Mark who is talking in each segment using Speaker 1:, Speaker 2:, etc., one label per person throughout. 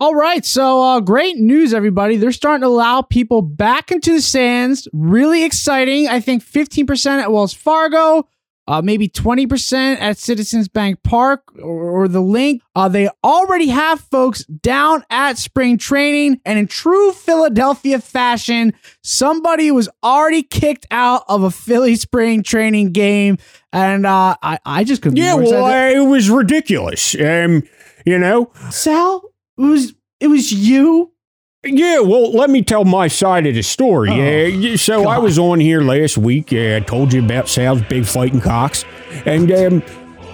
Speaker 1: All right, so uh, great news, everybody. They're starting to allow people back into the stands. Really exciting. I think 15% at Wells Fargo, uh, maybe 20% at Citizens Bank Park or, or the link. Uh, they already have folks down at spring training. And in true Philadelphia fashion, somebody was already kicked out of a Philly spring training game. And uh, I, I just couldn't
Speaker 2: Yeah,
Speaker 1: be more
Speaker 2: well,
Speaker 1: excited.
Speaker 2: uh, it was ridiculous. Um, you know,
Speaker 1: Sal, it was, it was you.
Speaker 2: Yeah, well, let me tell my side of the story.
Speaker 1: Oh,
Speaker 2: Yeah, y- so I
Speaker 1: God.
Speaker 2: was on here last week. Yeah, I told you about Sal's big fighting cocks, and um,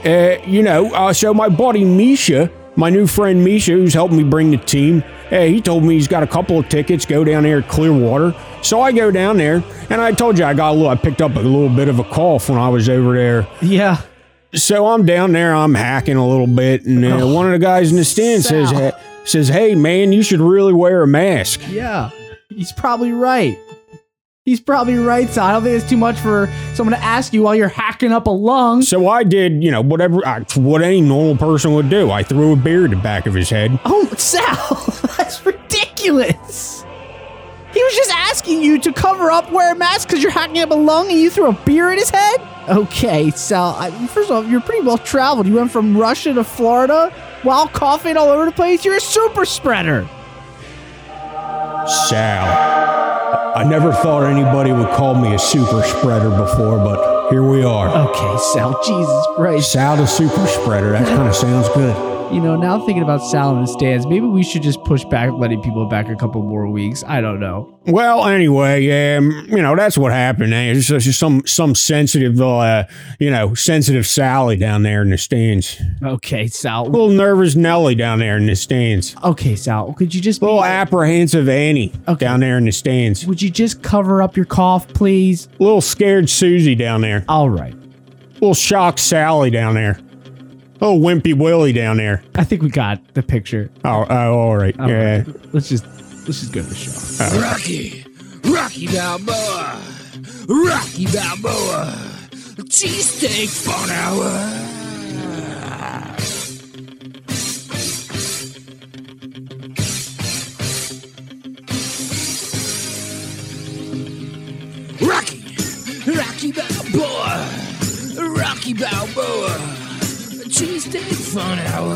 Speaker 2: uh, you know, uh, so my buddy Misha, my new friend Misha, who's helping me bring the team, uh, he told me he's got a couple of tickets. Go down there, to Clearwater. So I go down there, and I told you I got a little. I picked up a little bit of a cough when I was over there.
Speaker 1: Yeah.
Speaker 2: So I'm down there, I'm hacking a little bit, and uh, one of the guys in the stand says,
Speaker 1: Sal.
Speaker 2: uh, "says Hey, man, you should really wear a mask."
Speaker 1: Yeah, he's probably right. He's probably right, so I don't think it's too much for someone to ask you while you're hacking up a lung.
Speaker 2: So I did, you know, whatever I, what any normal person would do. I threw a beer at the back of his head.
Speaker 1: Oh, Sal, that's ridiculous. He was just asking you to cover up, wear a mask because you're hacking up a lung, and you threw a beer in his head. Okay, Sal. I, first off, you're pretty well traveled. You went from Russia to Florida while coughing all over the place. You're a super spreader.
Speaker 2: Sal, I never thought anybody would call me a super spreader before, but here we are.
Speaker 1: Okay, Sal. Jesus Christ.
Speaker 2: Sal the super spreader. That kind of sounds good.
Speaker 1: You know, now thinking about Sal in the stands, maybe we should just push back, letting people back a couple more weeks. I don't know.
Speaker 2: Well, anyway, um, you know that's what happened. eh? It's just some some sensitive, uh, you know, sensitive Sally down there in the stands.
Speaker 1: Okay,
Speaker 2: A
Speaker 1: Sal.
Speaker 2: little nervous Nelly down there in the stands.
Speaker 1: Okay, Sal. Could you just
Speaker 2: A little
Speaker 1: be-
Speaker 2: apprehensive Annie
Speaker 1: Okay.
Speaker 2: down there in the stands.
Speaker 1: Would you just cover up your cough, please?
Speaker 2: A little scared Susie down there.
Speaker 1: All right.
Speaker 2: little shocked Sally down there. Oh, wimpy Willie down there.
Speaker 1: I think we got the picture.
Speaker 2: Oh, oh all right.
Speaker 1: All
Speaker 2: yeah.
Speaker 1: right. Let's just let's just go to the show.
Speaker 3: Rocky, Rocky Balboa, Rocky Balboa, cheesesteak for an hour. Rocky, Rocky Balboa, Rocky Balboa, cheesesteak for an hour.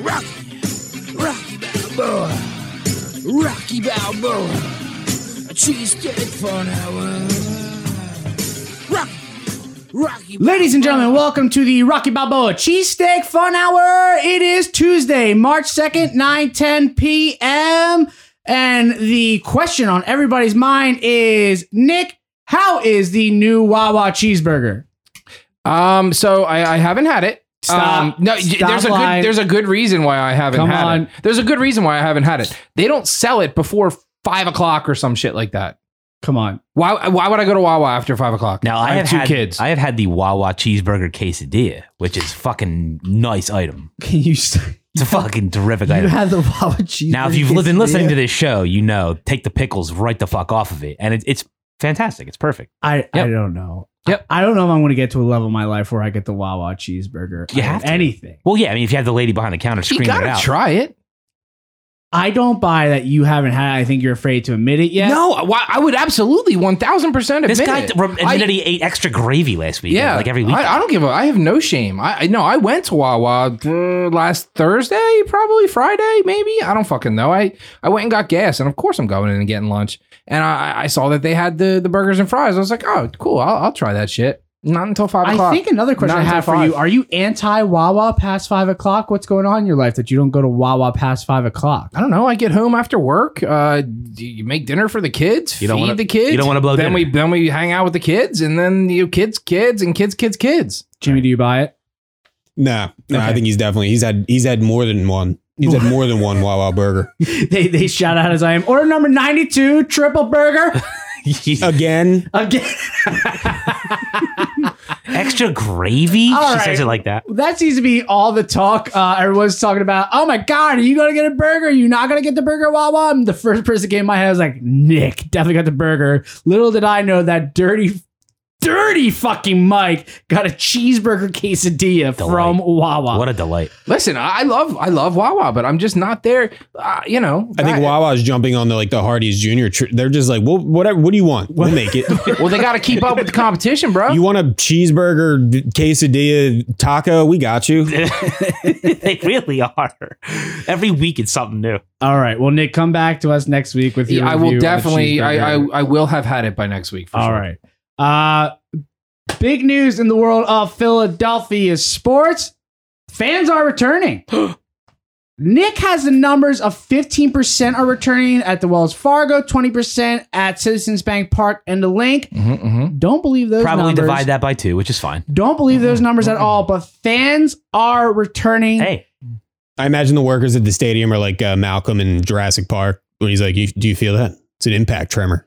Speaker 3: Rocky, Rocky Balboa. Rocky Balboa, a cheesesteak for an hour. Rocky, Rocky.
Speaker 1: Ladies and gentlemen, welcome to the Rocky Balboa Cheesesteak Fun Hour. It is Tuesday, March 2nd, 9 10 p.m. And the question on everybody's mind is Nick, how is the new Wawa cheeseburger?
Speaker 4: Um, so I, I haven't had it.
Speaker 1: Stop.
Speaker 4: Um, no, y-
Speaker 1: Stop
Speaker 4: there's a
Speaker 1: lying.
Speaker 4: good there's a good reason why I haven't
Speaker 1: Come
Speaker 4: had
Speaker 1: on.
Speaker 4: it. There's a good reason why I haven't had it. They don't sell it before five o'clock or some shit like that.
Speaker 1: Come on.
Speaker 4: Why why would I go to Wawa after five o'clock?
Speaker 5: Now I, have
Speaker 4: two
Speaker 5: had,
Speaker 4: kids.
Speaker 5: I have had the Wawa cheeseburger quesadilla, which is fucking nice item.
Speaker 1: Can you s-
Speaker 5: It's a fucking terrific
Speaker 1: You
Speaker 5: item.
Speaker 1: had the Wawa cheeseburger.
Speaker 5: now, if you've li- been listening to this show, you know take the pickles right the fuck off of it, and it, it's fantastic. It's perfect.
Speaker 1: I, I
Speaker 4: Yep.
Speaker 1: don't know.
Speaker 4: Yep.
Speaker 1: I don't know if I'm going to get to a level in my life where I get the Wawa cheeseburger.
Speaker 5: You
Speaker 1: I-
Speaker 5: have to.
Speaker 1: anything.
Speaker 5: Well, yeah, I mean, if you have the lady behind the counter
Speaker 4: you
Speaker 5: screaming it
Speaker 4: gotta
Speaker 5: out,
Speaker 4: try it.
Speaker 1: I don't buy that you haven't had. it. I think you're afraid to admit it yet.
Speaker 4: No, why, I would absolutely one thousand percent admit
Speaker 5: this guy
Speaker 4: it.
Speaker 5: re- admitted
Speaker 4: I-
Speaker 5: he ate extra gravy last week.
Speaker 4: yeah,
Speaker 5: like every week.
Speaker 4: I, I don't give a. I have no shame. I I- no. I went to Wawa uh, last Thursday, probably Friday, maybe. I don't fucking know. I I went and got gas, and of course I'm going in and getting lunch. And I I saw that they had the the burgers and fries. I was like, oh, cool. I'll, I'll try that shit. Not until five
Speaker 1: I
Speaker 4: o'clock.
Speaker 1: think another question I
Speaker 4: Nine to
Speaker 1: have for
Speaker 4: five.
Speaker 1: you: Are you anti Wawa past five o'clock? What's going on in your life that you don't go to Wawa past five o'clock?
Speaker 4: I don't know. I get home after work. Uh, d- you make dinner for the kids.
Speaker 5: You don't
Speaker 4: feed
Speaker 5: wanna-
Speaker 4: the kids.
Speaker 5: you don't wanna blow
Speaker 4: Then
Speaker 5: dinner.
Speaker 4: we then we hang out with the kids, and then you know, kids, kids, and kids, kids, kids.
Speaker 1: Jimmy, do you buy it?
Speaker 2: Nah, nah I
Speaker 1: Okay.
Speaker 2: think he's definitely he's had he's had more than one. He's had more than one Wawa burger.
Speaker 1: They they shout out as I am order number ninety two triple burger
Speaker 2: Again,
Speaker 1: again.
Speaker 5: extra gravy. she
Speaker 1: All right.
Speaker 5: says it like that.
Speaker 1: That seems to be all the talk. Uh, everyone's talking about, oh my God, are you going to get a burger? Are you not going to get the burger at Wawa? And the first person that came in my head was like, Nick, definitely got the burger. Little did I know that dirty dirty fucking Mike got a cheeseburger quesadilla
Speaker 5: Delight.
Speaker 1: from Wawa.
Speaker 5: What a delight.
Speaker 4: Listen, I I love I love Wawa, but I'm just not there. Uh, you know,
Speaker 2: I think Wawa's jumping on the like the Hardy's Junior. Tr- they're just like, well, whatever. What do you want? We'll make it.
Speaker 4: Well, they got to keep up with the competition, bro.
Speaker 2: you want a cheeseburger, d- quesadilla, taco? We got you.
Speaker 5: they really are. Every week it's something new.
Speaker 1: All right. Well, Nick, come back to us next week with your
Speaker 4: I
Speaker 1: review
Speaker 4: will
Speaker 1: of the
Speaker 4: definitely. I, I
Speaker 1: cheeseburger.
Speaker 4: I will have had it by next week. For
Speaker 1: All
Speaker 4: sure.
Speaker 1: right. Uh, big news in the world of Philadelphia sports. Fans are returning. Nick has the numbers of 15% are returning at the Wells Fargo, 20% at Citizens Bank Park and the Link.
Speaker 4: Mhm, mhm.
Speaker 1: Don't believe those
Speaker 5: Probably
Speaker 1: numbers.
Speaker 5: divide that by two, which is fine.
Speaker 1: Don't believe those numbers at all, but fans are returning.
Speaker 5: Hey,
Speaker 2: I imagine the workers at the stadium are like uh, Malcolm in Jurassic Park when he's like, you, "Do you feel that? It's an impact tremor.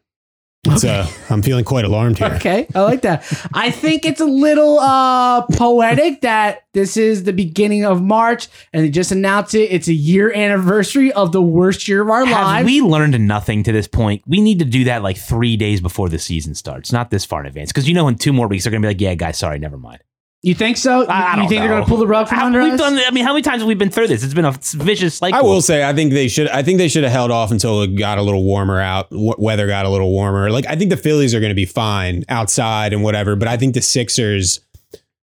Speaker 2: It's uh, I'm feeling quite alarmed here."
Speaker 1: Okay, I like that. I think it's a little uh poetic that this is the beginning of March and they just announced it. It's a year anniversary of the worst year of our
Speaker 5: have
Speaker 1: lives.
Speaker 5: we learned nothing to this point? We need to do that like three days before the season starts, not this far in advance. Because you know, in two more weeks, they're going to be like, yeah, guys, sorry, never mind.
Speaker 1: you think so? You,
Speaker 5: I- I
Speaker 1: you
Speaker 5: don't
Speaker 1: think they're
Speaker 5: know.
Speaker 1: gonna pull the rug from
Speaker 5: How-
Speaker 1: under
Speaker 5: we've
Speaker 1: us?
Speaker 5: done, I mean, how many times have we been through this? It's been a vicious cycle.
Speaker 2: I will say, I think they should. I think they should have held off until it got a little warmer out. W- weather got a little warmer. Like I think the Phillies are going to be fine outside and whatever. But I think the Sixers.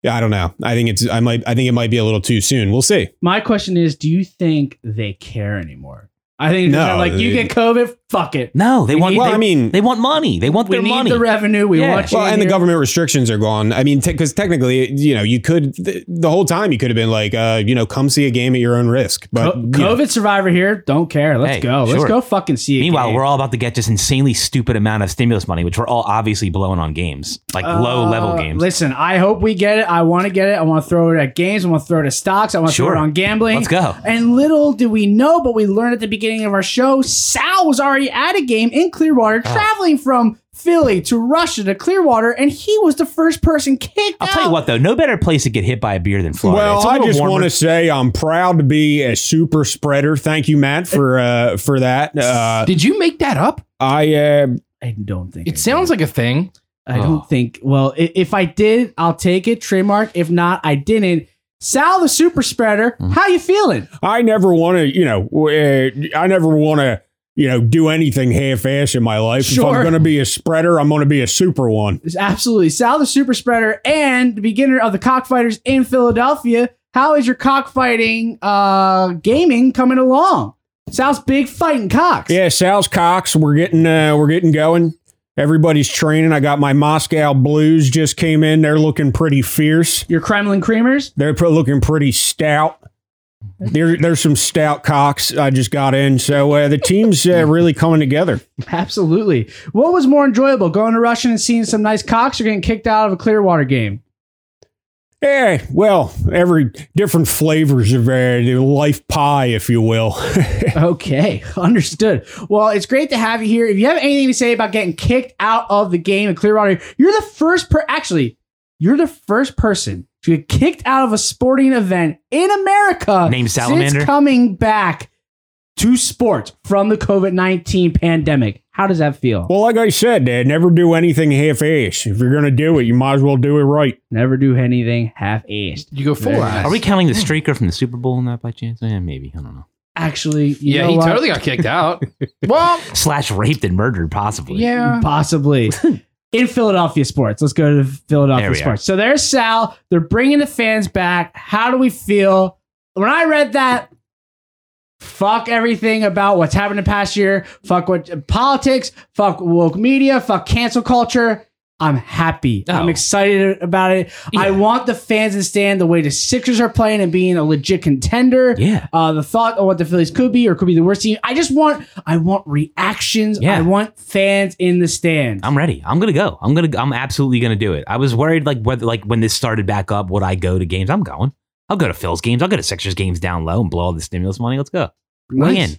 Speaker 2: yeah, I don't know. I think it's. I might. I think it might be a little too soon. We'll see.
Speaker 1: My question is, do you think they care anymore? I think they're
Speaker 2: No,
Speaker 1: like you
Speaker 2: they-
Speaker 1: get COVID, fuck it.
Speaker 5: No, they want.
Speaker 2: Well,
Speaker 5: they,
Speaker 2: I mean,
Speaker 5: they want money. They want
Speaker 1: We
Speaker 5: their
Speaker 1: need
Speaker 5: money.
Speaker 1: the revenue. We
Speaker 5: Yeah.
Speaker 1: want you
Speaker 2: well, and
Speaker 1: here.
Speaker 2: the government restrictions are gone. I mean, because technically, you know, you could th- the whole time you could have been like, uh, you know, come see a game at your own risk. But
Speaker 1: Co-
Speaker 2: you know,
Speaker 1: COVID survivor here. Don't care. Let's
Speaker 5: Hey,
Speaker 1: go. Let's
Speaker 5: sure.
Speaker 1: go fucking see it.
Speaker 5: Meanwhile, we're all about to get this insanely stupid amount of stimulus money, which we're all obviously blowing on games, like low level
Speaker 1: Uh,
Speaker 5: games.
Speaker 1: Listen, I hope we get it. I want to get it. I want to throw it at games. I want to throw it at stocks. I want to
Speaker 5: Sure.
Speaker 1: throw it on gambling.
Speaker 5: Let's go.
Speaker 1: And little do we know, but we learned at the beginning of our show, Sal was already at a game in Clearwater,
Speaker 5: Oh.
Speaker 1: traveling from Philly to Russia to Clearwater, and he was the first person kicked
Speaker 5: I'll
Speaker 1: out.
Speaker 5: tell you what, though, no better place to get hit by a beer than Florida. It's
Speaker 2: Well,
Speaker 5: a
Speaker 2: I
Speaker 5: little
Speaker 2: just
Speaker 5: warmer.
Speaker 2: want to say I'm proud to be a super spreader. Thank you, Matt, for uh, for that. Uh,
Speaker 4: Did you make that up?
Speaker 2: I uh,
Speaker 1: I don't think I
Speaker 4: It sounds like a thing.
Speaker 1: did. I
Speaker 5: Oh.
Speaker 1: don't think. Well, i- if I did, I'll take it trademark. If not, I didn't. Sal, the super spreader,
Speaker 5: Mm.
Speaker 1: how you feeling?
Speaker 2: I never want to, you know, uh, I never want to, you know, do anything half-ass in my life. If
Speaker 1: Sure.
Speaker 2: I'm going to be a spreader, I'm going to be a super one.
Speaker 1: It's absolutely Sal the super spreader and the beginner of the cockfighters in Philadelphia. How is your cockfighting uh gaming coming along? Sal's big fighting cocks.
Speaker 2: Yeah, Sal's Cox, we're getting uh, we're getting going. Everybody's training. I got my Moscow Blues just came in. They're looking pretty fierce.
Speaker 1: Your Kremlin creamers.
Speaker 2: They're pr- looking pretty stout. There, there's some stout cocks I just got in. So uh, the team's uh, really coming together.
Speaker 1: Absolutely. What was more enjoyable, going to Russian and seeing some nice cocks or getting kicked out of a Clearwater game?
Speaker 2: Eh, well, every different flavors of uh, the life pie, if you will.
Speaker 1: Okay, understood. Well, it's great to have you here. If you have anything to say about getting kicked out of the game in Clearwater, you're the first per actually, you're the first person to get kicked out of a sporting event in America
Speaker 5: Named
Speaker 1: since
Speaker 5: Salamander?
Speaker 1: coming back to sports from the COVID nineteen pandemic. How does that feel?
Speaker 2: well, like I said, Dad, never do anything half-ass. If you're gonna do it, you might as well do it right.
Speaker 1: Never do anything half assed.
Speaker 4: You go full
Speaker 1: Very
Speaker 4: ass.
Speaker 5: Are we counting the streaker from the Super Bowl in that by chance? Eh, maybe. I don't know.
Speaker 1: Actually, you
Speaker 4: yeah,
Speaker 1: know
Speaker 4: he
Speaker 1: what?
Speaker 4: totally got kicked out. well,
Speaker 5: Slash raped and murdered, possibly.
Speaker 4: yeah.
Speaker 1: possibly in Philadelphia sports. Let's go to Philadelphia
Speaker 5: There we
Speaker 1: sports. So there's Sal. They're bringing the fans back. How do we feel? When I read that, fuck everything about what's happened the past year. Fuck what politics. Fuck woke media. Fuck cancel culture. I'm happy. I'm
Speaker 5: Oh.
Speaker 1: excited about it. I
Speaker 5: Yeah.
Speaker 1: want the fans to stand the way the Sixers are playing and being a legit contender
Speaker 5: Yeah.
Speaker 1: uh, the thought of what the Phillies could be or could be the worst team. I just want I want reactions.
Speaker 5: Yeah.
Speaker 1: I want fans in the stands.
Speaker 5: I'm ready. I'm gonna go. I'm gonna. I'm absolutely gonna do it. I was worried, like whether, like when this started back up, would I go to games? I'm going. I'll go to Phil's games. I'll go to Sixers games down low and blow all the stimulus money. Let's go. Way
Speaker 1: Nice.
Speaker 5: in.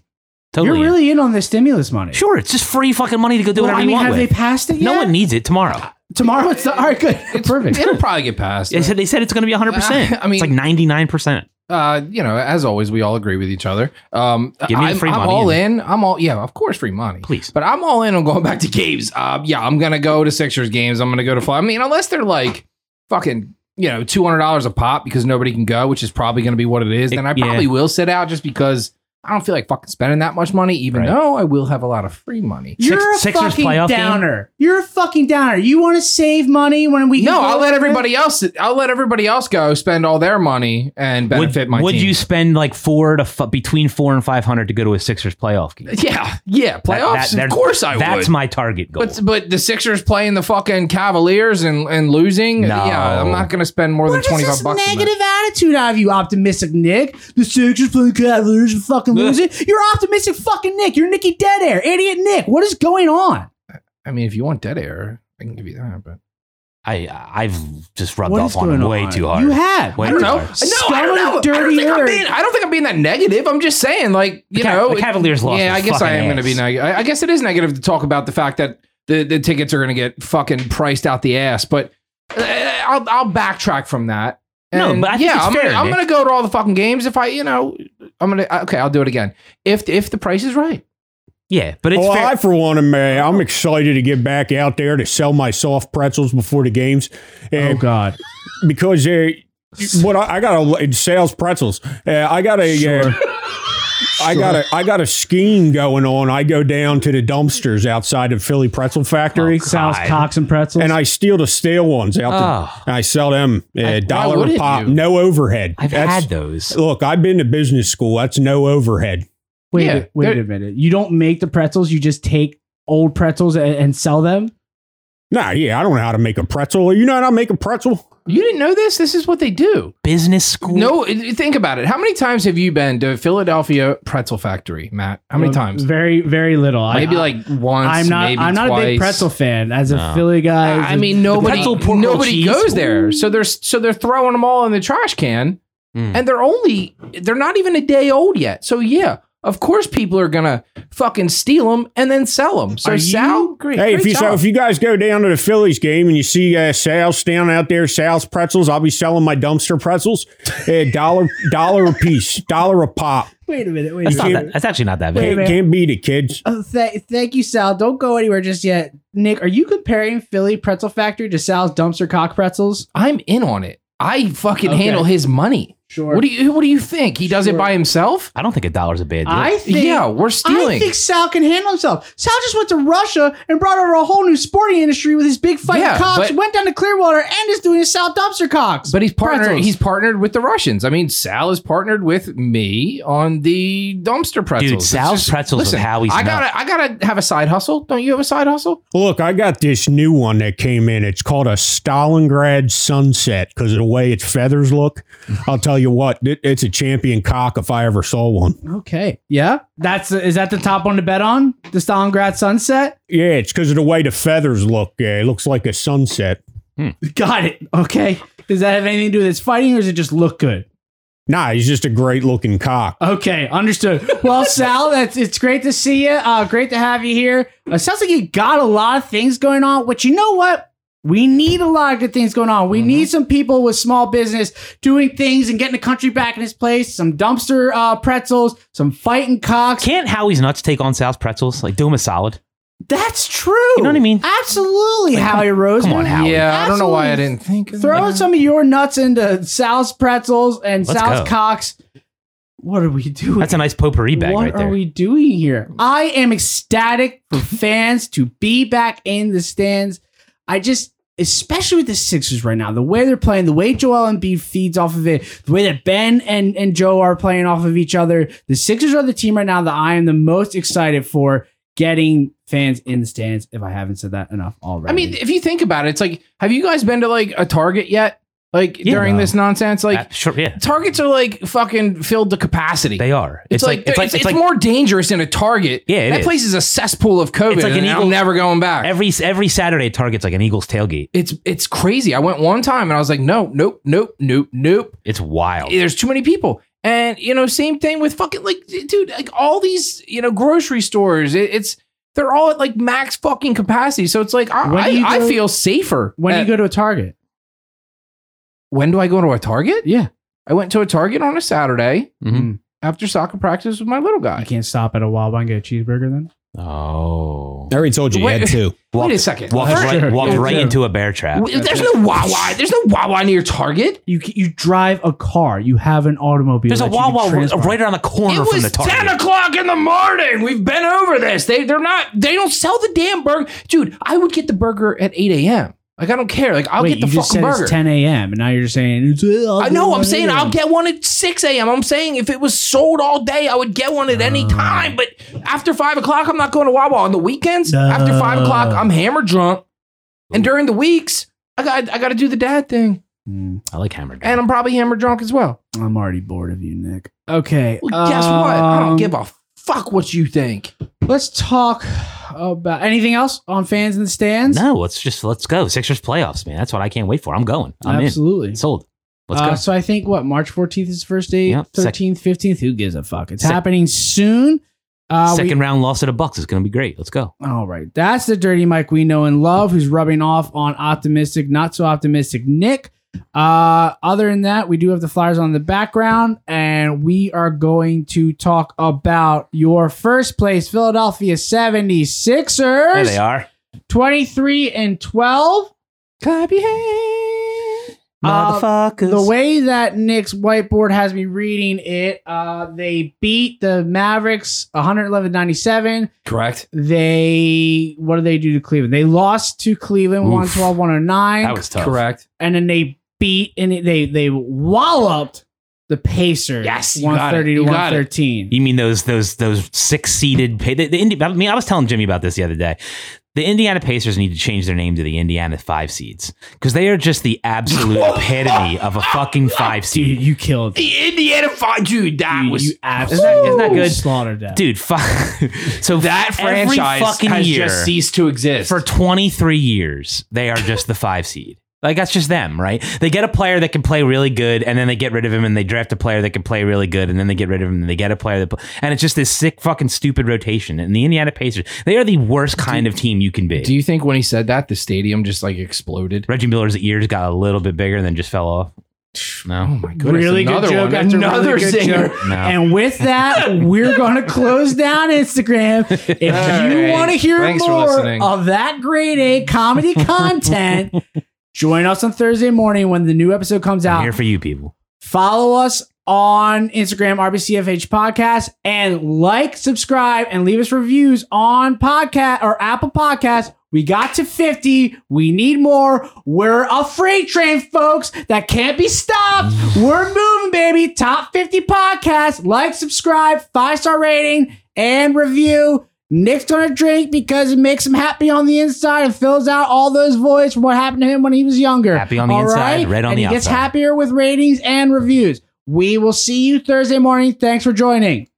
Speaker 5: Totally.
Speaker 1: You're
Speaker 5: in.
Speaker 1: really in on this stimulus money.
Speaker 5: Sure. It's just free fucking money to go do
Speaker 1: Well,
Speaker 5: whatever
Speaker 1: I mean,
Speaker 5: you want
Speaker 1: have
Speaker 5: with.
Speaker 1: they passed it yet?
Speaker 5: no one needs it tomorrow.
Speaker 1: Tomorrow it's the all right. Good,
Speaker 4: It's,
Speaker 1: perfect.
Speaker 4: It'll probably get passed.
Speaker 5: They said, they said it's going to be 100%.
Speaker 4: I mean-
Speaker 5: it's like 99%.
Speaker 4: uh, you know, as always, we all agree with each other. Um,
Speaker 5: Give me the
Speaker 4: I'm,
Speaker 5: free
Speaker 4: I'm
Speaker 5: money
Speaker 4: all
Speaker 5: and-
Speaker 4: in. I'm all yeah, of course, free money.
Speaker 5: Please.
Speaker 4: But I'm all in on going back to games. Uh, yeah, I'm gonna go to Sixers games. I'm gonna go to fly. I mean, unless they're like fucking, you know, two hundred dollars a pop because nobody can go, which is probably gonna be what it is.
Speaker 5: It-
Speaker 4: Then I
Speaker 5: yeah.
Speaker 4: probably will sit out just because I don't feel like fucking spending that much money, even
Speaker 5: Right.
Speaker 4: though I will have a lot of free money.
Speaker 5: Six-
Speaker 1: You're a
Speaker 5: Sixers
Speaker 1: fucking
Speaker 5: playoff game?
Speaker 1: downer. You're a fucking downer. You want to save money when we can
Speaker 4: No,
Speaker 1: go
Speaker 4: I'll let
Speaker 1: there?
Speaker 4: everybody else. I'll let everybody else go spend all their money and benefit
Speaker 5: would,
Speaker 4: my
Speaker 5: would
Speaker 4: team.
Speaker 5: you spend like four to f- between four and five hundred to go to a Sixers playoff game?
Speaker 4: Yeah, yeah,
Speaker 5: That-
Speaker 4: playoffs.
Speaker 5: that- that-
Speaker 4: of course, I would.
Speaker 5: That's my target goal.
Speaker 4: But but the Sixers playing the fucking Cavaliers and, and losing.
Speaker 5: No.
Speaker 4: Yeah, I'm not gonna spend more
Speaker 1: What
Speaker 4: than
Speaker 1: is
Speaker 4: twenty five
Speaker 1: this
Speaker 4: bucks. on that.
Speaker 1: negative attitude out of you, optimistic Nick? The Sixers playing Cavaliers and fucking
Speaker 5: Ugh.
Speaker 1: losing. You're optimistic fucking Nick. You're Nicky Dead Air, idiot Nick. What is going on?
Speaker 4: I mean, if you want dead air, I can give you that. But
Speaker 5: I I've just rubbed
Speaker 1: What
Speaker 5: off
Speaker 1: is
Speaker 5: on
Speaker 1: going
Speaker 5: him way too hard.
Speaker 1: You have.
Speaker 5: Way
Speaker 4: I
Speaker 5: too
Speaker 4: don't know.
Speaker 5: hard.
Speaker 4: No, I
Speaker 1: Scum
Speaker 4: don't know.
Speaker 1: of dirty
Speaker 4: I, don't think I'm
Speaker 1: earth.
Speaker 4: being, I don't think I'm being that negative. I'm just saying, like you
Speaker 5: The Ca-
Speaker 4: know,
Speaker 5: the Cavaliers lost
Speaker 4: Yeah,
Speaker 5: their
Speaker 4: I guess I
Speaker 5: fucking
Speaker 4: am going to be
Speaker 5: ass.
Speaker 4: negative. I I guess it is negative to talk about the fact that the, the tickets are going to get fucking priced out the ass. But uh, I'll I'll backtrack from that.
Speaker 5: No, but I think it's
Speaker 4: I'm,
Speaker 5: fair,
Speaker 4: gonna, I'm
Speaker 5: Nick.
Speaker 4: gonna go to all the fucking games if I, you know, I'm gonna okay. I'll do it again if if the price is right.
Speaker 5: Yeah, but it's
Speaker 2: well,
Speaker 5: fair.
Speaker 2: I for one am uh, I'm excited to get back out there to sell my soft pretzels before the games,
Speaker 1: Oh
Speaker 2: and
Speaker 1: God.
Speaker 2: because uh, what I, I got a sales pretzels. Uh, I got a. Uh, I got a I got a scheme going on. I go down to the dumpsters outside of Philly Pretzel Factory,
Speaker 1: Sal's
Speaker 5: Oh, God.
Speaker 1: Cox and Pretzels.
Speaker 2: and I steal the stale ones out.
Speaker 5: Oh.
Speaker 2: The, and I sell them a dollar a
Speaker 4: wouldn't
Speaker 2: pop,
Speaker 4: you?
Speaker 2: no overhead.
Speaker 5: I've
Speaker 2: That's-
Speaker 5: had those.
Speaker 2: Look, I've been to business school. That's no overhead.
Speaker 1: wait,
Speaker 4: Yeah,
Speaker 1: a- wait
Speaker 4: they're-
Speaker 1: a minute. You don't make the pretzels. You just take old pretzels and, and sell them.
Speaker 2: Nah, yeah, I don't know how to make a pretzel. You know how to make a pretzel?
Speaker 4: You didn't know this? This is what they do.
Speaker 5: Business school.
Speaker 4: No, i- think about it. How many times have you been to Philadelphia Pretzel Factory, Matt? How many
Speaker 1: Um,
Speaker 4: times?
Speaker 1: Very, very little. I-
Speaker 4: Maybe
Speaker 1: I-
Speaker 4: like once.
Speaker 1: I'm not.
Speaker 4: Maybe
Speaker 1: I'm not a big
Speaker 4: twice.
Speaker 1: pretzel fan. As
Speaker 5: No.
Speaker 1: a Philly guy,
Speaker 4: I I mean, nobody
Speaker 5: pretzel pork roll
Speaker 4: nobody
Speaker 5: cheese.
Speaker 4: goes there, so they're so they're throwing them all in the trash can,
Speaker 5: Mm.
Speaker 4: and they're only they're not even a day old yet. So yeah, of course people are gonna fucking steal them and then sell them. So
Speaker 1: Are you-
Speaker 4: Sal, great,
Speaker 2: Hey,
Speaker 4: great
Speaker 2: if you so
Speaker 4: job.
Speaker 2: if you guys go down to the Phillies game and you see uh, Sal's standing out there, Sal's pretzels, I'll be selling my dumpster pretzels, a dollar dollar a piece, dollar a pop.
Speaker 1: wait a minute. Wait a
Speaker 5: that's, not
Speaker 1: minute.
Speaker 5: that, that's actually not that
Speaker 1: Wait a
Speaker 5: big.
Speaker 1: minute.
Speaker 2: Can't, can't beat it, kids.
Speaker 1: Oh, th- thank you, Sal. Don't go anywhere just yet. Nick, are you comparing Philly Pretzel Factory to Sal's Dumpster Cock Pretzels?
Speaker 4: I'm in on it. I fucking
Speaker 1: Okay.
Speaker 4: handle his money.
Speaker 1: Sure.
Speaker 4: What do you What do you think? He does it
Speaker 1: Sure.
Speaker 4: by himself?
Speaker 5: I don't think a dollar's a bad deal.
Speaker 1: I think.
Speaker 4: yeah, we're stealing.
Speaker 1: I think Sal can handle himself. Sal just went to Russia and brought over a whole new sporting industry with his big fighting
Speaker 4: Yeah,
Speaker 1: cocks.
Speaker 4: but-
Speaker 1: went down to Clearwater and is doing his Sal Dumpster Cocks.
Speaker 4: But he's partnered.
Speaker 1: Pretzels.
Speaker 4: He's partnered with the Russians. I mean, Sal is partnered with me on the dumpster pretzels. It's
Speaker 5: Sal's pretzels are how he's
Speaker 4: I
Speaker 5: not-
Speaker 4: gotta, I gotta have a side hustle. Don't you have a side hustle?
Speaker 2: Look, I got this new one that came in. It's called a Stalingrad Sunset because of the way its feathers look. I'll tell you what, it, it's a champion cock if I ever saw one.
Speaker 1: okay, yeah, that's is that the top one to bet on? The Stalingrad sunset.
Speaker 2: Yeah, it's because of the way the feathers look. Yeah, it looks like a sunset.
Speaker 1: Got it. Okay, does that have anything to do with his fighting, or does it just look good?
Speaker 2: Nah, he's just a great looking cock.
Speaker 1: Okay, understood. Well, Sal, that's it's great to see you. Uh, great to have you here. Uh, sounds like you got a lot of things going on, which you know what? We need a lot of good things going on.
Speaker 5: Mm-hmm.
Speaker 1: We need some people with small business doing things and getting the country back in its place. Some dumpster uh, pretzels, some fighting cocks.
Speaker 5: Can't Howie's nuts take on Sal's pretzels? Like do him a solid.
Speaker 1: That's true.
Speaker 5: You know what I mean?
Speaker 1: Absolutely, Howie Rose.
Speaker 5: come on, Howie. Howie.
Speaker 4: Yeah, I don't know why I didn't think. of
Speaker 1: Throwing
Speaker 4: that.
Speaker 1: some of your nuts into Sal's pretzels and
Speaker 5: Let's
Speaker 1: Sal's
Speaker 5: go.
Speaker 1: cocks. What are we doing?
Speaker 5: That's a nice potpourri bag
Speaker 1: what
Speaker 5: right there.
Speaker 1: are we doing here? I am ecstatic for fans to be back in the stands. I just, especially with the Sixers right now, the way they're playing, the way Joel Embiid feeds off of it, the way that Ben and, and Joe are playing off of each other. The Sixers are the team right now that I am the most excited for getting fans in the stands, if I haven't said that enough already.
Speaker 4: I mean, if you think about it, it's like, have you guys been to like a Target yet? Like
Speaker 5: Yeah.
Speaker 4: during this nonsense, like
Speaker 5: Uh, sure, yeah,
Speaker 4: Targets are like fucking filled to capacity.
Speaker 5: they are.
Speaker 4: It's, like, it's, it's,
Speaker 5: like
Speaker 4: more dangerous in a Target.
Speaker 5: Yeah, it
Speaker 4: that
Speaker 5: is.
Speaker 4: place is a cesspool of COVID.
Speaker 5: It's like an
Speaker 4: and
Speaker 5: eagle-
Speaker 4: I'm never going back.
Speaker 5: every every Saturday at Target's like an Eagles tailgate.
Speaker 4: it's it's crazy. I went one time and I was like, no, nope, nope, nope, nope.
Speaker 5: It's wild.
Speaker 4: there's too many people. And you know, same thing with fucking like, dude, like all these you know grocery stores. It, it's they're all at like max fucking capacity. So it's like I
Speaker 1: When do you
Speaker 4: I, I
Speaker 1: go-
Speaker 4: feel safer
Speaker 5: uh,
Speaker 1: when
Speaker 4: at-
Speaker 1: you go to a Target,
Speaker 4: When do I go to a Target?
Speaker 1: yeah. Mm-hmm.
Speaker 4: I went to a Target on a Saturday
Speaker 5: Mhm.
Speaker 4: after soccer practice with my little
Speaker 1: I
Speaker 4: guy.
Speaker 1: can't stop at a Wild Wine and get a cheeseburger then.
Speaker 5: Oh.
Speaker 6: I already told you, you had
Speaker 4: Wait.
Speaker 6: two.
Speaker 5: Walked-
Speaker 4: Wait a second.
Speaker 5: Walked
Speaker 4: First-
Speaker 5: right,
Speaker 1: sure.
Speaker 5: walked
Speaker 1: Yeah,
Speaker 5: right
Speaker 1: sure.
Speaker 5: into a bear trap.
Speaker 4: w- There's no Wawa. There's no Wawa near Target.
Speaker 1: You c- you drive a car. You have an automobile.
Speaker 5: There's a
Speaker 1: that you can
Speaker 5: Wawa r-
Speaker 1: transport.
Speaker 5: right around the corner
Speaker 4: It
Speaker 5: from
Speaker 4: was
Speaker 5: the target.
Speaker 4: 10 o'clock in the morning. We've been over this. They they're not. They don't sell the damn burger, dude. I would get the burger at 8 a.m. Like I don't care. Like I'll
Speaker 1: Wait,
Speaker 4: get the
Speaker 1: you just
Speaker 4: fucking
Speaker 1: said
Speaker 4: burger.
Speaker 1: it's 10 a.m. and now you're saying it's, uh, I'll
Speaker 4: I
Speaker 1: do
Speaker 4: know.
Speaker 1: it
Speaker 4: I'm
Speaker 1: at
Speaker 4: saying
Speaker 1: 8
Speaker 4: I'll
Speaker 1: a.m.
Speaker 4: get one at 6 a.m. I'm saying if it was sold all day, I would get one at any
Speaker 1: Uh.
Speaker 4: time. But after 5 o'clock, I'm not going to Wawa. On the weekends, after 5 o'clock, I'm hammered drunk. And during the weeks, I got I got to do the dad thing.
Speaker 1: Mm,
Speaker 5: I like hammered.
Speaker 4: And I'm probably hammered drunk as well.
Speaker 1: I'm already bored of you, Nick. Okay.
Speaker 4: Well, guess what? I
Speaker 1: um,
Speaker 4: don't give a fuck what you think.
Speaker 1: Let's talk about anything else on fans in the stands.
Speaker 5: no, let's just let's go. Sixers playoffs, man. That's what I can't wait for. I'm going. I'm
Speaker 1: Absolutely.
Speaker 5: in. Sold. Let's
Speaker 1: Uh,
Speaker 5: go.
Speaker 1: so I think what March 14th is the first date,
Speaker 5: Yep.
Speaker 1: 13th, 15th. Who gives a fuck? It's
Speaker 5: Sec-
Speaker 1: happening soon. Uh, we-
Speaker 5: Second round loss to the Bucks is going to be great. Let's go.
Speaker 1: all right, that's the dirty Mike we know and love, who's rubbing off on optimistic, not so optimistic Nick. Uh, other than that, we do have the flyers on the background, and we are going to talk about your first place Philadelphia 76ers,
Speaker 5: There they are.
Speaker 1: 23 and 12.
Speaker 4: Clappy hand.
Speaker 1: Uh,
Speaker 5: Motherfuckers.
Speaker 1: the way that Nick's whiteboard has me reading it, uh, they beat the Mavericks 111-97.
Speaker 4: Correct.
Speaker 1: They what did they do to Cleveland? They lost to Cleveland
Speaker 5: Oof.
Speaker 1: 112-109,
Speaker 5: that was tough.
Speaker 4: Correct.
Speaker 1: and then they beat and they they walloped the Pacers
Speaker 4: Yes, you got it.
Speaker 1: 130 to
Speaker 4: You got it.
Speaker 1: 113.
Speaker 5: You mean those those those six seeded? The, the Indi- I mean, I was telling Jimmy about this the other day. The Indiana Pacers need to change their name to the Indiana Five Seeds because they are just the absolute epitome of a fucking five
Speaker 1: Dude,
Speaker 5: seed.
Speaker 1: you killed. Dude,
Speaker 4: The Indiana fight, dude. That
Speaker 1: you
Speaker 4: was
Speaker 1: absolutely
Speaker 5: Isn't that good?
Speaker 1: slaughtered that.
Speaker 5: Dude, fuck. So
Speaker 4: that
Speaker 5: every
Speaker 4: franchise
Speaker 5: fucking
Speaker 4: has
Speaker 5: year
Speaker 4: just ceased to exist.
Speaker 5: for 23 years, they are just the five seed. Like that's just them, right? They get a player that can play really good, and then they get rid of him, and they draft a player that can play really good, and then they get rid of him, and they get a player that, pl- and it's just this sick, fucking, stupid rotation. And the Indiana Pacers, they are the worst kind of team you can be.
Speaker 4: Do you think when he said that, the stadium just like exploded?
Speaker 5: Reggie Miller's ears got a little bit bigger and then just fell off.
Speaker 4: Oh
Speaker 5: No,
Speaker 4: my goodness!
Speaker 1: Really good
Speaker 4: another
Speaker 1: joke
Speaker 4: one.
Speaker 1: after
Speaker 4: another
Speaker 1: really good
Speaker 4: singer.
Speaker 1: joke.
Speaker 5: no.
Speaker 1: And with that, we're going to close down Instagram. If you
Speaker 4: right.
Speaker 1: want to hear
Speaker 4: Thanks for
Speaker 1: more
Speaker 4: listening.
Speaker 1: of that grade A comedy content, join us on Thursday morning when the new episode comes
Speaker 5: I'm
Speaker 1: out.
Speaker 5: here for you people.
Speaker 1: Follow us on Instagram, RBCFH Podcast, and like, subscribe, and leave us reviews on podcast or Apple Podcasts. We got to 50. We need more. We're a freight train, folks, that can't be stopped. We're moving, baby. Top 50 podcast. Like, subscribe, five star rating, and review. Nick's gonna drink because it makes him happy on the inside and fills out all those voids from what happened to him when he was younger.
Speaker 5: Happy on the
Speaker 1: All
Speaker 5: inside, red on
Speaker 1: and
Speaker 5: the
Speaker 1: he gets
Speaker 5: outside.
Speaker 1: happier with ratings and reviews. We will see you Thursday morning. Thanks for joining.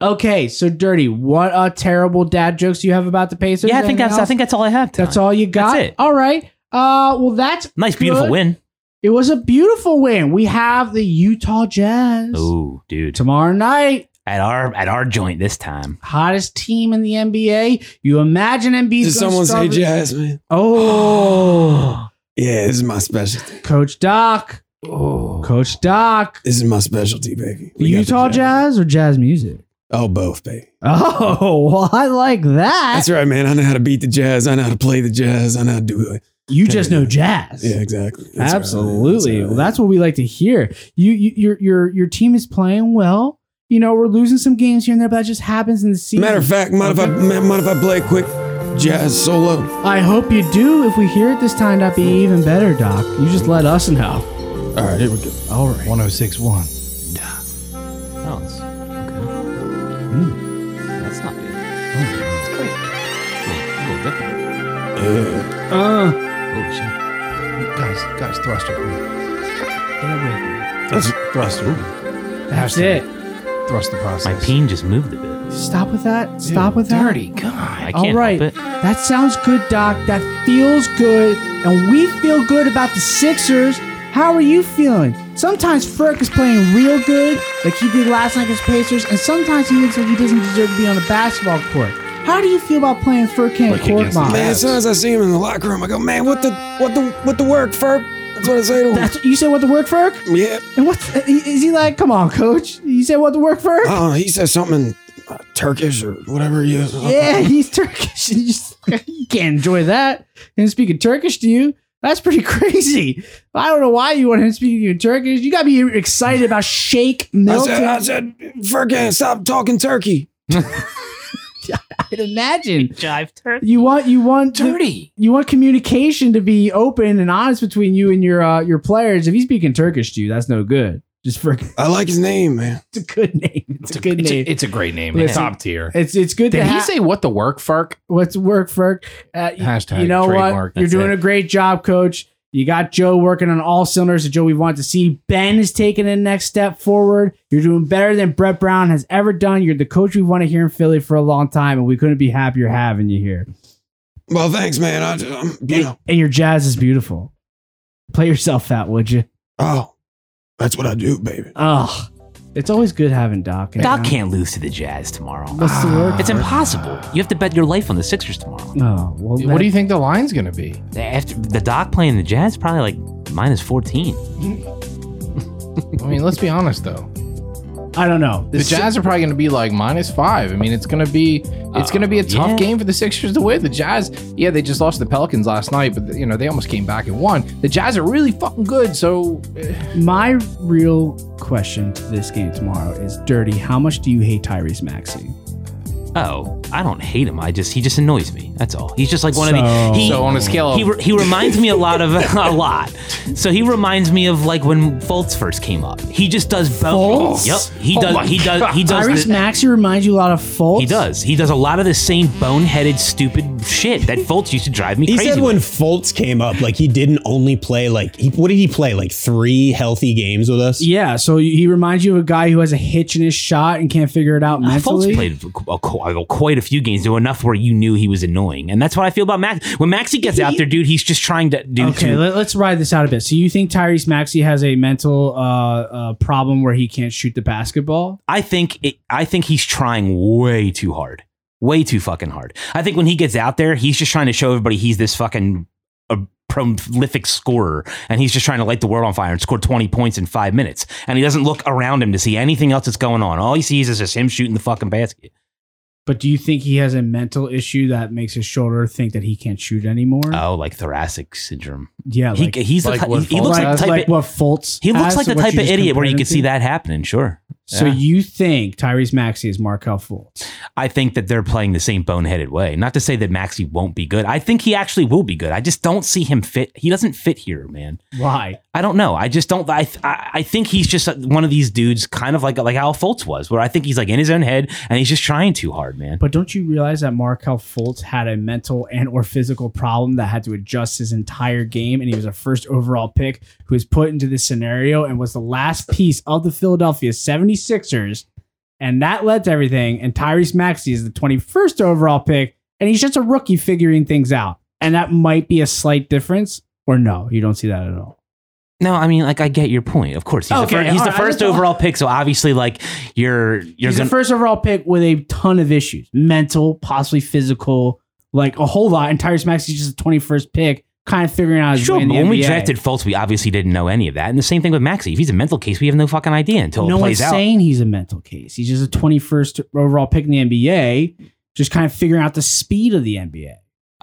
Speaker 1: Okay, so dirty. What a terrible dad jokes you have about the Pacers.
Speaker 5: yeah, I think
Speaker 1: Anything
Speaker 5: that's I
Speaker 1: else?
Speaker 5: think that's all I have.
Speaker 1: that's
Speaker 5: Tom.
Speaker 1: all you got.
Speaker 5: That's it.
Speaker 1: All right. Uh, well, that's
Speaker 5: Nice, beautiful
Speaker 1: good.
Speaker 5: win.
Speaker 1: It was a beautiful win. We have the Utah Jazz
Speaker 5: Oh, dude,
Speaker 1: tomorrow night.
Speaker 5: at our at our joint this time.
Speaker 1: Hottest team in the NBA. You imagine
Speaker 3: Did
Speaker 1: NBA's gonna
Speaker 3: someone say
Speaker 1: start with-
Speaker 3: jazz, man?
Speaker 1: Oh,
Speaker 3: Yeah, this is my specialty.
Speaker 1: Coach Doc.
Speaker 4: Oh.
Speaker 1: Coach Doc.
Speaker 3: This is my specialty, baby. We got the
Speaker 1: Utah jazz or jazz music?
Speaker 3: Oh, both, baby.
Speaker 1: Oh, well, I like that.
Speaker 3: That's right, man. I know how to beat the jazz. I know how to play the jazz. I know how to do it.
Speaker 1: You just know jazz.
Speaker 3: Yeah, exactly. That's right, man. That's
Speaker 1: Absolutely.
Speaker 3: right.
Speaker 1: Well, that's what we like to hear. You, you, your, your, your team is playing well. You know, we're losing some games here and there, but that just happens in the season.
Speaker 3: Matter of fact, mind if I ma- mind if I play a quick jazz solo?
Speaker 1: I hope you do. If we hear it this time, that'd be even better, Doc. You just let us know.
Speaker 3: All right, here we go.
Speaker 1: All right.
Speaker 4: 1061.
Speaker 5: Oh, that's okay.
Speaker 4: Hmm,
Speaker 5: That's not bad. That's great. A little, different.
Speaker 1: Uh,
Speaker 5: Holy shit.
Speaker 4: Guys, guys, thruster.
Speaker 3: That's thrust.
Speaker 1: that's it.
Speaker 4: Thrust the process.
Speaker 5: My peen just moved a bit.
Speaker 1: Stop with that. Stop with that.
Speaker 4: Dirty God.
Speaker 5: I can't
Speaker 1: All right.
Speaker 5: help it.
Speaker 1: That sounds good, Doc. That feels good. And we feel good about the Sixers. How are you feeling? Sometimes Ferk is playing real good, like he did last night against Pacers, and sometimes he looks like he doesn't deserve to be on a basketball court. How do you feel about playing Furkan
Speaker 4: Like against the
Speaker 1: Korkmaz?
Speaker 3: Man, as soon as I see him in the locker room, I go, man, what the what the what the work, Ferb? That's what I say to him.
Speaker 1: That's you said what to work for?
Speaker 3: yeah.
Speaker 1: And what is he like? Come on, coach. You said what to work for?
Speaker 3: Oh, he says something uh, Turkish or whatever he is.
Speaker 1: yeah, he's Turkish. You, just, you can't enjoy that. Him speaking Turkish to you. That's pretty crazy. I don't know why you want him speaking to you in Turkish. You gotta be excited about shake
Speaker 3: I
Speaker 1: milk.
Speaker 3: said, I said, Furkan, stop talking Turkey.
Speaker 1: I'd imagine.
Speaker 5: Jive turkey.
Speaker 1: You want you want the-
Speaker 4: Dirty.
Speaker 1: you want communication to be open and honest between you and your uh, your players. If he's speaking Turkish to you, that's no good. Just for it's
Speaker 3: I like his name, man.
Speaker 1: a good name. It's, a good
Speaker 4: It's a,
Speaker 1: name.
Speaker 4: it's a great name.
Speaker 1: Listen.
Speaker 4: It's top tier.
Speaker 1: It's it's good
Speaker 4: Did
Speaker 1: to
Speaker 4: he
Speaker 1: have.
Speaker 4: say what the work, Fark?
Speaker 1: What's work for? Uh, y-
Speaker 4: Hashtag
Speaker 1: you know
Speaker 4: trademark.
Speaker 1: what? You're
Speaker 5: That's
Speaker 1: doing
Speaker 5: it.
Speaker 1: a great job, coach. You got Joe working on all cylinders that Joe we want to see. Ben is taking the next step forward. You're doing better than Brett Brown has ever done. You're the coach we want to hear in Philly for a long time, and we couldn't be happier having you here.
Speaker 3: Well, thanks, man. I, am you
Speaker 1: And,
Speaker 3: know,
Speaker 1: and your jazz is beautiful. Play yourself out, would you?
Speaker 3: oh, that's what I do, baby.
Speaker 1: Oh, it's always good having Doc. in
Speaker 5: Doc
Speaker 1: town.
Speaker 5: can't lose to the Jazz tomorrow.
Speaker 1: What's
Speaker 4: Ah.
Speaker 1: the word?
Speaker 5: It's impossible. You have to bet your life on the Sixers tomorrow.
Speaker 1: Oh, well,
Speaker 4: What do you think the line's going to be?
Speaker 5: After the Doc playing the Jazz, probably like minus fourteen.
Speaker 4: I mean, let's be honest though.
Speaker 1: I don't know.
Speaker 4: The Jazz are probably going to be like minus five. I mean, it's going to be it's going to be a tough
Speaker 5: Uh, yeah.
Speaker 4: game for the Sixers to win. The Jazz, yeah, they just lost to the Pelicans last night, but you know they almost came back and won. The Jazz are really fucking good. So eh,
Speaker 1: My real question to this game tomorrow is Dirty, how much do you hate Tyrese Maxey?
Speaker 5: Oh, I don't hate him. I just he just annoys me. That's all. He's just like one
Speaker 1: So-
Speaker 5: of the he,
Speaker 4: so on a scale of
Speaker 5: he, re- he reminds me a lot of a lot. So he reminds me of like when Fultz first came up. He just does both.
Speaker 1: Fultz?
Speaker 5: Yep. He
Speaker 4: Oh my
Speaker 5: does. He does. He does.
Speaker 1: Tyrese
Speaker 5: the-
Speaker 1: Maxey reminds you a lot of Fultz.
Speaker 5: he does. He does a lot of the same boneheaded, stupid shit that Fultz used to drive me
Speaker 2: He
Speaker 5: crazy.
Speaker 2: said
Speaker 5: with.
Speaker 2: when Fultz came up, like he didn't only play like he, what did he play like three healthy games with us?
Speaker 1: Yeah, so he reminds you of a guy who has a hitch in his shot and can't figure it out
Speaker 5: Uh,
Speaker 1: mentally.
Speaker 5: Fultz played a, qu- a- quite a few games, though enough where you knew he was annoying, and that's what I feel about Max. When Maxi gets out there, dude, he's just trying to do.
Speaker 1: Okay,
Speaker 5: to,
Speaker 1: let, us ride this out a bit. So you think Tyrese Maxey has a mental uh, uh, problem where he can't shoot the basketball?
Speaker 5: I think it, I think he's trying way too hard, way too fucking hard. I think when he gets out there, he's just trying to show everybody he's this fucking uh, prolific scorer, and he's just trying to light the world on fire and score twenty points in five minutes, and he doesn't look around him to see anything else that's going on. All he sees is just him shooting the fucking basket.
Speaker 1: But do you think he has a mental issue that makes his shoulder think that he can't shoot anymore?
Speaker 5: Oh, like thoracic syndrome.
Speaker 1: yeah, Mm-hmm. like,
Speaker 5: he, he's
Speaker 4: like
Speaker 5: the,
Speaker 4: what
Speaker 5: ti- he, he looks
Speaker 1: like,
Speaker 5: like the type.
Speaker 1: like
Speaker 5: of,
Speaker 1: what Fultz.
Speaker 5: he looks
Speaker 1: has,
Speaker 5: like the
Speaker 1: what
Speaker 5: type
Speaker 1: you
Speaker 5: of
Speaker 1: just
Speaker 5: idiot where you
Speaker 1: compared
Speaker 5: can
Speaker 1: him
Speaker 5: see
Speaker 1: to?
Speaker 5: that happening. Sure.
Speaker 1: So
Speaker 5: Yeah.
Speaker 1: you think Tyrese Maxey is Markel Fultz?
Speaker 5: I think that they're playing the same boneheaded way. Not to say that Maxi won't be good. I think he actually will be good. I just don't see him fit. He doesn't fit here, man.
Speaker 1: Why?
Speaker 5: I don't know. I just don't. I I, I think he's just one of these dudes, kind of like like how Fultz was, where I think he's like in his own head and he's just trying too hard, man.
Speaker 1: But don't you realize that Markel Fultz had a mental and or physical problem that had to adjust his entire game, and he was a first overall pick who was put into this scenario and was the last piece of the Philadelphia 76ers, and that led to everything. And Tyrese Maxey is the 21st overall pick, and he's just a rookie figuring things out, and that might be a slight difference. Or no, you don't see that at all.
Speaker 5: No, I mean, like I get your point. Of course, he's
Speaker 1: Okay,
Speaker 5: the first, he's
Speaker 1: all
Speaker 5: the
Speaker 1: right, I
Speaker 5: first
Speaker 1: just-
Speaker 5: overall pick, so obviously, like you're you're
Speaker 1: he's
Speaker 5: gonna.
Speaker 1: the first overall pick with a ton of issues mental possibly physical like a whole lot and Tyrese Maxey's just the 21st pick kind of figuring out his
Speaker 5: Sure,
Speaker 1: way in
Speaker 5: but
Speaker 1: the
Speaker 5: when we
Speaker 1: NBA.
Speaker 5: drafted Fultz, we obviously didn't know any of that. And the same thing with Maxi. If he's a mental case, we have no fucking idea until
Speaker 1: no
Speaker 5: it
Speaker 1: one's
Speaker 5: plays out.
Speaker 1: saying he's a mental case he's just a 21st overall pick in the NBA just kind of figuring out the speed of the NBA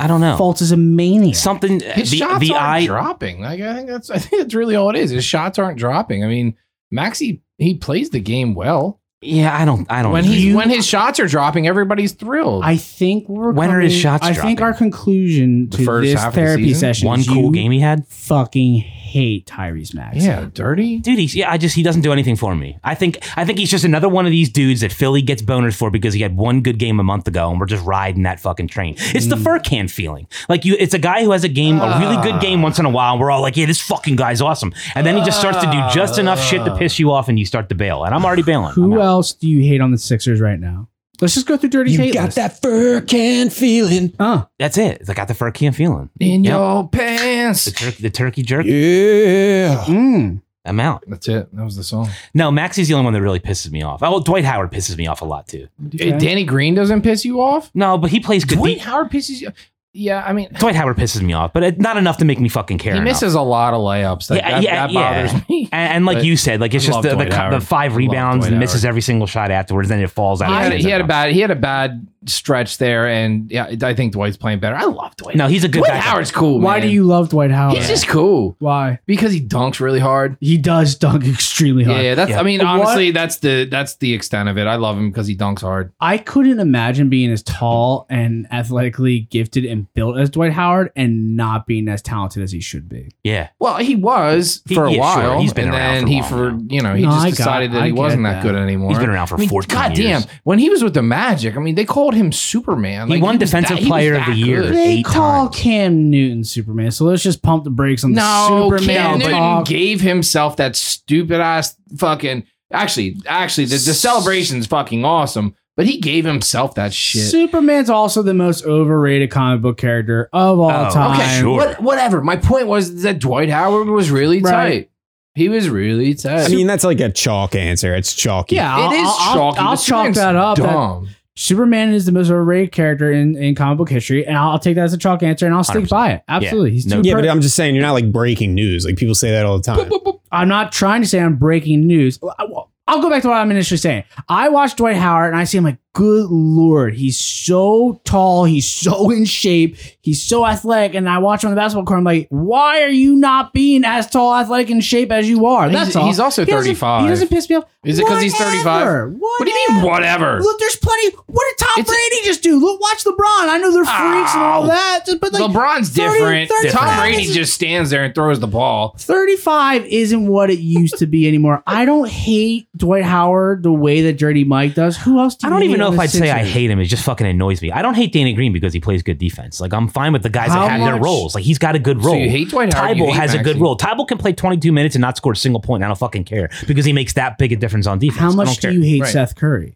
Speaker 5: I don't know.
Speaker 1: Fultz is a maniac
Speaker 5: Something uh,
Speaker 4: his
Speaker 5: the,
Speaker 4: shots
Speaker 5: the
Speaker 4: aren't
Speaker 5: eye
Speaker 4: dropping. Like I think that's I think that's really all it is. His shots aren't dropping. I mean, Maxi he plays the game well.
Speaker 5: Yeah, I don't. I don't.
Speaker 4: When
Speaker 5: know.
Speaker 4: he when his shots are dropping, everybody's thrilled.
Speaker 1: I think we're
Speaker 5: When are his
Speaker 1: coming-
Speaker 5: shots
Speaker 1: I think
Speaker 5: dropping?
Speaker 1: our conclusion
Speaker 4: The
Speaker 1: to
Speaker 4: first
Speaker 1: this
Speaker 4: half of the
Speaker 1: therapy
Speaker 4: season?
Speaker 1: session
Speaker 5: one
Speaker 1: is
Speaker 5: cool
Speaker 1: you
Speaker 5: game he had,
Speaker 1: fucking hate Tyrese Maxey
Speaker 4: yeah, dirty.
Speaker 5: dude. He's yeah. I just he doesn't do anything for me. I think I think he's just another one of these dudes that Philly gets boners for because he had one good game a month ago, and we're just riding that fucking train. It's the Furkan feeling. Like you, it's a guy who has a game, a really good game once in a while. And we're all like, yeah, this fucking guy's awesome, and then he just starts to do just enough shit to piss you off, and you start to bail. And I'm already bailing. I'm
Speaker 1: who uh,
Speaker 5: out.
Speaker 1: else do you hate on the Sixers right now let's just go through dirty
Speaker 3: You
Speaker 1: hate
Speaker 3: got
Speaker 1: list.
Speaker 3: that Furkan feeling.
Speaker 1: Uh,
Speaker 5: That's it. It's, I got the Furkan feeling.
Speaker 4: In
Speaker 5: Yep.
Speaker 4: your
Speaker 5: The
Speaker 4: pants.
Speaker 5: turkey, the turkey jerk.
Speaker 3: Yeah.
Speaker 1: mm.
Speaker 5: I'm out.
Speaker 4: That's it. That was the song.
Speaker 5: No, Maxi's the only one that really pisses me off. Oh, Dwight Howard pisses me off a lot too.
Speaker 4: Danny Green doesn't piss you off.
Speaker 5: No, but he plays good.
Speaker 4: Dwight
Speaker 5: de-
Speaker 4: Howard pisses you. yeah, I mean,
Speaker 5: Dwight Howard pisses me off, but it, not enough to make me fucking care.
Speaker 4: he
Speaker 5: enough.
Speaker 4: misses a lot of layups. That,
Speaker 5: Yeah,
Speaker 4: that,
Speaker 5: yeah,
Speaker 4: that
Speaker 5: yeah.
Speaker 4: bothers me.
Speaker 5: And, and like
Speaker 4: But
Speaker 5: you said, like
Speaker 4: I
Speaker 5: it's just
Speaker 4: love
Speaker 5: the, the,
Speaker 4: Dwight
Speaker 5: cu- the
Speaker 4: Howard.
Speaker 5: five
Speaker 4: Love
Speaker 5: rebounds
Speaker 4: Dwight
Speaker 5: and misses
Speaker 4: Howard.
Speaker 5: every single shot afterwards, then it falls out.
Speaker 4: He
Speaker 5: of
Speaker 4: had,
Speaker 5: his hands
Speaker 4: he had a
Speaker 5: enough.
Speaker 4: bad he had a bad stretch there, and yeah, I think Dwight's playing better. I love Dwight.
Speaker 5: No, he's a good
Speaker 4: Dwight
Speaker 5: backup.
Speaker 4: Howard's cool.
Speaker 1: Why
Speaker 4: man.
Speaker 1: do you love Dwight Howard?
Speaker 4: He's just cool
Speaker 1: Why?
Speaker 4: because he dunks really hard.
Speaker 1: He does dunk extremely hard.
Speaker 4: Yeah, yeah, that's.
Speaker 5: Yeah.
Speaker 4: I mean,
Speaker 1: What?
Speaker 4: honestly, that's the that's the extent of it. I love him because he dunks hard.
Speaker 1: I couldn't imagine being as tall and athletically gifted and built as Dwight Howard and not being as talented as he should be.
Speaker 5: Yeah.
Speaker 4: Well, he was
Speaker 5: He-
Speaker 4: for a
Speaker 5: yeah, sure.
Speaker 4: while.
Speaker 5: He's been
Speaker 4: and
Speaker 5: around
Speaker 4: then
Speaker 5: for a
Speaker 4: he
Speaker 5: while
Speaker 4: for
Speaker 5: now.
Speaker 4: you know he
Speaker 1: No,
Speaker 4: just
Speaker 1: I got-
Speaker 4: decided that
Speaker 1: I
Speaker 4: he
Speaker 1: get
Speaker 4: wasn't that
Speaker 1: that.
Speaker 4: good anymore.
Speaker 5: He's been around for
Speaker 4: I mean,
Speaker 5: 14
Speaker 4: goddamn,
Speaker 5: years.
Speaker 4: when he was with the Magic, I mean, they called him Superman.
Speaker 5: He
Speaker 4: Like,
Speaker 5: won
Speaker 4: was
Speaker 5: Defensive
Speaker 4: that- he was
Speaker 5: Player of
Speaker 4: that
Speaker 5: the Year.
Speaker 4: good.
Speaker 1: They
Speaker 5: Eight
Speaker 1: call
Speaker 5: times.
Speaker 1: Cam Newton Superman, so let's just pump the brakes on the
Speaker 4: No,
Speaker 1: Superman
Speaker 4: Cam Newton
Speaker 1: talk.
Speaker 4: gave himself that stupid ass fucking. Actually, actually, the, the celebration's fucking awesome, but he gave himself that shit.
Speaker 1: Superman's also the most overrated comic book character of all
Speaker 5: Oh,
Speaker 1: time.
Speaker 4: Okay,
Speaker 5: Sure.
Speaker 4: what, whatever. My point was that Dwight Howard was really
Speaker 1: Right.
Speaker 4: tight. He was really tight.
Speaker 2: I mean, that's like a chalk answer. It's chalky.
Speaker 1: Yeah, I'll,
Speaker 4: it is
Speaker 1: I'll- I'll,
Speaker 4: chalky.
Speaker 1: I'll
Speaker 4: but
Speaker 1: chalk
Speaker 4: Superman's
Speaker 1: that up. that
Speaker 4: Dumb.
Speaker 1: Superman is the most overrated character in, in comic book history, and I'll, I'll take that as a chalk answer, and I'll stick
Speaker 5: 100%.
Speaker 1: by it. Absolutely, he's
Speaker 5: No-
Speaker 1: too.
Speaker 2: Yeah, but
Speaker 1: per-
Speaker 2: I'm just saying you're not like breaking news. Like people say that all the time.
Speaker 4: uh,
Speaker 1: I'm not trying to say I'm breaking news. I- I'll go back to what I'm initially saying. I watched Dwight Howard and I see him like, good lord, he's so tall, he's so in shape, he's so athletic. And I watch him on the basketball court. I'm like, why are you not being as tall, athletic, in shape as you are? That's
Speaker 4: He's-
Speaker 1: all.
Speaker 4: he's also
Speaker 1: He doesn't-
Speaker 4: 35.
Speaker 1: He doesn't piss me off.
Speaker 4: Is it 'cause he's 35?
Speaker 1: Whatever,
Speaker 4: What do you mean,
Speaker 1: whatever.
Speaker 4: whatever?
Speaker 1: Look, there's plenty. What did Tom
Speaker 4: It's a-
Speaker 1: Brady just do? Look, watch LeBron. I know they're freaks and
Speaker 5: Ah,
Speaker 1: all
Speaker 4: Ow.
Speaker 1: that, but like
Speaker 4: LeBron's
Speaker 1: 30
Speaker 4: different.
Speaker 1: 30
Speaker 4: Tom
Speaker 1: Different.
Speaker 4: Brady just stands there and throws the ball.
Speaker 1: 35 isn't what it used to be anymore. I don't hate Dwight Howard the way that Dirty Mike does. Who else do
Speaker 5: I
Speaker 1: you
Speaker 5: don't even
Speaker 1: hate
Speaker 5: know
Speaker 1: on
Speaker 5: if
Speaker 1: the
Speaker 5: I'd say I
Speaker 1: Sixers?
Speaker 5: hate him. It just fucking annoys me. I don't hate Danny Green because he plays good defense. Like I'm fine with the guys
Speaker 1: How
Speaker 5: that have their
Speaker 1: much-
Speaker 5: roles. Like he's got a good role.
Speaker 4: So you hate Dwight Howard. you
Speaker 5: Tybal
Speaker 4: hate
Speaker 5: has a good
Speaker 4: Maxey.
Speaker 5: role. Tybal can play 22 minutes and not score a single point. And I don't fucking care because he makes that big a difference on defense.
Speaker 1: How
Speaker 5: I
Speaker 1: much
Speaker 5: don't
Speaker 1: do
Speaker 5: care.
Speaker 1: you hate
Speaker 4: Right.
Speaker 1: Seth Curry?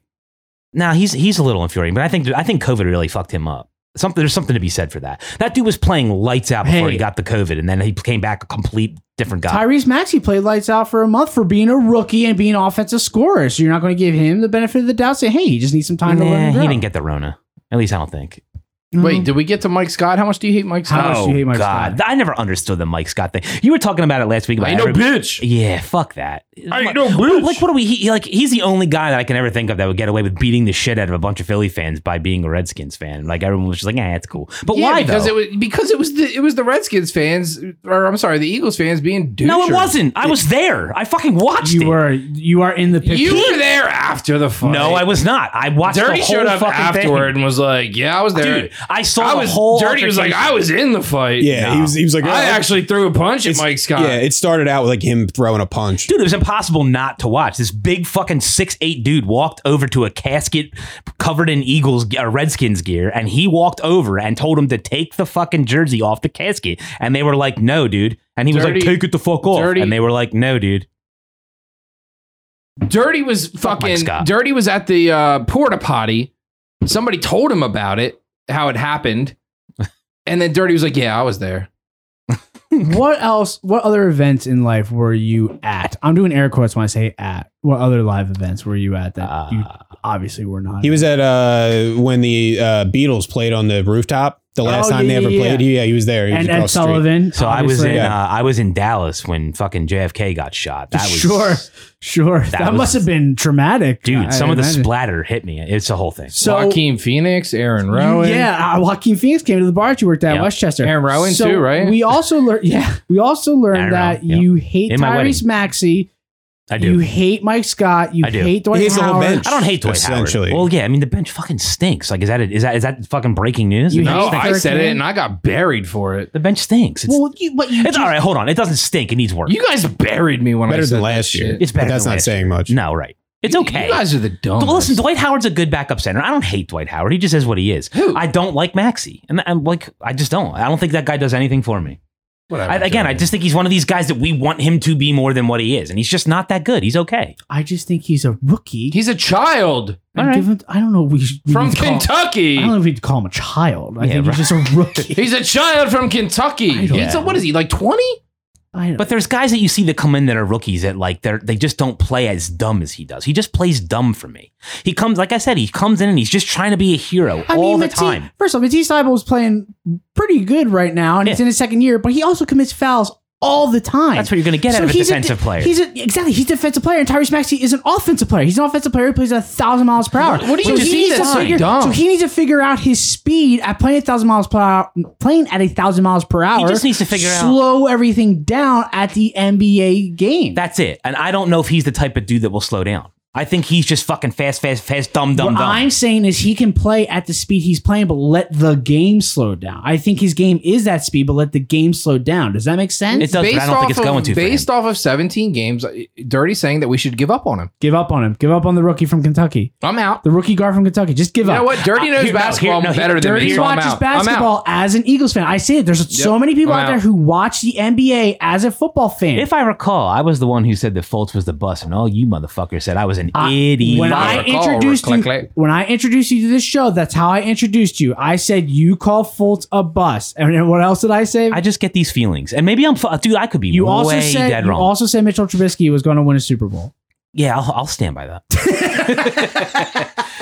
Speaker 5: Now he's he's a little infuriating, but I think I think COVID really fucked him up. Something there's something to be said for that. That dude was playing lights out before
Speaker 1: Hey.
Speaker 5: he got the COVID, and then he came back a complete different guy.
Speaker 1: Tyrese Maxey played lights out for a month for being a rookie and being an offensive scorer. So you're not going to give him the benefit of the doubt. Say, hey, he just needs some time to learn.
Speaker 5: nah,
Speaker 1: and
Speaker 5: he
Speaker 1: grow.
Speaker 5: didn't get the Rona. At least I don't think. Oh,
Speaker 1: Mhm.
Speaker 4: Wait, did we get to Mike Scott? How much do you hate Mike Scott?
Speaker 1: How much do you hate Mike Scott?
Speaker 5: I never understood the Mike Scott thing. You were talking about it last week. About
Speaker 4: I know,
Speaker 5: everybody-
Speaker 4: bitch.
Speaker 5: Yeah, fuck that.
Speaker 4: I
Speaker 5: Like-
Speaker 4: know, bitch.
Speaker 5: Like, what do we? He, like, he's the only guy that I can ever think of that would get away with beating the shit out of a bunch of Philly fans by being a Redskins fan. Like everyone was just like, "Yeah, that's cool." But
Speaker 4: Yeah,
Speaker 5: why
Speaker 4: because
Speaker 5: though?
Speaker 4: it was because it was the it was the Redskins fans, or I'm sorry, the Eagles fans being douchers.
Speaker 5: no, it wasn't. I was there. I fucking watched it.
Speaker 1: You were you are in the picture.
Speaker 4: You were there after the fight.
Speaker 5: No, I was not. I watched
Speaker 4: Dirty
Speaker 5: the whole
Speaker 4: showed up
Speaker 5: fucking
Speaker 4: afterward
Speaker 5: thing.
Speaker 4: and was like, "Yeah, I was there."
Speaker 5: Dude, I saw
Speaker 4: I
Speaker 5: the
Speaker 4: was
Speaker 5: whole.
Speaker 4: Dirty was like,
Speaker 5: altercation.
Speaker 4: "I was in the fight."
Speaker 2: Yeah, he was. He was like,
Speaker 4: I
Speaker 2: oh,
Speaker 4: actually threw a punch at
Speaker 2: it's-
Speaker 4: Mike Scott.
Speaker 2: Yeah, it started out with like him throwing a punch.
Speaker 5: Dude, it was impossible not to watch. This big fucking six eight dude walked over to a casket covered in Eagles uh, Redskins gear, and he walked over and told him to take the fucking jersey off the casket, and they were like, "No, dude," and he was
Speaker 4: Dirty-
Speaker 5: like, "Take it the fuck off,"
Speaker 4: dirty-
Speaker 5: and they were like, "No, dude."
Speaker 4: Dirty was
Speaker 5: Fuck Mike
Speaker 4: fucking.
Speaker 5: Scott.
Speaker 4: Dirty was at the uh, porta potty. Somebody told him about it, how it happened, and then Dirty was like, "Yeah, I was there."
Speaker 1: what else? What other events in life were you at? I'm doing air quotes when I say at. What other live events were you at that you
Speaker 5: Uh,
Speaker 1: obviously were not?
Speaker 2: He was at uh when the uh Beatles played on the rooftop the last
Speaker 1: Oh,
Speaker 2: time
Speaker 1: yeah,
Speaker 2: they ever
Speaker 1: yeah,
Speaker 2: played. Yeah, he was there. He was
Speaker 1: and Ed
Speaker 2: across the street.
Speaker 1: Sullivan.
Speaker 5: so I was in
Speaker 1: obviously.
Speaker 5: uh, I was in Dallas when fucking JFK got shot. That was
Speaker 1: sure, sure. That,
Speaker 5: was-
Speaker 1: must have been traumatic,
Speaker 5: dude.
Speaker 1: I
Speaker 5: some of the
Speaker 1: imagine.
Speaker 5: splatter hit me. It's a whole thing.
Speaker 1: So
Speaker 4: Joaquin Phoenix, Aaron Rowan.
Speaker 1: yeah, uh, Joaquin Phoenix came to the bar that you worked at
Speaker 5: Yeah.
Speaker 1: Westchester.
Speaker 4: Aaron Rowan
Speaker 1: So
Speaker 4: too, right?
Speaker 1: We also learned, yeah, we also
Speaker 5: Aaron
Speaker 1: learned that
Speaker 5: Rowan, yeah.
Speaker 1: you hate
Speaker 5: In my
Speaker 1: Tyrese
Speaker 5: wedding.
Speaker 1: Maxey,
Speaker 5: I do.
Speaker 1: you hate Mike Scott, you
Speaker 5: I do.
Speaker 1: hate Dwight
Speaker 2: He hates the whole
Speaker 1: Howard.
Speaker 2: bench.
Speaker 5: I don't hate Dwight Howard.
Speaker 2: Essentially.
Speaker 5: Well, yeah, I mean the bench fucking stinks. Like, is that it? Is that is that fucking breaking news?
Speaker 1: You
Speaker 5: The bench
Speaker 4: No,
Speaker 1: hate
Speaker 5: stinks.
Speaker 4: I said
Speaker 1: Dirty?
Speaker 4: it, and I got buried for it.
Speaker 5: the bench stinks. It's,
Speaker 1: Well, you, but you
Speaker 5: it's
Speaker 1: just-
Speaker 5: all right. Hold on, it doesn't stink. It needs work.
Speaker 4: You guys buried me when I
Speaker 2: Better
Speaker 4: said
Speaker 2: than
Speaker 4: that
Speaker 2: last
Speaker 4: shit.
Speaker 2: year.
Speaker 5: it's better.
Speaker 2: But that's
Speaker 5: than
Speaker 2: not
Speaker 5: last
Speaker 2: saying much.
Speaker 5: year. no, right? It's okay.
Speaker 4: You guys are the dumbest.
Speaker 5: Well, listen, Dwight Howard's a good backup center. I don't hate Dwight Howard. He just is what he is.
Speaker 4: Who?
Speaker 5: I don't like Maxi, and I'm like, I just don't. I don't think that guy does anything for me.
Speaker 4: Whatever,
Speaker 5: I, again, I
Speaker 4: dude.
Speaker 5: just think he's one of these guys that we want him to be more than what he is, and he's just not that good. He's okay.
Speaker 1: I just think he's a rookie.
Speaker 4: he's a child
Speaker 1: And
Speaker 5: all right.
Speaker 1: give him- I don't know. We, should- we
Speaker 4: from
Speaker 1: need to call-
Speaker 4: Kentucky.
Speaker 1: I don't know if we'd call him a child. I
Speaker 5: Yeah,
Speaker 1: think
Speaker 5: right.
Speaker 1: he's just a rookie.
Speaker 4: He's a child from Kentucky.
Speaker 1: I don't-
Speaker 4: He's a, what is he like twenty?
Speaker 1: I know.
Speaker 5: But there's guys that you see that come in that are rookies that like they're they just don't play as dumb as he does. He just plays dumb for me. He comes like I said, he comes in and he's just trying to be a hero all the
Speaker 1: Matisse-
Speaker 5: time.
Speaker 1: First of all, Matisse Thybulle is playing pretty good right now, and he's
Speaker 5: Yeah.
Speaker 1: in his second year. But he also commits fouls all the time.
Speaker 5: That's what you're gonna get out of a
Speaker 1: he's
Speaker 5: defensive player.
Speaker 1: He's a, exactly he's a defensive player, and Tyrese Maxey is an offensive player. He's an offensive player who plays a thousand miles per hour.
Speaker 4: what do you
Speaker 1: so
Speaker 4: just
Speaker 1: he
Speaker 4: see
Speaker 1: needs to
Speaker 4: that's so
Speaker 1: figure,
Speaker 4: dumb?
Speaker 1: So he needs to figure out his speed at playing a thousand miles per hour, playing at a thousand miles per hour.
Speaker 5: just needs to figure out-
Speaker 1: slow everything down at the NBA game.
Speaker 5: That's it. And I don't know if he's the type of dude that will slow down. I think he's just fucking fast, fast, fast, dumb, dumb,
Speaker 1: what
Speaker 5: dumb.
Speaker 1: I'm saying is he can play at the speed he's playing, but let the game slow down. I think his game is that speed, but let the game slow down. Does that make sense?
Speaker 5: It does, but I don't think it's
Speaker 4: off
Speaker 5: going
Speaker 4: of,
Speaker 5: to. for him.
Speaker 4: Based off of 17 games, uh, Dirty saying that we should give up on him.
Speaker 1: give up on him. Give up on the rookie from Kentucky.
Speaker 4: I'm out.
Speaker 1: The rookie guard from Kentucky. Just give
Speaker 4: You
Speaker 1: up.
Speaker 4: know what? Dirty
Speaker 5: Uh,
Speaker 4: knows
Speaker 5: here- no,
Speaker 4: basketball
Speaker 5: here- no,
Speaker 4: better than
Speaker 5: Dirty
Speaker 4: me.
Speaker 1: Dirty
Speaker 4: So I'm
Speaker 1: watches
Speaker 4: out. I'm out.
Speaker 1: basketball as an Eagles fan. I see it. There's so many people
Speaker 4: I'm
Speaker 1: out there
Speaker 4: out.
Speaker 1: who watch the NBA as a football fan.
Speaker 5: If I recall, I was the one who said that Fultz was the bus, and all you motherfuckers said I was an
Speaker 1: I-
Speaker 5: idiot.
Speaker 1: When
Speaker 4: Not
Speaker 1: I
Speaker 4: recall,
Speaker 1: introduced you,
Speaker 4: click, click.
Speaker 1: when I introduced you to this show, that's how I introduced you. I said you call Fultz a bust, and then what else did I say?
Speaker 5: I just get these feelings, and maybe I'm, fu- dude. I could be
Speaker 1: you
Speaker 5: way
Speaker 1: also said
Speaker 5: dead
Speaker 1: you
Speaker 5: wrong.
Speaker 1: also said Mitchell Trubisky was going to win a Super Bowl.
Speaker 5: yeah, I'll, I'll stand by that.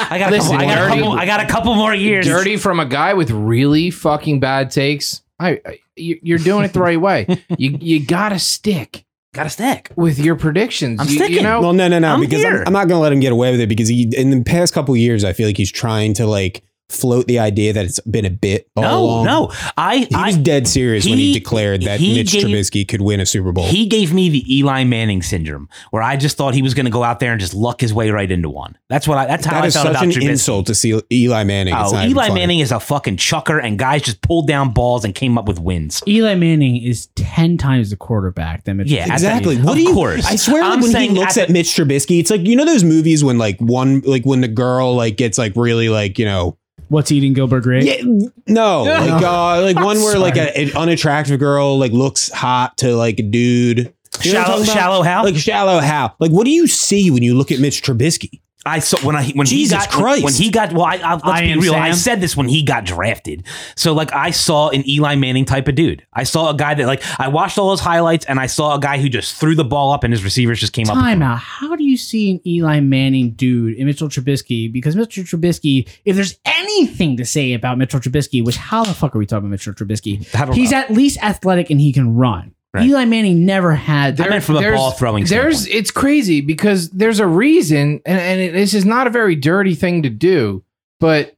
Speaker 5: I got,
Speaker 4: Listen,
Speaker 5: a couple, I, got a
Speaker 4: Dirty-
Speaker 5: couple, I got a couple more years.
Speaker 4: Dirty from a guy with really fucking bad takes. I, I you- you're doing it the right way. You you gotta stick
Speaker 5: got a stick.
Speaker 4: with your predictions.
Speaker 5: I'm
Speaker 4: you, You
Speaker 5: sticking.
Speaker 4: know,
Speaker 2: Well, no, no, no,
Speaker 5: Oh, I'm
Speaker 2: because
Speaker 5: here.
Speaker 2: I'm, I'm not going to let him get away with it because he, in the past couple years, I feel like he's trying to like float the idea that it's been a bit. All
Speaker 5: No,
Speaker 2: along.
Speaker 5: no, I,
Speaker 2: Oh. He was
Speaker 5: I,
Speaker 2: dead serious when
Speaker 5: he-
Speaker 2: he declared that
Speaker 5: he
Speaker 2: Mitch
Speaker 5: gave-
Speaker 2: Trubisky could win a Super Bowl.
Speaker 5: he gave me the Eli Manning syndrome, where I just thought he was going to go out there and just luck his way right into one. That's what I. That's how
Speaker 2: that
Speaker 5: I
Speaker 2: is
Speaker 5: felt
Speaker 2: such
Speaker 5: about
Speaker 2: an
Speaker 5: Trubisky.
Speaker 2: insult to see Eli Manning. It's
Speaker 5: Oh,
Speaker 2: not even
Speaker 5: Eli
Speaker 2: funny.
Speaker 5: Manning is a fucking chucker, and guys just pulled down balls and came up with wins.
Speaker 1: Eli Manning is ten times the quarterback that Mitchell.
Speaker 5: Yeah,
Speaker 1: Trubisky.
Speaker 5: at
Speaker 2: Exactly.
Speaker 5: the-
Speaker 2: What
Speaker 5: of
Speaker 2: do you?
Speaker 5: course.
Speaker 2: I swear, like,
Speaker 5: I'm
Speaker 2: when he
Speaker 5: saying
Speaker 2: looks
Speaker 5: at
Speaker 2: at Mitch Trubisky, it's like you know those movies when like one like when the girl like gets like really like you know
Speaker 1: What's eating Gilbert Grape?
Speaker 2: yeah, no like uh, like one where like
Speaker 1: Sorry.
Speaker 2: a, an unattractive girl like looks hot to like a dude. You know what I'm talking
Speaker 5: Shallow,
Speaker 2: about?
Speaker 5: shallow how?
Speaker 2: Like shallow how? Like what do you see when you look at Mitch Trubisky?
Speaker 5: I saw when I when
Speaker 2: Jesus
Speaker 5: he got
Speaker 2: Christ.
Speaker 5: when he got well. I, I, let's
Speaker 1: I
Speaker 5: be
Speaker 1: am
Speaker 5: real. I
Speaker 1: Sam.
Speaker 5: said this when he got drafted. So like I saw an Eli Manning type of dude. I saw a guy that like I watched all his highlights and I saw a guy who just threw the ball up and his receivers just came up.
Speaker 1: Timeout. How do you see an Eli Manning dude in Mitchell Trubisky? Because Mitchell Trubisky, if there's anything to say about Mitchell Trubisky, which how the fuck are we talking about Mitchell Trubisky?
Speaker 5: I don't
Speaker 1: He's
Speaker 5: know.
Speaker 1: at least athletic and he can run.
Speaker 5: Right.
Speaker 1: Eli Manning never had that.
Speaker 5: I
Speaker 4: there-
Speaker 5: meant from a
Speaker 4: there's-
Speaker 5: ball throwing.
Speaker 4: There's
Speaker 5: standpoint.
Speaker 4: it's crazy because there's a reason, and, and it, this is not a very dirty thing to do, but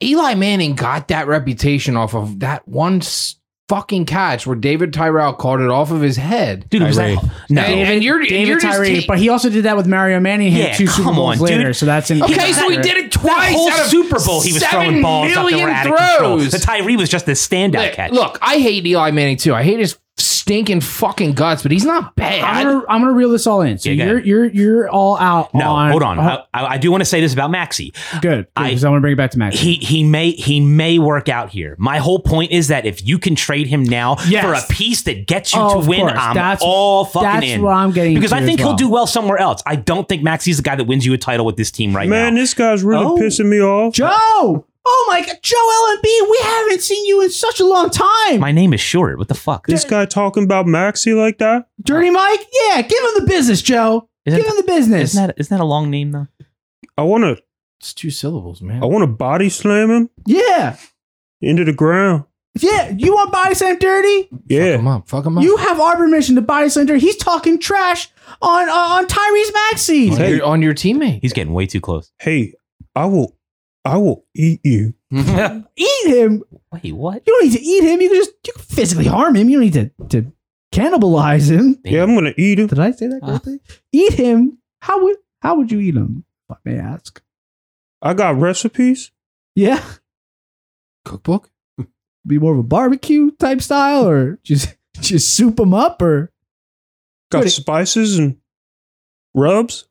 Speaker 4: Eli Manning got that reputation off of that one s- fucking catch where David Tyrell caught it off of his head.
Speaker 5: dude. it Was that,
Speaker 2: Tyree.
Speaker 5: no,
Speaker 4: And- and you're, and you're
Speaker 1: David
Speaker 4: just
Speaker 1: Tyree,
Speaker 4: ta-
Speaker 1: but he also did that with Mario Manning. He
Speaker 5: Yeah,
Speaker 1: had two Super
Speaker 5: come
Speaker 1: Bowls
Speaker 5: on, dude.
Speaker 1: later, so that's in.
Speaker 4: Okay, so he did it twice.
Speaker 5: that whole
Speaker 4: out of
Speaker 5: Super Bowl, he was throwing
Speaker 4: seven
Speaker 5: balls up that
Speaker 4: million
Speaker 5: were out of control.
Speaker 4: throws.
Speaker 5: The Tyree was just this standout
Speaker 4: Look,
Speaker 5: catch.
Speaker 4: Look, I hate Eli Manning too. I hate his stinking fucking guts, but he's not
Speaker 1: I'm
Speaker 4: bad.
Speaker 1: gonna, I'm gonna reel this all in. So
Speaker 5: Yeah, go
Speaker 1: you're
Speaker 5: ahead.
Speaker 1: you're you're all out.
Speaker 5: no,
Speaker 1: on,
Speaker 5: hold on.
Speaker 1: oh,
Speaker 5: I, I I do want to say this about Maxi.
Speaker 1: good,
Speaker 5: I-
Speaker 1: because I, want to bring it back to Max.
Speaker 5: he he may he may work out here. My whole point is that if you can trade him now
Speaker 1: Yes.
Speaker 5: for a piece that gets you
Speaker 1: Oh, of
Speaker 5: to win,
Speaker 1: course.
Speaker 5: I'm
Speaker 1: That's-
Speaker 5: all fucking
Speaker 1: that's
Speaker 5: in.
Speaker 1: what I'm getting
Speaker 5: because
Speaker 1: to
Speaker 5: I
Speaker 1: as
Speaker 5: think
Speaker 1: well.
Speaker 5: he'll do well somewhere else. I don't think Maxi's the guy that wins you a title with this team right now.
Speaker 6: this guy's really
Speaker 5: Oh.
Speaker 6: pissing me off.
Speaker 1: Joe, oh my God, Joe Embiid, we haven't seen you in such a long time.
Speaker 5: My name is short. What the fuck?
Speaker 6: guy talking about Maxi like that.
Speaker 1: Dirty Mike, yeah, give him the business, Joe.
Speaker 5: Isn't-
Speaker 1: give him the business.
Speaker 5: isn't that isn't that a long name though?
Speaker 6: I want to.
Speaker 4: it's two syllables, man.
Speaker 5: Oh,
Speaker 6: I want to body slam him
Speaker 1: yeah,
Speaker 6: into the ground.
Speaker 1: yeah. You want body slam dirty?
Speaker 4: Fuck him
Speaker 6: Yeah.
Speaker 4: up. Fuck him up.
Speaker 1: You have our permission to body slam dirty. He's talking trash on uh, on Tyrese Maxey.
Speaker 4: on, your, on your teammate.
Speaker 5: He's getting way too close.
Speaker 6: Hey, I will. I will eat you.
Speaker 4: Mm-hmm.
Speaker 5: Wait,
Speaker 1: Eat him.
Speaker 5: what?
Speaker 1: You don't need to eat him. You can just you can physically harm him. You don't need to to cannibalize him.
Speaker 6: Yeah, I'm gonna eat him.
Speaker 1: Did I say that correctly? eat him. How would how would you eat him? If I may ask.
Speaker 6: I got recipes.
Speaker 1: Yeah,
Speaker 4: cookbook.
Speaker 1: be more of a barbecue type style, or just just soup him up, or
Speaker 6: Got
Speaker 1: Good.
Speaker 6: spices and rubs.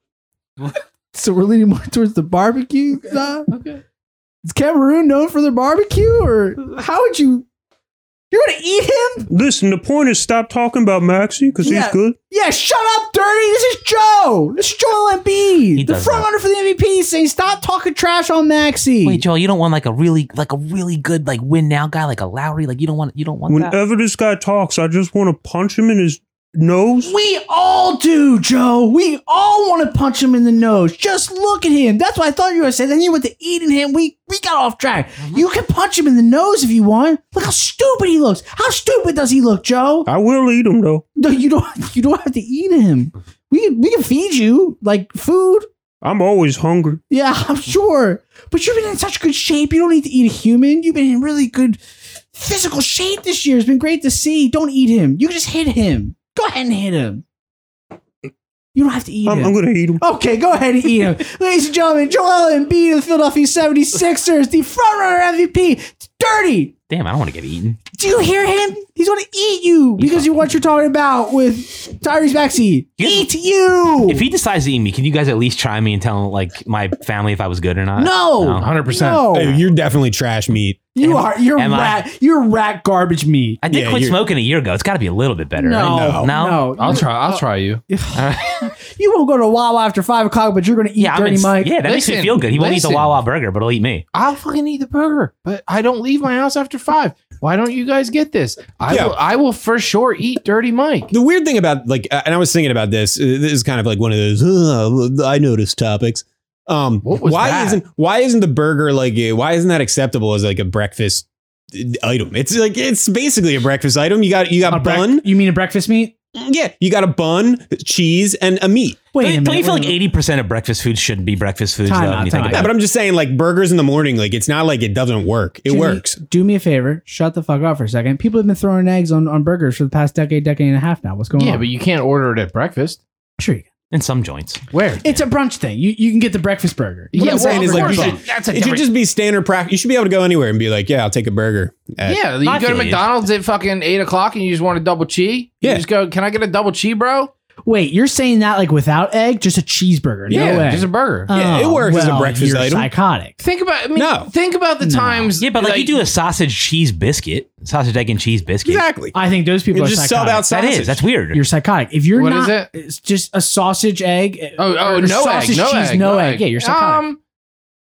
Speaker 1: so we're leaning more towards the barbecue. Style?
Speaker 4: Okay.
Speaker 1: Is Cameroon known for their barbecue, or how would you? You're gonna eat him?
Speaker 6: Listen, the point is stop talking about Maxi because
Speaker 1: Yeah.
Speaker 6: he's good.
Speaker 1: Yeah, shut up, dirty. This is Joe. This is Joel Embiid, the
Speaker 5: does
Speaker 1: front runner for the MVP, saying stop talking trash on Maxi.
Speaker 5: Wait, Joel, you don't want like a really like a really good like win now guy like a Lowry. Like you don't want you don't want that.
Speaker 6: Whenever this guy talks, I just want to punch him in his
Speaker 7: nose?
Speaker 1: We all do, Joe. We all want to punch him in the nose. Just look at him. That's what I thought you were saying. Then you went to eating him. We we got off track. You can punch him in the nose if you want. Look how stupid he looks. How stupid does he look, Joe?
Speaker 7: I will eat him though.
Speaker 1: No, you don't. You don't have to eat him. We can we can feed you like food.
Speaker 7: I'm always hungry.
Speaker 1: Yeah, I'm sure. But you've been in such good shape. You don't need to eat a human. You've been in really good physical shape this year. It's been great to see. Don't eat him. You can just hit him. Go ahead and hit him. You don't have to eat
Speaker 7: I'm,
Speaker 1: him.
Speaker 7: I'm gonna eat him.
Speaker 1: Okay, go ahead and eat him. Ladies and gentlemen, Joel Embiid of the Philadelphia 76ers, the frontrunner MVP. Dirty.
Speaker 5: Damn, I don't want to get eaten.
Speaker 1: Do you hear him? He's going to eat you because you what you're talking about with Tyrese Maxey.
Speaker 5: Yeah.
Speaker 1: Eat you.
Speaker 5: If he decides to eat me, can you guys at least try me and tell like my family if I was good or not?
Speaker 1: no.
Speaker 5: No.
Speaker 4: 100%.
Speaker 1: No.
Speaker 2: Hey, Oh, you're definitely trash meat.
Speaker 1: You are you're
Speaker 5: am I-
Speaker 1: rat you're rat garbage meat.
Speaker 5: I did
Speaker 2: Yeah,
Speaker 5: quit
Speaker 2: you're-
Speaker 5: smoking a year ago. It's got to be a little bit better.
Speaker 1: No,
Speaker 5: right?
Speaker 1: no,
Speaker 4: I'll try. I'll try you.
Speaker 1: You won't go to Wawa after five o'clock, but you're going to eat
Speaker 5: Yeah, I'm
Speaker 1: Dirty
Speaker 5: in,
Speaker 1: Mike.
Speaker 5: yeah, that makes me
Speaker 4: Listen,
Speaker 5: feel good. He won't eat the
Speaker 4: listen.
Speaker 5: Wawa burger, but he'll eat me.
Speaker 4: I'll fucking eat the burger, but I don't leave my house after five. Why don't you guys get this? I
Speaker 2: Yeah.
Speaker 4: will. I will for sure eat Dirty Mike.
Speaker 2: The weird thing about like, uh, and I was thinking about this. uh, This is kind of like one of those "Ugh, I noticed topics. Um,
Speaker 4: What was
Speaker 2: why
Speaker 4: that?
Speaker 2: is isn't why isn't the burger like uh, why isn't that acceptable as like a breakfast uh, item? It's like it's basically a breakfast item. You got you got
Speaker 1: A brec-
Speaker 2: bun,
Speaker 1: you mean a breakfast meat?
Speaker 2: yeah, you got a bun, cheese, and a meat.
Speaker 1: Wait
Speaker 5: don't,
Speaker 1: a minute.
Speaker 5: don't you feel
Speaker 1: wait
Speaker 5: like
Speaker 1: a minute.
Speaker 5: eighty percent of breakfast foods shouldn't be breakfast foods?
Speaker 1: Time
Speaker 5: though,
Speaker 1: out,
Speaker 5: when you
Speaker 1: time
Speaker 5: think
Speaker 1: out.
Speaker 2: Yeah,
Speaker 5: about
Speaker 2: but
Speaker 5: it?
Speaker 2: I'm just saying like burgers in the morning. Like it's not like it doesn't work. It
Speaker 1: Jimmy,
Speaker 2: works.
Speaker 1: Do me a favor. Shut the fuck up for a second. People have been throwing eggs on, on burgers for the past decade, decade and a half now. What's going
Speaker 4: Yeah,
Speaker 1: on?
Speaker 4: but you can't order it at breakfast.
Speaker 1: sure you can.
Speaker 5: in some joints.
Speaker 4: Where?
Speaker 1: It's a brunch thing. You you can get the breakfast burger.
Speaker 4: yeah,
Speaker 2: I'm
Speaker 4: well,
Speaker 2: saying
Speaker 4: of
Speaker 2: is, like, you
Speaker 4: course,
Speaker 2: should-
Speaker 4: that's a
Speaker 2: It should
Speaker 4: different-
Speaker 2: just be standard practice. You should be able to go anywhere and be like, yeah, I'll take a burger. at-
Speaker 4: yeah. You
Speaker 5: I
Speaker 4: go to
Speaker 5: feel you.
Speaker 4: McDonald's at fucking eight o'clock and you just want a double cheese.
Speaker 2: Yeah.
Speaker 4: You just go. Can I get a double cheese, bro?
Speaker 1: Wait, you're saying that like without egg, just a cheeseburger? No
Speaker 4: yeah,
Speaker 1: way.
Speaker 4: just a burger.
Speaker 2: Yeah, it
Speaker 1: Oh,
Speaker 2: works as a
Speaker 1: well,
Speaker 2: breakfast
Speaker 1: you're
Speaker 2: item.
Speaker 1: Psychotic.
Speaker 4: think about. I mean,
Speaker 2: No.
Speaker 4: Think about the
Speaker 1: No.
Speaker 4: times.
Speaker 5: Yeah, but like, you do a sausage cheese biscuit, sausage egg and cheese biscuit.
Speaker 2: exactly.
Speaker 1: I think those people
Speaker 2: You
Speaker 1: are
Speaker 2: just sell
Speaker 1: psychotic.
Speaker 2: out
Speaker 5: That
Speaker 2: sausage.
Speaker 5: is. That's weird.
Speaker 1: You're psychotic. If you're
Speaker 4: What
Speaker 1: not,
Speaker 4: is it?
Speaker 1: it's just a sausage egg.
Speaker 4: Oh, oh,
Speaker 1: or
Speaker 4: no
Speaker 1: sausage
Speaker 4: egg, no
Speaker 1: cheese,
Speaker 4: egg,
Speaker 1: no, egg. Yeah, you're psychotic.
Speaker 4: Um,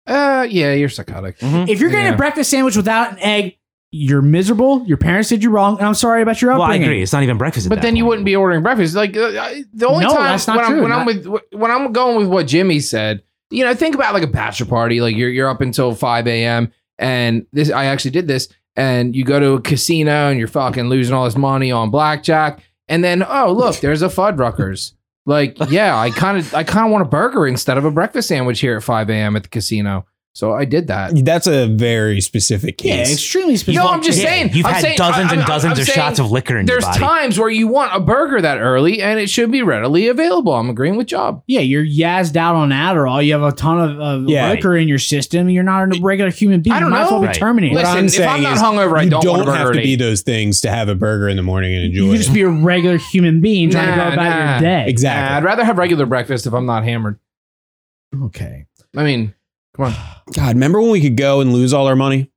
Speaker 4: uh, yeah, you're psychotic.
Speaker 1: if you're getting
Speaker 4: Yeah.
Speaker 1: a breakfast sandwich without an egg, you're miserable. Your parents did you wrong, and I'm sorry about your
Speaker 5: well, I
Speaker 1: upbringing.
Speaker 5: agree. It's not even breakfast. At
Speaker 4: But
Speaker 5: that
Speaker 4: then you
Speaker 5: point.
Speaker 4: wouldn't be ordering breakfast. Like uh, I- the only
Speaker 1: No,
Speaker 4: time
Speaker 1: that's not
Speaker 4: when,
Speaker 1: true.
Speaker 4: I'm, when I'm with when I'm going with what Jimmy said, you know, think about like a bachelor party. Like you're you're up until five a.m. and this I actually did this, and you go to a casino and you're fucking losing all this money on blackjack, and then oh look, there's a Fuddruckers. Like yeah, I kind of I kind of want a burger instead of a breakfast sandwich here at five a.m. at the casino. So I did that.
Speaker 2: That's a very specific
Speaker 1: Yeah,
Speaker 2: case.
Speaker 1: extremely specific.
Speaker 4: Yo, I'm just
Speaker 5: Yeah,
Speaker 4: saying.
Speaker 5: you've
Speaker 4: I'm
Speaker 5: had
Speaker 4: saying-
Speaker 5: dozens
Speaker 4: I'm-
Speaker 5: and
Speaker 4: I'm-
Speaker 5: dozens
Speaker 4: I'm
Speaker 5: of
Speaker 4: saying
Speaker 5: shots of liquor in your
Speaker 4: There's
Speaker 5: body.
Speaker 4: times where you want a burger that early, and it should be readily available. I'm agreeing with Job.
Speaker 1: Yeah, you're yazzed out on Adderall. You have a ton of, of
Speaker 2: Yeah.
Speaker 1: liquor in your system. and You're not a regular human being.
Speaker 4: I don't
Speaker 1: you might as well
Speaker 4: know.
Speaker 1: be
Speaker 5: Right.
Speaker 1: terminated.
Speaker 2: What
Speaker 4: Listen,
Speaker 2: I'm
Speaker 4: if I'm
Speaker 2: saying
Speaker 4: not
Speaker 2: is
Speaker 4: hungover, I
Speaker 2: you
Speaker 4: don't, want a burger
Speaker 2: have
Speaker 4: at
Speaker 2: to be
Speaker 4: eight.
Speaker 2: those things to have a burger in the morning and enjoy
Speaker 1: you could just
Speaker 2: it.
Speaker 1: be a regular human being trying to
Speaker 4: Nah,
Speaker 1: go about
Speaker 4: nah.
Speaker 1: your day.
Speaker 2: exactly.
Speaker 4: Nah, I'd rather have regular breakfast if I'm not hammered.
Speaker 1: Okay.
Speaker 4: I mean, come on.
Speaker 2: God, remember when we could go and lose all our money?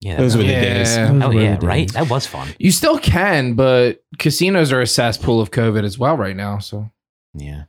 Speaker 5: Yeah,
Speaker 2: Those were
Speaker 5: that-
Speaker 2: the
Speaker 4: Yeah.
Speaker 2: days.
Speaker 5: Oh yeah, right. That was fun.
Speaker 4: You still can, but casinos are a cesspool of COVID as well right now. So
Speaker 5: Yeah.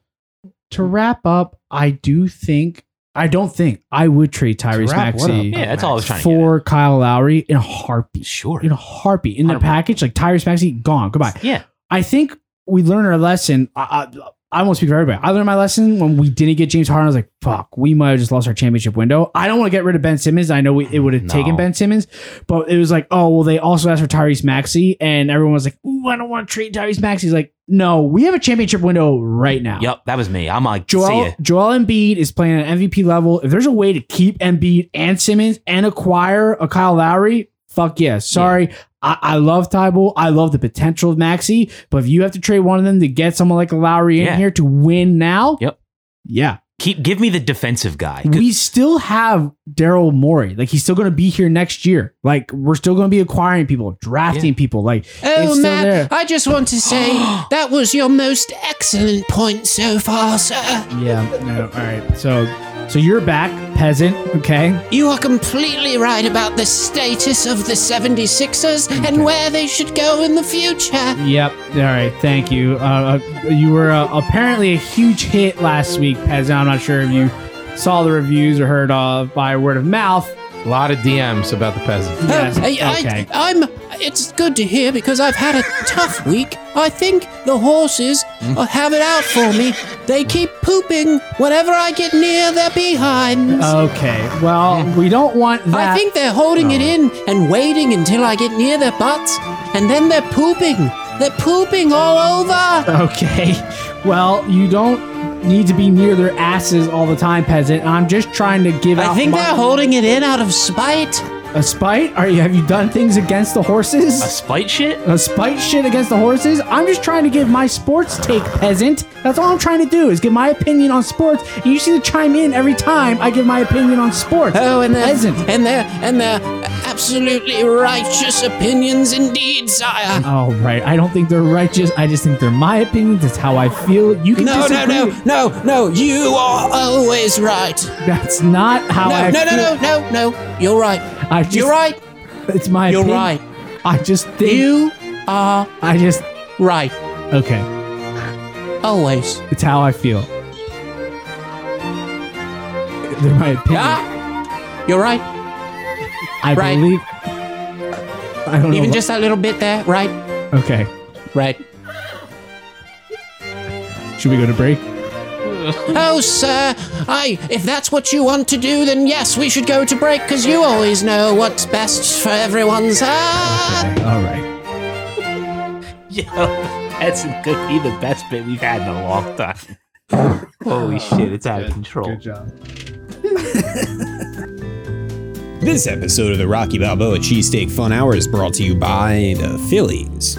Speaker 1: To wrap up, I do think I don't think I would trade Tyrese
Speaker 4: wrap what
Speaker 1: Maxey
Speaker 4: up?
Speaker 5: Yeah, that's all I was trying to get. at.
Speaker 1: for Kyle Lowry in a heartbeat.
Speaker 5: Sure.
Speaker 1: In a heartbeat. In the
Speaker 5: Hundred percent.
Speaker 1: package, like Tyrese Maxey gone. Goodbye.
Speaker 5: Yeah.
Speaker 1: I think we learned our lesson. I, I, I won't speak for everybody. I learned my lesson when we didn't get James Harden. I was like, fuck, we might have just lost our championship window. I don't want to get rid of Ben Simmons. I know we, it would have
Speaker 5: No.
Speaker 1: taken Ben Simmons, but it was like, oh, well, they also asked for Tyrese Maxey, and everyone was like, ooh, I don't want to trade Tyrese Maxey. He's like, no, we have a championship window right now.
Speaker 5: Yep, that was me. I'm like, see ya.
Speaker 1: Joel, Joel Embiid is playing at MVP level. If there's a way to keep Embiid and Simmons and acquire a Kyle Lowry, fuck yes. Sorry. I, I love Tybull. I love the potential of Maxi. But if you have to trade one of them to get someone like a Lowry in
Speaker 5: Yeah.
Speaker 1: here to win now,
Speaker 5: Yep.
Speaker 1: Yeah.
Speaker 5: Keep give me the defensive guy. 'Cause-
Speaker 1: We still have Daryl Morey. Like he's still gonna be here next year. Like we're still gonna be acquiring people, drafting people. Like it's still there.
Speaker 8: Oh, I just want to say that was your most excellent point so far, sir.
Speaker 1: yeah. No, all right. So so you're back, peasant. Okay.
Speaker 8: You are completely right about the status of the 76ers and where they should go in the future.
Speaker 1: Yep. All right. Thank you. Uh, uh, you were uh, apparently a huge hit last week, Pez. I'm not sure if you saw the reviews or heard of by uh, word of mouth,
Speaker 4: A lot of DMs about the peasant.
Speaker 1: Yes,
Speaker 8: Uh, I,
Speaker 1: okay.
Speaker 8: I, am It's good to hear because I've had a tough week. I think the horses
Speaker 1: Mm.
Speaker 8: uh, have it out for me. They keep pooping whenever I get near their behinds.
Speaker 1: Okay. Well, we don't want that.
Speaker 8: I think they're holding it in and waiting until I get near their butts, and then they're pooping. They're pooping all over.
Speaker 1: Okay. Well, you don't need to be near their asses all the time, peasant. I'm just trying to give
Speaker 8: I
Speaker 1: out
Speaker 8: think
Speaker 1: my-
Speaker 8: they're holding it in out of spite.
Speaker 1: a spite. Are you? Have you done things against the horses?
Speaker 5: A spite shit?
Speaker 1: a spite shit against the horses. I'm just trying to give my sports take, peasant. That's all I'm trying to do is give my opinion on sports. And you seem to chime in every time I give my opinion on sports.
Speaker 8: Oh, and their
Speaker 1: peasant.
Speaker 8: and their and their absolutely righteous opinions indeed, sire.
Speaker 1: Oh, right. I don't think they're righteous. I just think they're my opinions. That's how I feel. You can
Speaker 8: No, no,
Speaker 1: disagree.
Speaker 8: no, no, no! You are always right.
Speaker 1: That's not how
Speaker 8: No,
Speaker 1: I
Speaker 8: no, no,
Speaker 1: feel.
Speaker 8: no, no, no! You're right.
Speaker 1: I just,
Speaker 8: You're right.
Speaker 1: It's my
Speaker 8: You're
Speaker 1: opinion.
Speaker 8: right.
Speaker 1: I just think.
Speaker 8: You are
Speaker 1: I just.
Speaker 8: right.
Speaker 1: Okay.
Speaker 8: Always.
Speaker 1: It's how I feel. They're my opinion.
Speaker 8: Yeah. You're right.
Speaker 1: I
Speaker 8: Ah, right.
Speaker 1: believe. I don't
Speaker 8: Even
Speaker 1: know.
Speaker 8: just that little bit there. Right.
Speaker 1: okay.
Speaker 8: Right.
Speaker 1: Should we go to break?
Speaker 8: Oh, sir, I. If that's what you want to do, then yes, we should go to break, because you always know what's best for everyone, sir.
Speaker 1: All right.
Speaker 5: Yo, peasant could be the best bit we've had in a long time. Holy shit, it's out of control.
Speaker 2: This episode of the Rocky Balboa Cheesesteak Fun Hour is brought to you by the Phillies.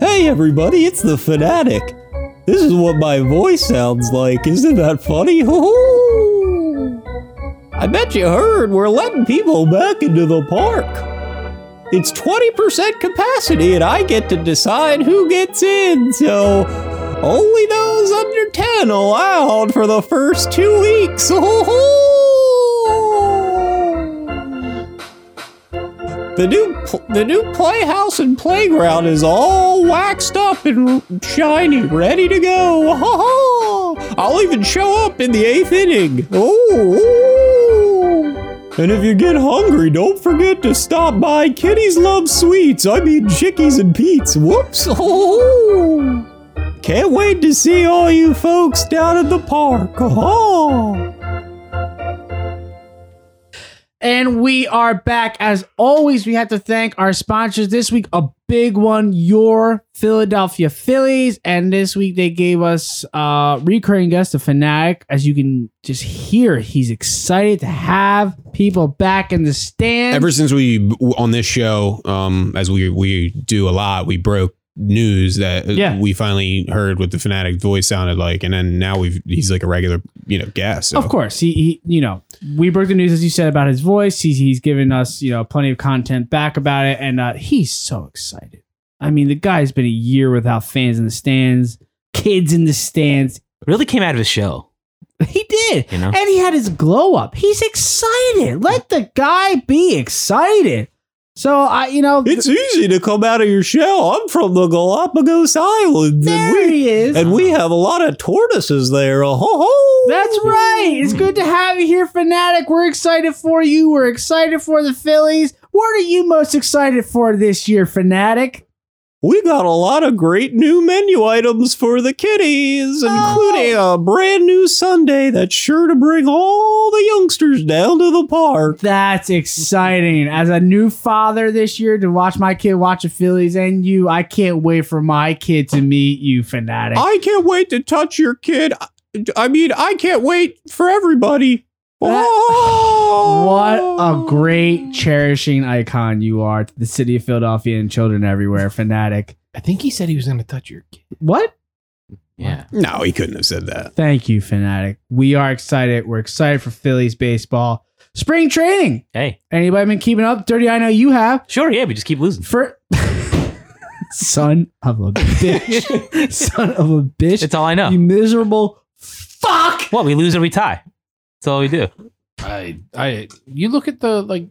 Speaker 2: Hey everybody, it's the Fanatic. This is what my voice sounds like. Isn't that funny? Hoo-hoo. I bet you heard we're letting people back into the park. It's 20% capacity, and I get to decide who gets in, so only those under 10 allowed for the first two weeks. Hoo-hoo. The new pl- the new playhouse and playground is all waxed up and shiny, ready to go. Ha-ha. I'll even show up in the eighth inning. Oh. And if you get hungry, don't forget to stop by Kitty's Love Sweets. I mean, Chickies and Pete's. Whoops. Oh. Can't wait to see all you folks down at the park. Oh.
Speaker 1: And we are back. As always, we have to thank our sponsors this week. A big one, your Philadelphia Phillies. And this week they gave us uh recurring guest, the Fanatic. As you can just hear, he's excited to have people back in the stands.
Speaker 2: ever since we on this show um as we we do a lot we broke news that uh,
Speaker 1: Yeah.
Speaker 2: we finally heard what the fanatic voice sounded like and then now we've he's like a regular you know guest so.
Speaker 1: Of course, he, he you know we broke the news as you said about his voice. He's he's given us you know plenty of content back about it, and uh, he's so excited. I mean, the guy's been a year without fans in the stands, kids in the stands.
Speaker 5: Really came out of his shell,
Speaker 1: He did,
Speaker 5: you know?
Speaker 1: and he had his glow up. He's excited. Let the guy be excited. So I, you know,
Speaker 2: it's easy to come out of your shell i'm from the galapagos islands and
Speaker 1: there
Speaker 2: we
Speaker 1: he is.
Speaker 2: and we have a lot of tortoises there oh, ho
Speaker 1: That's right. It's good to have you here, Fanatic. We're excited for you. We're excited for the Phillies. What are you most excited for this year, Fanatic?
Speaker 2: we got a lot of great new menu items for the kiddies, including
Speaker 1: Oh.
Speaker 2: a brand new Sunday that's sure to bring all the youngsters down to the park.
Speaker 1: That's exciting. As a new father this year to watch my kid watch the Phillies and you, I can't wait for my kid to meet you, fanatic.
Speaker 2: I can't wait to touch your kid. I- I mean, I can't wait for everybody.
Speaker 1: That-
Speaker 2: Oh!
Speaker 1: what a great cherishing icon you are to the city of Philadelphia and children everywhere, fanatic.
Speaker 4: I think he said he was going to touch your kid.
Speaker 1: What?
Speaker 5: Yeah.
Speaker 2: No, he couldn't have said that.
Speaker 1: Thank you, fanatic. We are excited. We're excited for Phillies baseball. Spring training.
Speaker 5: Hey.
Speaker 1: Anybody been keeping up? Dirty, I know you have.
Speaker 5: Sure, yeah, we just keep losing.
Speaker 1: For son of a bitch. son of a bitch.
Speaker 5: That's all I know.
Speaker 1: You miserable fuck.
Speaker 5: What, we lose or we tie. That's all we do.
Speaker 4: I, I, you look at the like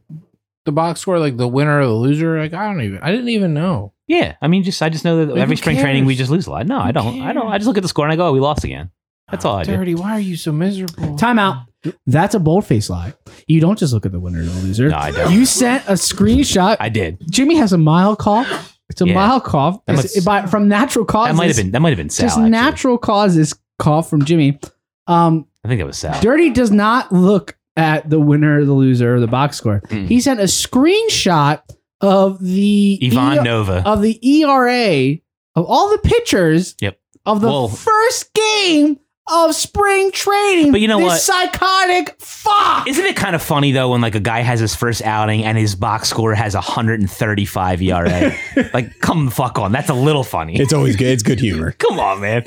Speaker 4: the box score, like the winner or the loser. Like I don't even, I didn't even know.
Speaker 5: Yeah, I mean, just I just know that
Speaker 4: Like,
Speaker 5: every
Speaker 4: who
Speaker 5: spring training we
Speaker 4: cares?
Speaker 5: just lose a lot. No, I don't. I don't. I just look at the score and I go, oh, we lost again. That's all I do.
Speaker 4: Dirty, why are you so miserable?
Speaker 1: Time out. That's a boldface lie. You don't just look at the winner and the loser.
Speaker 5: No, I don't.
Speaker 1: You sent a screenshot.
Speaker 5: I did.
Speaker 1: Jimmy has a mild cough. It's a
Speaker 5: Yeah.
Speaker 1: mild cough.
Speaker 5: That
Speaker 1: It's-
Speaker 5: must-
Speaker 1: by- from natural causes.
Speaker 5: That might have been that might have been Sal.
Speaker 1: just
Speaker 5: actually.
Speaker 1: natural causes cough from Jimmy. Um,
Speaker 5: I think it was Sal.
Speaker 1: Dirty does not look at the winner, the loser, or the box score.
Speaker 5: Mm.
Speaker 1: He sent a screenshot of the
Speaker 5: Yvonne
Speaker 1: E-
Speaker 5: Nova.
Speaker 1: of the ERA of all the pitchers
Speaker 5: Yep.
Speaker 1: of the
Speaker 5: Well-
Speaker 1: first game of spring training.
Speaker 5: But you know
Speaker 1: this
Speaker 5: what?
Speaker 1: Psychotic fuck.
Speaker 5: Isn't it kind of funny though when like a guy has his first outing and his box score has 135 ERA? like, come the fuck on. That's a little funny.
Speaker 2: It's always good. It's good humor.
Speaker 5: come on, man.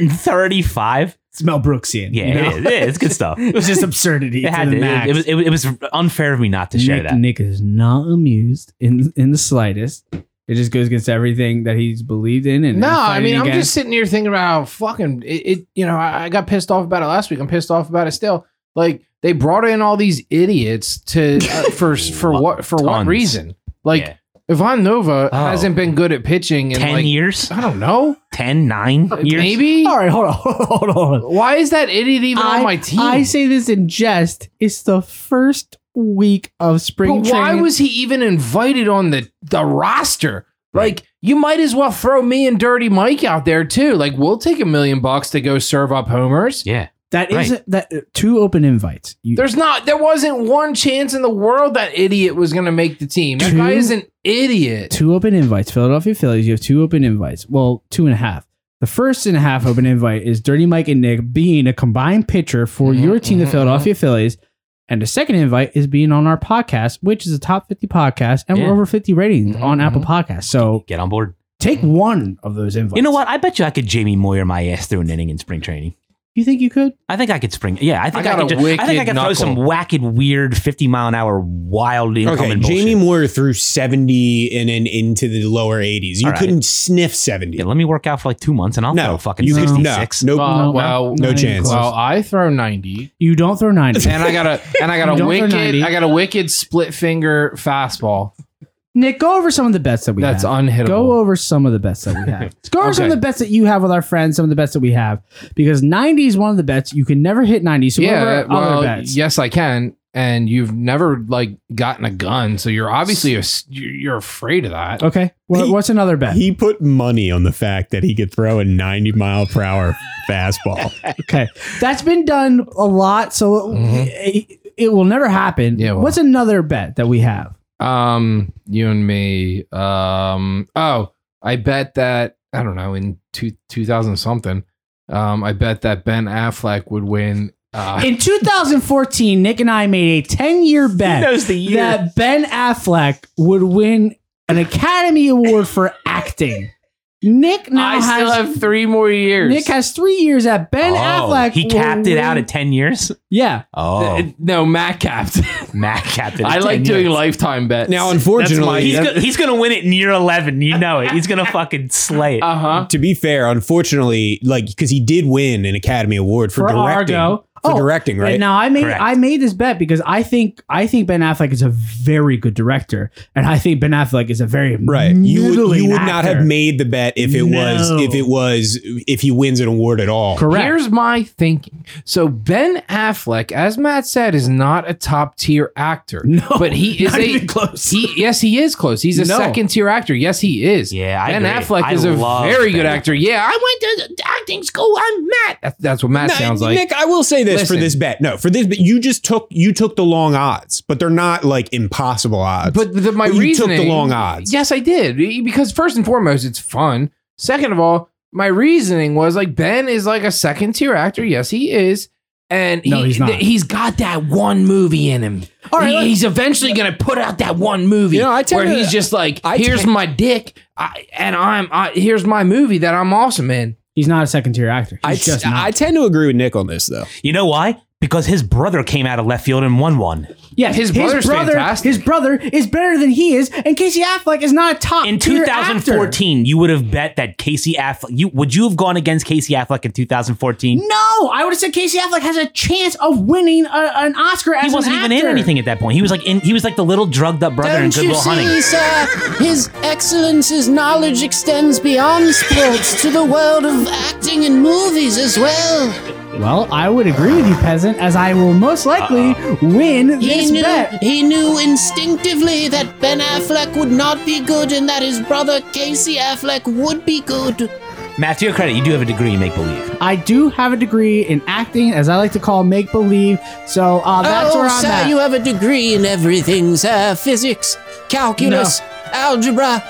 Speaker 5: 135?
Speaker 1: It's Mel Brooksian.
Speaker 5: Yeah,
Speaker 1: you know?
Speaker 5: it is. It is. It's good stuff.
Speaker 1: It was just absurdity.
Speaker 5: It had to, it, it was, it, was unfair of me not to share
Speaker 1: Nick,
Speaker 5: that.
Speaker 1: Nick is not amused in in the slightest. It just goes against everything that he's believed in. And
Speaker 4: No,
Speaker 1: is
Speaker 4: I mean,
Speaker 1: fighting
Speaker 4: I'm
Speaker 1: against.
Speaker 4: just sitting here thinking about how fucking it, it you know, I, I got pissed off about it last week. I'm pissed off about it still. Like they brought in all these idiots to uh, for for what for what
Speaker 5: Tons.
Speaker 4: reason? Like
Speaker 5: Yeah.
Speaker 4: Ivan Nova
Speaker 5: Oh.
Speaker 4: hasn't been good at pitching in
Speaker 5: 10
Speaker 4: like
Speaker 5: years?
Speaker 4: I don't know,
Speaker 5: 10, 9 years?
Speaker 4: maybe.
Speaker 1: All right, hold on, hold on, hold on.
Speaker 4: Why is that idiot even on my team?
Speaker 1: I say this in jest. It's the first week of spring
Speaker 4: but why
Speaker 1: training.
Speaker 4: was he even invited on the the roster? Like you might as well throw me and Dirty Mike out there too. Like we'll take a million bucks to go serve up homers.
Speaker 5: Yeah.
Speaker 1: that
Speaker 5: right.
Speaker 1: isn't that uh, two open invites? You,
Speaker 4: There's not. There wasn't one chance in the world that idiot was going to make the team. That
Speaker 1: Two-
Speaker 4: guy is an idiot.
Speaker 1: two open invites. Philadelphia Phillies. You have two open invites. Well, two and a half. The first and a half open invite is Dirty Mike and Nick being a combined pitcher for
Speaker 5: Mm-hmm,
Speaker 4: Mhm,
Speaker 1: your team, the
Speaker 4: mhm,
Speaker 1: Philadelphia Phillies. And the second invite is being on our podcast, which is a top 50 podcast, and
Speaker 5: Yeah. Mm-hmm,
Speaker 1: we're over 50 ratings
Speaker 4: Mhm,
Speaker 1: on
Speaker 4: mhm.
Speaker 1: Apple Podcasts. So
Speaker 5: Get on board.
Speaker 1: take one of those invites.
Speaker 5: You know what? I bet you I could Jamie Moyer my ass through an inning in spring training.
Speaker 1: You think you could?
Speaker 5: I think I could spring. Yeah, I think I,
Speaker 4: got
Speaker 5: could.
Speaker 4: a
Speaker 5: Just, I think I
Speaker 4: wicked
Speaker 5: could throw some
Speaker 4: knuckle.
Speaker 5: wacky, weird, fifty mile an hour, wild incoming
Speaker 2: Okay,
Speaker 5: bullshit.
Speaker 2: Jamie Moore threw 70 and then into the lower 80s. You
Speaker 5: All right.
Speaker 2: couldn't sniff 70.
Speaker 5: Yeah, let me work out for like two months and I'll
Speaker 2: no,
Speaker 5: throw fucking
Speaker 2: you could, no,
Speaker 5: 66.
Speaker 2: nope.
Speaker 4: Well,
Speaker 1: No,
Speaker 4: Uh, well,
Speaker 2: no
Speaker 1: not even
Speaker 2: chance.
Speaker 1: close.
Speaker 4: well, I throw ninety,
Speaker 1: You don't throw 90.
Speaker 4: and I got a and I got
Speaker 1: You don't
Speaker 4: a
Speaker 1: throw
Speaker 4: wicked
Speaker 1: 90.
Speaker 4: I got a wicked split finger fastball.
Speaker 1: Nick, go over some of the bets that we
Speaker 4: That's
Speaker 1: have.
Speaker 4: unhittable.
Speaker 1: Go over some of the bets that we have. go over some of
Speaker 4: Okay.
Speaker 1: the bets that you have with our friends, some of the bets that we have, because 90 is one of the bets. You can never hit 90. So
Speaker 4: yeah,
Speaker 1: yeah,
Speaker 4: that- well,
Speaker 1: other bets.
Speaker 4: yes, I can. And you've never like gotten a gun, so you're obviously a s you're afraid of that.
Speaker 1: Okay. What,
Speaker 2: He-
Speaker 1: what's another bet?
Speaker 2: He put money on the fact that he could throw a 90 mile per hour fastball.
Speaker 1: okay. That's been done a lot. So
Speaker 4: Mhm.
Speaker 1: it, it will never happen.
Speaker 4: Yeah, well.
Speaker 1: What's another bet that we have?
Speaker 4: Um, you and me. Um, oh, I bet that I don't know in two two thousand something. Um, I bet that Ben Affleck would win. Uh,
Speaker 1: In 2014, Nick and I made a 10 year bet
Speaker 5: the
Speaker 1: that Ben Affleck would win an Academy Award for acting. Nick now
Speaker 4: I
Speaker 1: has
Speaker 4: still have three more years.
Speaker 1: Nick has three years at Ben
Speaker 5: Oh,
Speaker 1: Affleck.
Speaker 5: He
Speaker 1: will
Speaker 5: capped it out
Speaker 1: win-
Speaker 5: at ten years.
Speaker 1: yeah.
Speaker 5: Oh,
Speaker 4: Uh, no, Matt capped.
Speaker 5: Matt capped it. At
Speaker 4: I
Speaker 5: 10
Speaker 4: like doing
Speaker 5: years.
Speaker 4: lifetime bets.
Speaker 2: now, unfortunately,
Speaker 5: He's go- he's gonna win it in year eleven. You know it. He's gonna fucking slay it.
Speaker 4: uh huh.
Speaker 2: to be fair, unfortunately, like, because he did win an Academy Award for,
Speaker 1: For
Speaker 2: directing.
Speaker 1: Argo.
Speaker 2: For
Speaker 1: Oh,
Speaker 2: directing, right?
Speaker 1: And now I made
Speaker 5: Correct.
Speaker 1: I made this bet because I think I think Ben Affleck is a very good director, and I think Ben Affleck is a very
Speaker 2: Right. You would, you
Speaker 1: middling
Speaker 2: would not
Speaker 1: actor.
Speaker 2: have made the bet if it was
Speaker 1: No.
Speaker 2: if it was if he wins an award at all.
Speaker 1: correct.
Speaker 4: Here's my thinking. So Ben Affleck, as Matt said, is not a top tier actor.
Speaker 1: no,
Speaker 4: But he is
Speaker 1: not
Speaker 4: a
Speaker 1: even close.
Speaker 4: He yes, he is close. He's a
Speaker 1: No.
Speaker 4: second tier actor. Yes, he is.
Speaker 5: Yeah, I
Speaker 4: Ben
Speaker 5: agree.
Speaker 4: Affleck
Speaker 5: I
Speaker 4: is a
Speaker 5: love
Speaker 4: very good
Speaker 5: Ben
Speaker 4: actor. Yeah, I went to the acting school. I'm Matt. That's, that's what Matt
Speaker 2: No,
Speaker 4: sounds like.
Speaker 2: Nick, I will say this
Speaker 4: Listen.
Speaker 2: for this bet. No, for this bet, you just took you took the long odds, but they're not like impossible odds.
Speaker 4: but the, my
Speaker 2: you took
Speaker 4: reasoning
Speaker 2: the long odds.
Speaker 4: Yes, I did E, because first and foremost, it's fun. Second of all, my reasoning was like Ben is like a second tier actor. Yes, he is. And
Speaker 1: No,
Speaker 4: he,
Speaker 1: he's not.
Speaker 4: th- he's got that one movie in him.
Speaker 1: All right,
Speaker 4: He-
Speaker 1: let's-
Speaker 4: he's eventually going to put out that one movie
Speaker 2: You know, I tell
Speaker 4: where
Speaker 2: you-
Speaker 4: he's just like,
Speaker 2: I
Speaker 4: here's
Speaker 2: tell-
Speaker 4: my dick, I, and I'm I, here's my movie that I'm awesome in.
Speaker 1: he's not a second tier actor. He's
Speaker 2: I,
Speaker 1: just not.
Speaker 2: I tend to agree with Nick on this though.
Speaker 5: You know why? Because his brother came out of left field and won one
Speaker 1: yeah,
Speaker 4: his brother's
Speaker 1: brother,
Speaker 4: fantastic.
Speaker 1: his brother is better than he is, and Casey Affleck is not a top
Speaker 5: in
Speaker 1: tier actor.
Speaker 5: 2014. You would have bet that Casey Affleck. You would you have gone against Casey Affleck in 2014?
Speaker 1: No, I would have said Casey Affleck has a chance of winning a, an Oscar as
Speaker 5: he wasn't
Speaker 1: an
Speaker 5: even in
Speaker 1: actor.
Speaker 5: anything at that point. He was like in, he was like the little drugged up brother in
Speaker 8: Don't
Speaker 5: Good
Speaker 8: you
Speaker 5: Will Hunting.
Speaker 8: see, sir? His Excellence's knowledge extends beyond sports to the world of acting and movies as well.
Speaker 1: Well, I would agree with you, peasant, as I will most likely win
Speaker 8: He
Speaker 1: this
Speaker 8: knew,
Speaker 1: bet.
Speaker 8: he knew instinctively that Ben Affleck would not be good and that his brother Casey Affleck would be good.
Speaker 5: Matt, to your credit, you do have a degree in make believe.
Speaker 1: I do have a degree in acting, as I like to call make believe. So uh, that's
Speaker 8: oh,
Speaker 1: where I'm
Speaker 8: sir,
Speaker 1: at.
Speaker 8: you have a degree in everything, sir. Physics, calculus, algebra.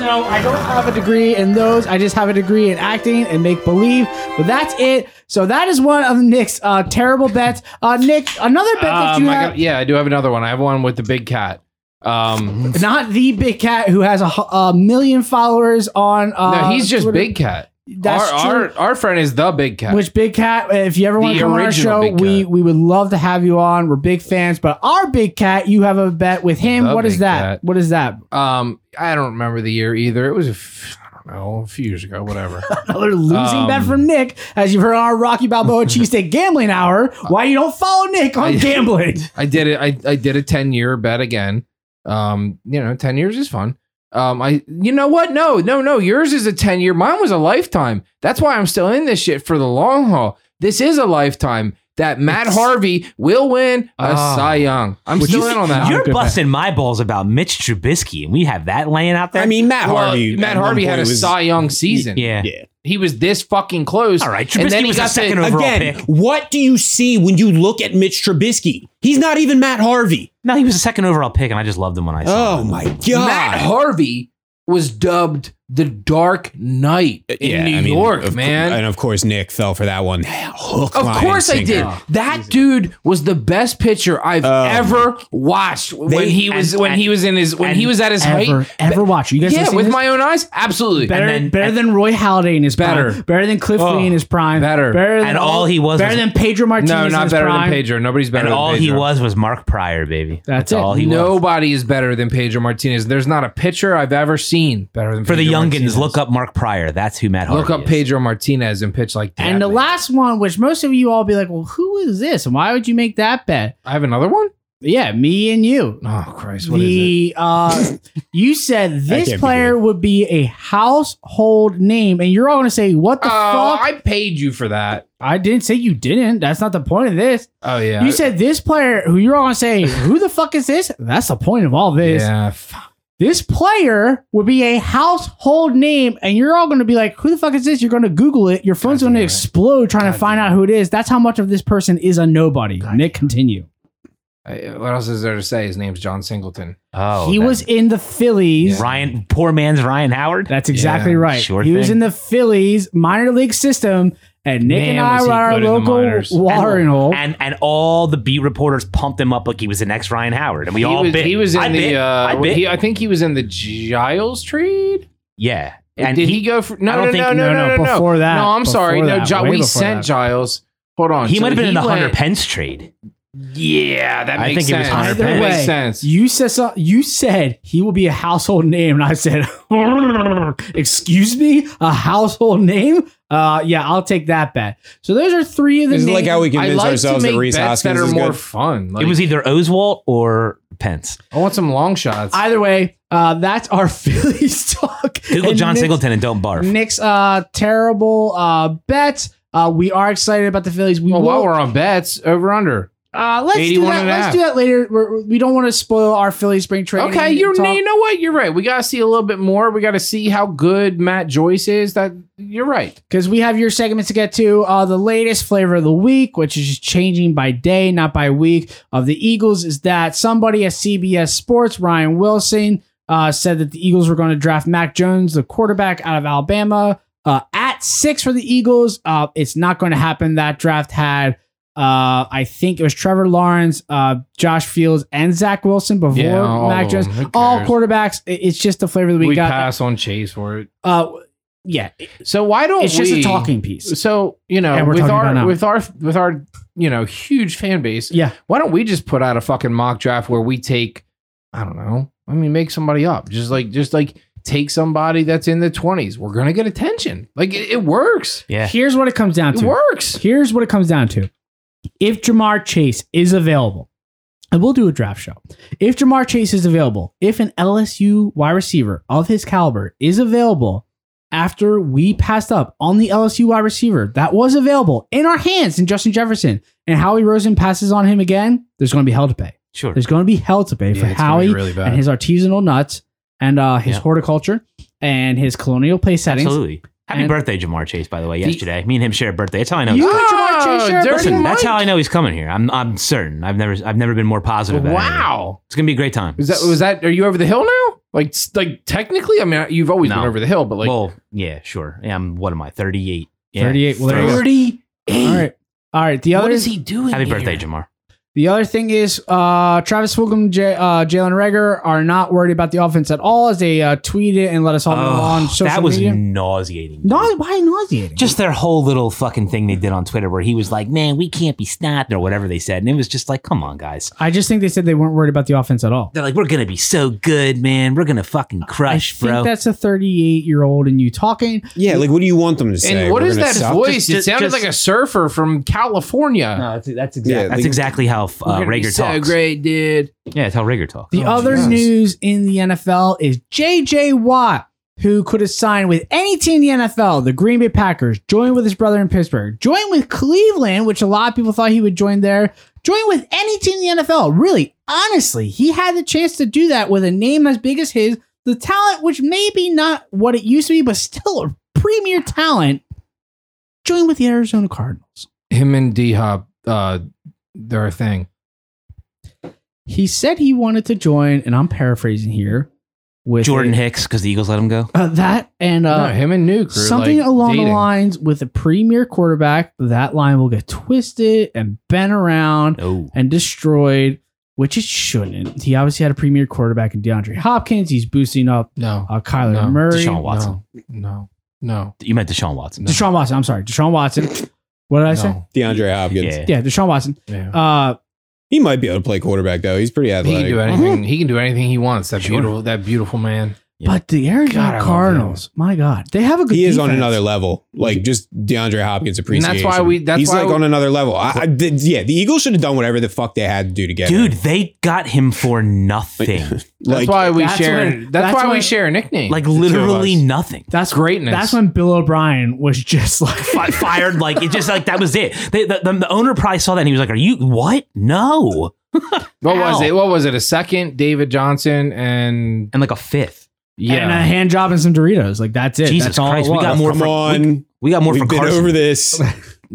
Speaker 1: No, I don't have a degree in those. I just have a degree in acting and make believe. But that's it. So that is one of Nick's uh, terrible bets. Uh, Nick, another bet that
Speaker 4: Um,
Speaker 1: you
Speaker 4: I
Speaker 1: have.
Speaker 4: got- yeah, I do have another one. I have one with the big cat. Um,
Speaker 1: Not the big cat who has a, hu- a million followers on. Uh,
Speaker 4: no, he's just
Speaker 1: Twitter.
Speaker 4: big cat.
Speaker 1: That's
Speaker 4: our,
Speaker 1: true.
Speaker 4: Our, our friend is the big cat.
Speaker 1: Which Big Cat, if you ever want to
Speaker 4: The
Speaker 1: come on our
Speaker 4: original
Speaker 1: show,
Speaker 4: Big
Speaker 1: we
Speaker 4: Cat.
Speaker 1: we would love to have you on. We're big fans, but our Big Cat, you have a bet with him.
Speaker 4: The
Speaker 1: what is
Speaker 4: Big
Speaker 1: that?
Speaker 4: Cat.
Speaker 1: What is that?
Speaker 4: um, I don't remember the year either. It was a f- I don't know a few years ago. Whatever.
Speaker 1: Another losing
Speaker 4: Um,
Speaker 1: bet from Nick, as you've heard on our Rocky Balboa Cheesesteak Gambling Hour. Why you don't follow Nick on
Speaker 4: I-
Speaker 1: gambling?
Speaker 4: I did it. I, I did a 10 year bet again. Um, you know, 10 years is fun. Um, I, you know what? No, no, no. Yours is a 10 year. Mine was a lifetime. That's why I'm still in this shit for the long haul. This is a lifetime that Matt Harvey will win a
Speaker 1: Ah.
Speaker 5: Oh.
Speaker 4: Cy Young. I'm
Speaker 5: Which
Speaker 4: still
Speaker 5: you-
Speaker 4: in on that.
Speaker 5: You're busting my balls about Mitch Trubisky, and we have that laying out there.
Speaker 6: I mean, Matt
Speaker 4: Well,
Speaker 6: Harvey.
Speaker 4: Matt
Speaker 6: at one
Speaker 4: Harvey had a
Speaker 6: point was-
Speaker 4: Cy Young season.
Speaker 5: yeah.
Speaker 6: Yeah.
Speaker 4: He was this fucking close.
Speaker 5: All right,
Speaker 4: And
Speaker 5: Trubisky
Speaker 4: then he
Speaker 5: was
Speaker 4: got
Speaker 5: a
Speaker 4: to-
Speaker 5: second overall
Speaker 2: Again,
Speaker 5: pick.
Speaker 2: what do you see when you look at Mitch Trubisky? He's not even Matt Harvey.
Speaker 5: No, he was a second overall pick, and I just loved him when I saw
Speaker 2: Oh
Speaker 5: him.
Speaker 2: my
Speaker 4: Matt
Speaker 2: god!
Speaker 4: Harvey was dubbed the Dark Knight in New
Speaker 6: Uh, I mean,
Speaker 4: York,
Speaker 6: of cou-
Speaker 4: man.
Speaker 6: and of course, Nick fell for that one. Hook,
Speaker 4: Of
Speaker 6: line,
Speaker 4: course
Speaker 6: and
Speaker 4: I did.
Speaker 6: sinker.
Speaker 4: that dude was the best pitcher I've
Speaker 6: Oh.
Speaker 4: ever watched when he was
Speaker 5: and-
Speaker 4: when he was in his when he was at his
Speaker 1: ever,
Speaker 4: height.
Speaker 1: ever watch. You guys have
Speaker 4: Yeah,
Speaker 1: seen
Speaker 4: with
Speaker 1: this?
Speaker 4: my own eyes, absolutely.
Speaker 1: better,
Speaker 5: then-
Speaker 1: better than Roy Halladay in his
Speaker 4: Better.
Speaker 1: prime. Better than Cliff
Speaker 4: Oh,
Speaker 1: Lee in his prime.
Speaker 4: better.
Speaker 1: Better than
Speaker 5: And all he was
Speaker 1: Better
Speaker 5: was-
Speaker 1: than Pedro Martinez.
Speaker 4: no,
Speaker 1: in
Speaker 4: not
Speaker 1: his
Speaker 4: better
Speaker 1: prime.
Speaker 4: than Pedro. Nobody's better
Speaker 5: And
Speaker 4: than
Speaker 5: all
Speaker 4: Pedro.
Speaker 5: he was was Mark Pryor, baby.
Speaker 1: That's it.
Speaker 5: all he was.
Speaker 4: Nobody is better than Pedro Martinez. There's not a pitcher I've ever seen better than
Speaker 5: For the
Speaker 4: Pedro
Speaker 5: youngins,
Speaker 4: Martinez.
Speaker 5: look up Mark Pryor. That's who Matt Harvey
Speaker 4: look up
Speaker 5: is.
Speaker 4: Pedro Martinez and pitch like that.
Speaker 1: And the
Speaker 4: man.
Speaker 1: last one, which most of you all be like, well, who is this? And why would you make that bet?
Speaker 4: I have another one.
Speaker 1: Yeah, me and you.
Speaker 4: Oh Christ, what is
Speaker 1: the
Speaker 4: it?
Speaker 1: uh, you said
Speaker 6: That
Speaker 1: this
Speaker 6: can't be
Speaker 1: player
Speaker 6: good.
Speaker 1: would be a household name, and you're all gonna say, "What the
Speaker 4: Oh,
Speaker 1: fuck?"
Speaker 4: I paid you for that.
Speaker 1: I, didn't say you didn't. That's not the point of this.
Speaker 4: Oh yeah,
Speaker 1: You said this player who you're all gonna say, "Who the fuck is this?" That's the point of all this.
Speaker 4: yeah. fuck.
Speaker 1: This player would be a household name, and you're all gonna be like, "Who the fuck is this?" You're gonna Google it. Your phone's
Speaker 4: God
Speaker 1: gonna
Speaker 4: damn it.
Speaker 1: explode trying to
Speaker 4: God
Speaker 1: find
Speaker 4: damn
Speaker 1: out who it is. That's how much of this person is a nobody. Nick, continue.
Speaker 4: I- What else is there to say? His name's John Singleton.
Speaker 5: Oh,
Speaker 1: he
Speaker 5: that-
Speaker 1: was in the Phillies.
Speaker 5: Ryan, poor man's Ryan Howard.
Speaker 1: That's exactly
Speaker 4: Yeah,
Speaker 1: right.
Speaker 5: sure
Speaker 1: he was
Speaker 5: thing.
Speaker 1: in the Phillies minor league system, and Nick
Speaker 4: Man,
Speaker 1: and
Speaker 4: was
Speaker 1: I
Speaker 4: he
Speaker 1: were at our
Speaker 4: good in the
Speaker 1: local
Speaker 4: minors.
Speaker 1: watering hole.
Speaker 5: and and all the beat reporters pumped him up like he was the next Ryan Howard, and we
Speaker 4: he
Speaker 5: all
Speaker 4: was,
Speaker 5: bit.
Speaker 4: He was in
Speaker 5: I
Speaker 4: the.
Speaker 5: bit.
Speaker 4: Uh,
Speaker 5: I
Speaker 4: I,
Speaker 5: bit.
Speaker 4: He, I think he was in the Giles trade.
Speaker 5: yeah, and
Speaker 4: Did
Speaker 5: he,
Speaker 4: he, go for? No,
Speaker 1: I don't
Speaker 4: no,
Speaker 1: think-
Speaker 4: no, no, no, no, no.
Speaker 1: Before that,
Speaker 4: no, I'm
Speaker 1: before
Speaker 4: sorry. no,
Speaker 1: that,
Speaker 4: Gi-
Speaker 1: way
Speaker 4: we
Speaker 1: before
Speaker 4: sent
Speaker 1: that.
Speaker 4: Giles. Hold on.
Speaker 5: he
Speaker 4: So
Speaker 5: might have been in the
Speaker 4: went-
Speaker 5: Hunter Pence trade.
Speaker 4: Yeah, that
Speaker 5: I
Speaker 4: makes
Speaker 5: think it was
Speaker 4: sense.
Speaker 5: Hunter
Speaker 4: that
Speaker 5: Pence.
Speaker 4: makes
Speaker 1: Way.
Speaker 4: sense.
Speaker 1: You said so, you said he will be a household name, and I said, "Excuse me, a household name? Uh, yeah, I'll take that bet." So those are three of the
Speaker 6: This is
Speaker 1: names.
Speaker 6: like how we
Speaker 4: I
Speaker 6: convince
Speaker 4: like to
Speaker 6: ourselves
Speaker 4: make
Speaker 6: that Reese
Speaker 4: bets that
Speaker 6: Hoskins
Speaker 4: are
Speaker 6: is
Speaker 4: more
Speaker 6: good.
Speaker 4: fun. Like,
Speaker 5: it was either Oswalt or Pence.
Speaker 4: I want some long shots.
Speaker 1: Either way, uh, that's our Phillies talk.
Speaker 5: Google
Speaker 1: And
Speaker 5: John
Speaker 1: Nick-
Speaker 5: Singleton and don't barf.
Speaker 1: Nick's uh, terrible uh, bet. Uh, we are excited about the Phillies. We
Speaker 4: well,
Speaker 1: will.
Speaker 4: while we're on bets, over under.
Speaker 1: Uh, let's do
Speaker 4: 81
Speaker 1: that.
Speaker 4: and a
Speaker 1: Let's
Speaker 4: half.
Speaker 1: do that later. We're, we don't want to spoil our Philly spring training.
Speaker 4: Okay, you're,
Speaker 1: talk.
Speaker 4: you know what? You're right. We got to see a little bit more. We got to see how good Matt Joyce is. That you're right.
Speaker 1: because we have your segments to get to. Uh, the latest flavor of the week, which is just changing by day, not by week, of the Eagles, is that somebody at CBS Sports, Ryan Wilson, uh, said that the Eagles were going to draft Mac Jones, the quarterback out of Alabama, uh, at six for the Eagles. Uh, it's not going to happen. That draft had. Uh, I think it was Trevor Lawrence, uh, Josh Fields, and Zach Wilson before
Speaker 4: Yeah, all
Speaker 1: Mac
Speaker 4: of
Speaker 1: Jones.
Speaker 4: them. Who
Speaker 1: All
Speaker 4: cares?
Speaker 1: quarterbacks. It- It's just the flavor that oh, we,
Speaker 4: we
Speaker 1: got.
Speaker 4: pass on Chase for it.
Speaker 1: Uh, yeah,
Speaker 4: So why don't
Speaker 1: it's just
Speaker 4: Oh, we-
Speaker 1: a talking piece.
Speaker 4: So you know,
Speaker 1: And we're
Speaker 4: with
Speaker 1: talking about now.
Speaker 4: our with our with our you know huge fan base,
Speaker 1: Yeah.
Speaker 4: why don't we just put out a fucking mock draft where we take, I don't know, I mean, make somebody up, just like just like take somebody that's in the twenties. We're gonna get attention. Like it, it works.
Speaker 5: Yeah,
Speaker 1: Here's what it comes down
Speaker 4: It
Speaker 1: to.
Speaker 4: works.
Speaker 1: Here's what it comes down to. If Jamar Chase is available, and we'll do a draft show. If Jamar Chase is available, if an LSU wide receiver of his caliber is available after we passed up on the LSU wide receiver that was available in our hands in Justin Jefferson and Howie Rosen passes on him again, there's going to be hell to pay.
Speaker 5: Sure.
Speaker 1: There's going to be hell to pay for
Speaker 4: Yeah, it's gonna be
Speaker 1: Howie
Speaker 4: really bad.
Speaker 1: and his artisanal nuts and uh, his
Speaker 5: Yeah.
Speaker 1: horticulture and his colonial place settings.
Speaker 5: Absolutely. Happy
Speaker 1: And-
Speaker 5: birthday, Jamar Chase, by the way, yesterday. Me and him shared a birthday. That's how I know.
Speaker 1: You
Speaker 5: he's-
Speaker 1: and Jamar Chase
Speaker 4: Oh,
Speaker 1: share a
Speaker 4: dirty
Speaker 1: birthday?
Speaker 5: Listen, that's
Speaker 4: Mike.
Speaker 5: how I know he's coming here. I'm I'm certain. I've never I've never been more positive about anything.
Speaker 4: Wow.
Speaker 5: It's gonna be a great time.
Speaker 4: Is that was that? Are you over the hill now? Like s- like technically, I mean, you've always
Speaker 5: No.
Speaker 4: been over the hill, but like
Speaker 5: well, yeah, sure. Yeah, I'm what am I? 38. Yeah.
Speaker 1: 38. Well, there you go.
Speaker 4: thirty.
Speaker 1: All right. All right. The other
Speaker 4: What is he doing?
Speaker 5: Happy
Speaker 4: here?
Speaker 5: birthday, Jamar.
Speaker 1: The other thing is uh, Travis Fulgham, J- uh, Jalen Rager are not worried about the offense at all as they uh, tweeted and let us all know
Speaker 5: Oh,
Speaker 1: on social
Speaker 5: that was
Speaker 1: media.
Speaker 5: nauseating.
Speaker 1: Nau- why nauseating?
Speaker 5: just their whole little fucking thing they did on Twitter where he was like, man, we can't be snapped or whatever they said. And it was just like, come on, guys.
Speaker 1: I just think they said they weren't worried about the offense at all.
Speaker 5: They're like, we're going to be so good, man. We're going to fucking crush,
Speaker 1: I think
Speaker 5: bro.
Speaker 1: that's a 38 year old and you talking.
Speaker 6: Yeah, like what do you want them to say?
Speaker 4: And what
Speaker 6: We're
Speaker 4: is
Speaker 6: gonna
Speaker 4: that
Speaker 6: suck?
Speaker 4: voice?
Speaker 5: Just-
Speaker 4: it sounded
Speaker 5: just-
Speaker 4: like a surfer from California.
Speaker 5: no, that's, that's
Speaker 6: exact-
Speaker 5: exactly,
Speaker 6: Yeah,
Speaker 5: that's
Speaker 6: like-
Speaker 5: exactly how uh,
Speaker 4: We're gonna be
Speaker 5: Rager
Speaker 4: so
Speaker 5: talks.
Speaker 4: great, dude.
Speaker 5: Yeah, it's how Rager talks.
Speaker 1: The
Speaker 4: Oh,
Speaker 1: other
Speaker 4: Jesus.
Speaker 1: news in the NFL is JJ Watt, who could have signed with any team in the NFL, the Green Bay Packers, joined with his brother in Pittsburgh, joined with Cleveland, which a lot of people thought he would join there, joined with any team in the NFL. Really, honestly, he had the chance to do that with a name as big as his, the talent, which maybe not what it used to be, but still a premier talent, joined with the Arizona Cardinals.
Speaker 4: Him and D Hop, uh, they're a thing.
Speaker 1: He said he wanted to join, and I'm paraphrasing here, with
Speaker 5: Jordan
Speaker 1: a-
Speaker 5: Hicks, because the Eagles let him go.
Speaker 1: uh, that and uh,
Speaker 4: no, him and Nuke. are,
Speaker 1: something
Speaker 4: like,
Speaker 1: along the
Speaker 4: dating.
Speaker 1: lines with a premier quarterback, that line will get twisted and bent around
Speaker 5: Oh.
Speaker 1: and destroyed, which it shouldn't. He obviously had a premier quarterback in DeAndre Hopkins. He's boosting up
Speaker 4: No,
Speaker 1: uh, Kyler
Speaker 4: No.
Speaker 1: Murray,
Speaker 5: Deshaun Watson.
Speaker 4: no, no.
Speaker 5: You meant Deshaun Watson.
Speaker 1: Deshaun Watson. I'm sorry, Deshaun Watson. What did I
Speaker 4: no.
Speaker 1: say?
Speaker 6: DeAndre Hopkins.
Speaker 5: Yeah.
Speaker 1: Yeah, Deshaun Watson.
Speaker 4: Yeah.
Speaker 1: Uh,
Speaker 6: He might be able to play quarterback though. He's pretty
Speaker 4: He
Speaker 6: athletic.
Speaker 4: can do anything. He can do anything he wants. That
Speaker 5: Sure.
Speaker 4: uh-huh. beautiful, that beautiful man.
Speaker 5: Yeah.
Speaker 1: But the
Speaker 4: God, I
Speaker 1: Arizona
Speaker 4: love
Speaker 1: Cardinals, my God, they have a good.
Speaker 6: He is on
Speaker 1: defense.
Speaker 6: another level. Like just DeAndre Hopkins
Speaker 4: why
Speaker 6: appreciation.
Speaker 4: we- that's
Speaker 6: he's
Speaker 4: why
Speaker 6: like
Speaker 4: we-
Speaker 6: on another level. I, I did, yeah, the Eagles should have done whatever the fuck they had to do to get him.
Speaker 5: Dude, they got him for nothing.
Speaker 4: That's
Speaker 6: Like,
Speaker 4: why we
Speaker 1: that's
Speaker 4: share.
Speaker 1: when-
Speaker 4: that's,
Speaker 1: that's
Speaker 4: why
Speaker 1: when-
Speaker 4: we share a nickname.
Speaker 5: like
Speaker 4: the two of
Speaker 5: literally
Speaker 4: us.
Speaker 5: nothing.
Speaker 1: That's
Speaker 4: Greatness.
Speaker 1: That's when Bill O'Brien was just like
Speaker 5: Fi fired like it just like that was it. They, the, the, the owner probably saw that and he was like, "Are you what? No."
Speaker 4: What was
Speaker 5: Ow.
Speaker 4: it? What was it? A second, David Johnson, and
Speaker 5: And like a fifth.
Speaker 1: and a
Speaker 4: yeah,
Speaker 1: hand job and some Doritos. Like that's it.
Speaker 5: Jesus
Speaker 1: that's all it
Speaker 5: Christ, we
Speaker 1: was.
Speaker 5: got more
Speaker 6: come
Speaker 5: for-
Speaker 6: on.
Speaker 5: We got more
Speaker 6: We've
Speaker 5: from
Speaker 6: been
Speaker 5: Carson.
Speaker 6: over this.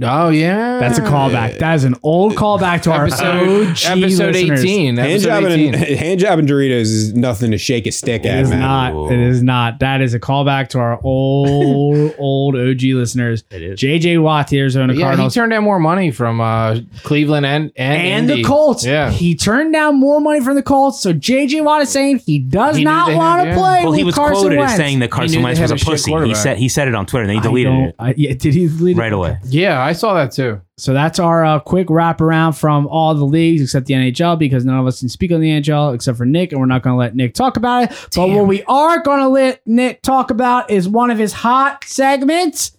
Speaker 4: oh yeah,
Speaker 5: Mm.
Speaker 1: That's a Oh, callback. That is an old callback to our
Speaker 4: Episode
Speaker 1: OG
Speaker 4: episode
Speaker 1: listeners.
Speaker 4: eighteen.
Speaker 6: Hand
Speaker 4: Episode
Speaker 6: job, and,
Speaker 4: eighteen.
Speaker 6: hand job and Doritos is nothing to shake a stick
Speaker 1: It
Speaker 6: at,
Speaker 1: is
Speaker 6: man.
Speaker 1: not. It is not. That is a callback to our old old OG listeners.
Speaker 5: It is.
Speaker 1: JJ Watt, the Arizona
Speaker 4: Yeah, he
Speaker 1: Cardinals,
Speaker 4: turned down more money from uh, Cleveland and and,
Speaker 1: and
Speaker 4: Indy.
Speaker 1: the Colts.
Speaker 4: Yeah.
Speaker 1: he turned down more money from the Colts. So JJ Watt is saying he does
Speaker 4: He knew
Speaker 1: not
Speaker 4: they
Speaker 1: want
Speaker 4: had-
Speaker 1: to
Speaker 4: yeah.
Speaker 1: play.
Speaker 5: Well,
Speaker 1: with
Speaker 5: he was
Speaker 1: Carson
Speaker 5: quoted
Speaker 1: Wentz.
Speaker 5: as saying that
Speaker 4: knew
Speaker 5: Carson
Speaker 4: they
Speaker 5: Wentz
Speaker 4: had
Speaker 5: was a
Speaker 4: a shit
Speaker 5: pussy. He
Speaker 4: quarterback.
Speaker 5: said he said it on Twitter and then he
Speaker 1: I
Speaker 5: deleted
Speaker 1: don't-
Speaker 5: it
Speaker 1: I- yeah, did he delete it?
Speaker 5: right away.
Speaker 4: Yeah, I saw that too.
Speaker 1: So that's our uh, quick wraparound from all the leagues except the NHL because none of us can speak on the NHL except for Nick, and we're not going to let Nick talk about it. But what we are going to let Nick talk about is one of his hot segments.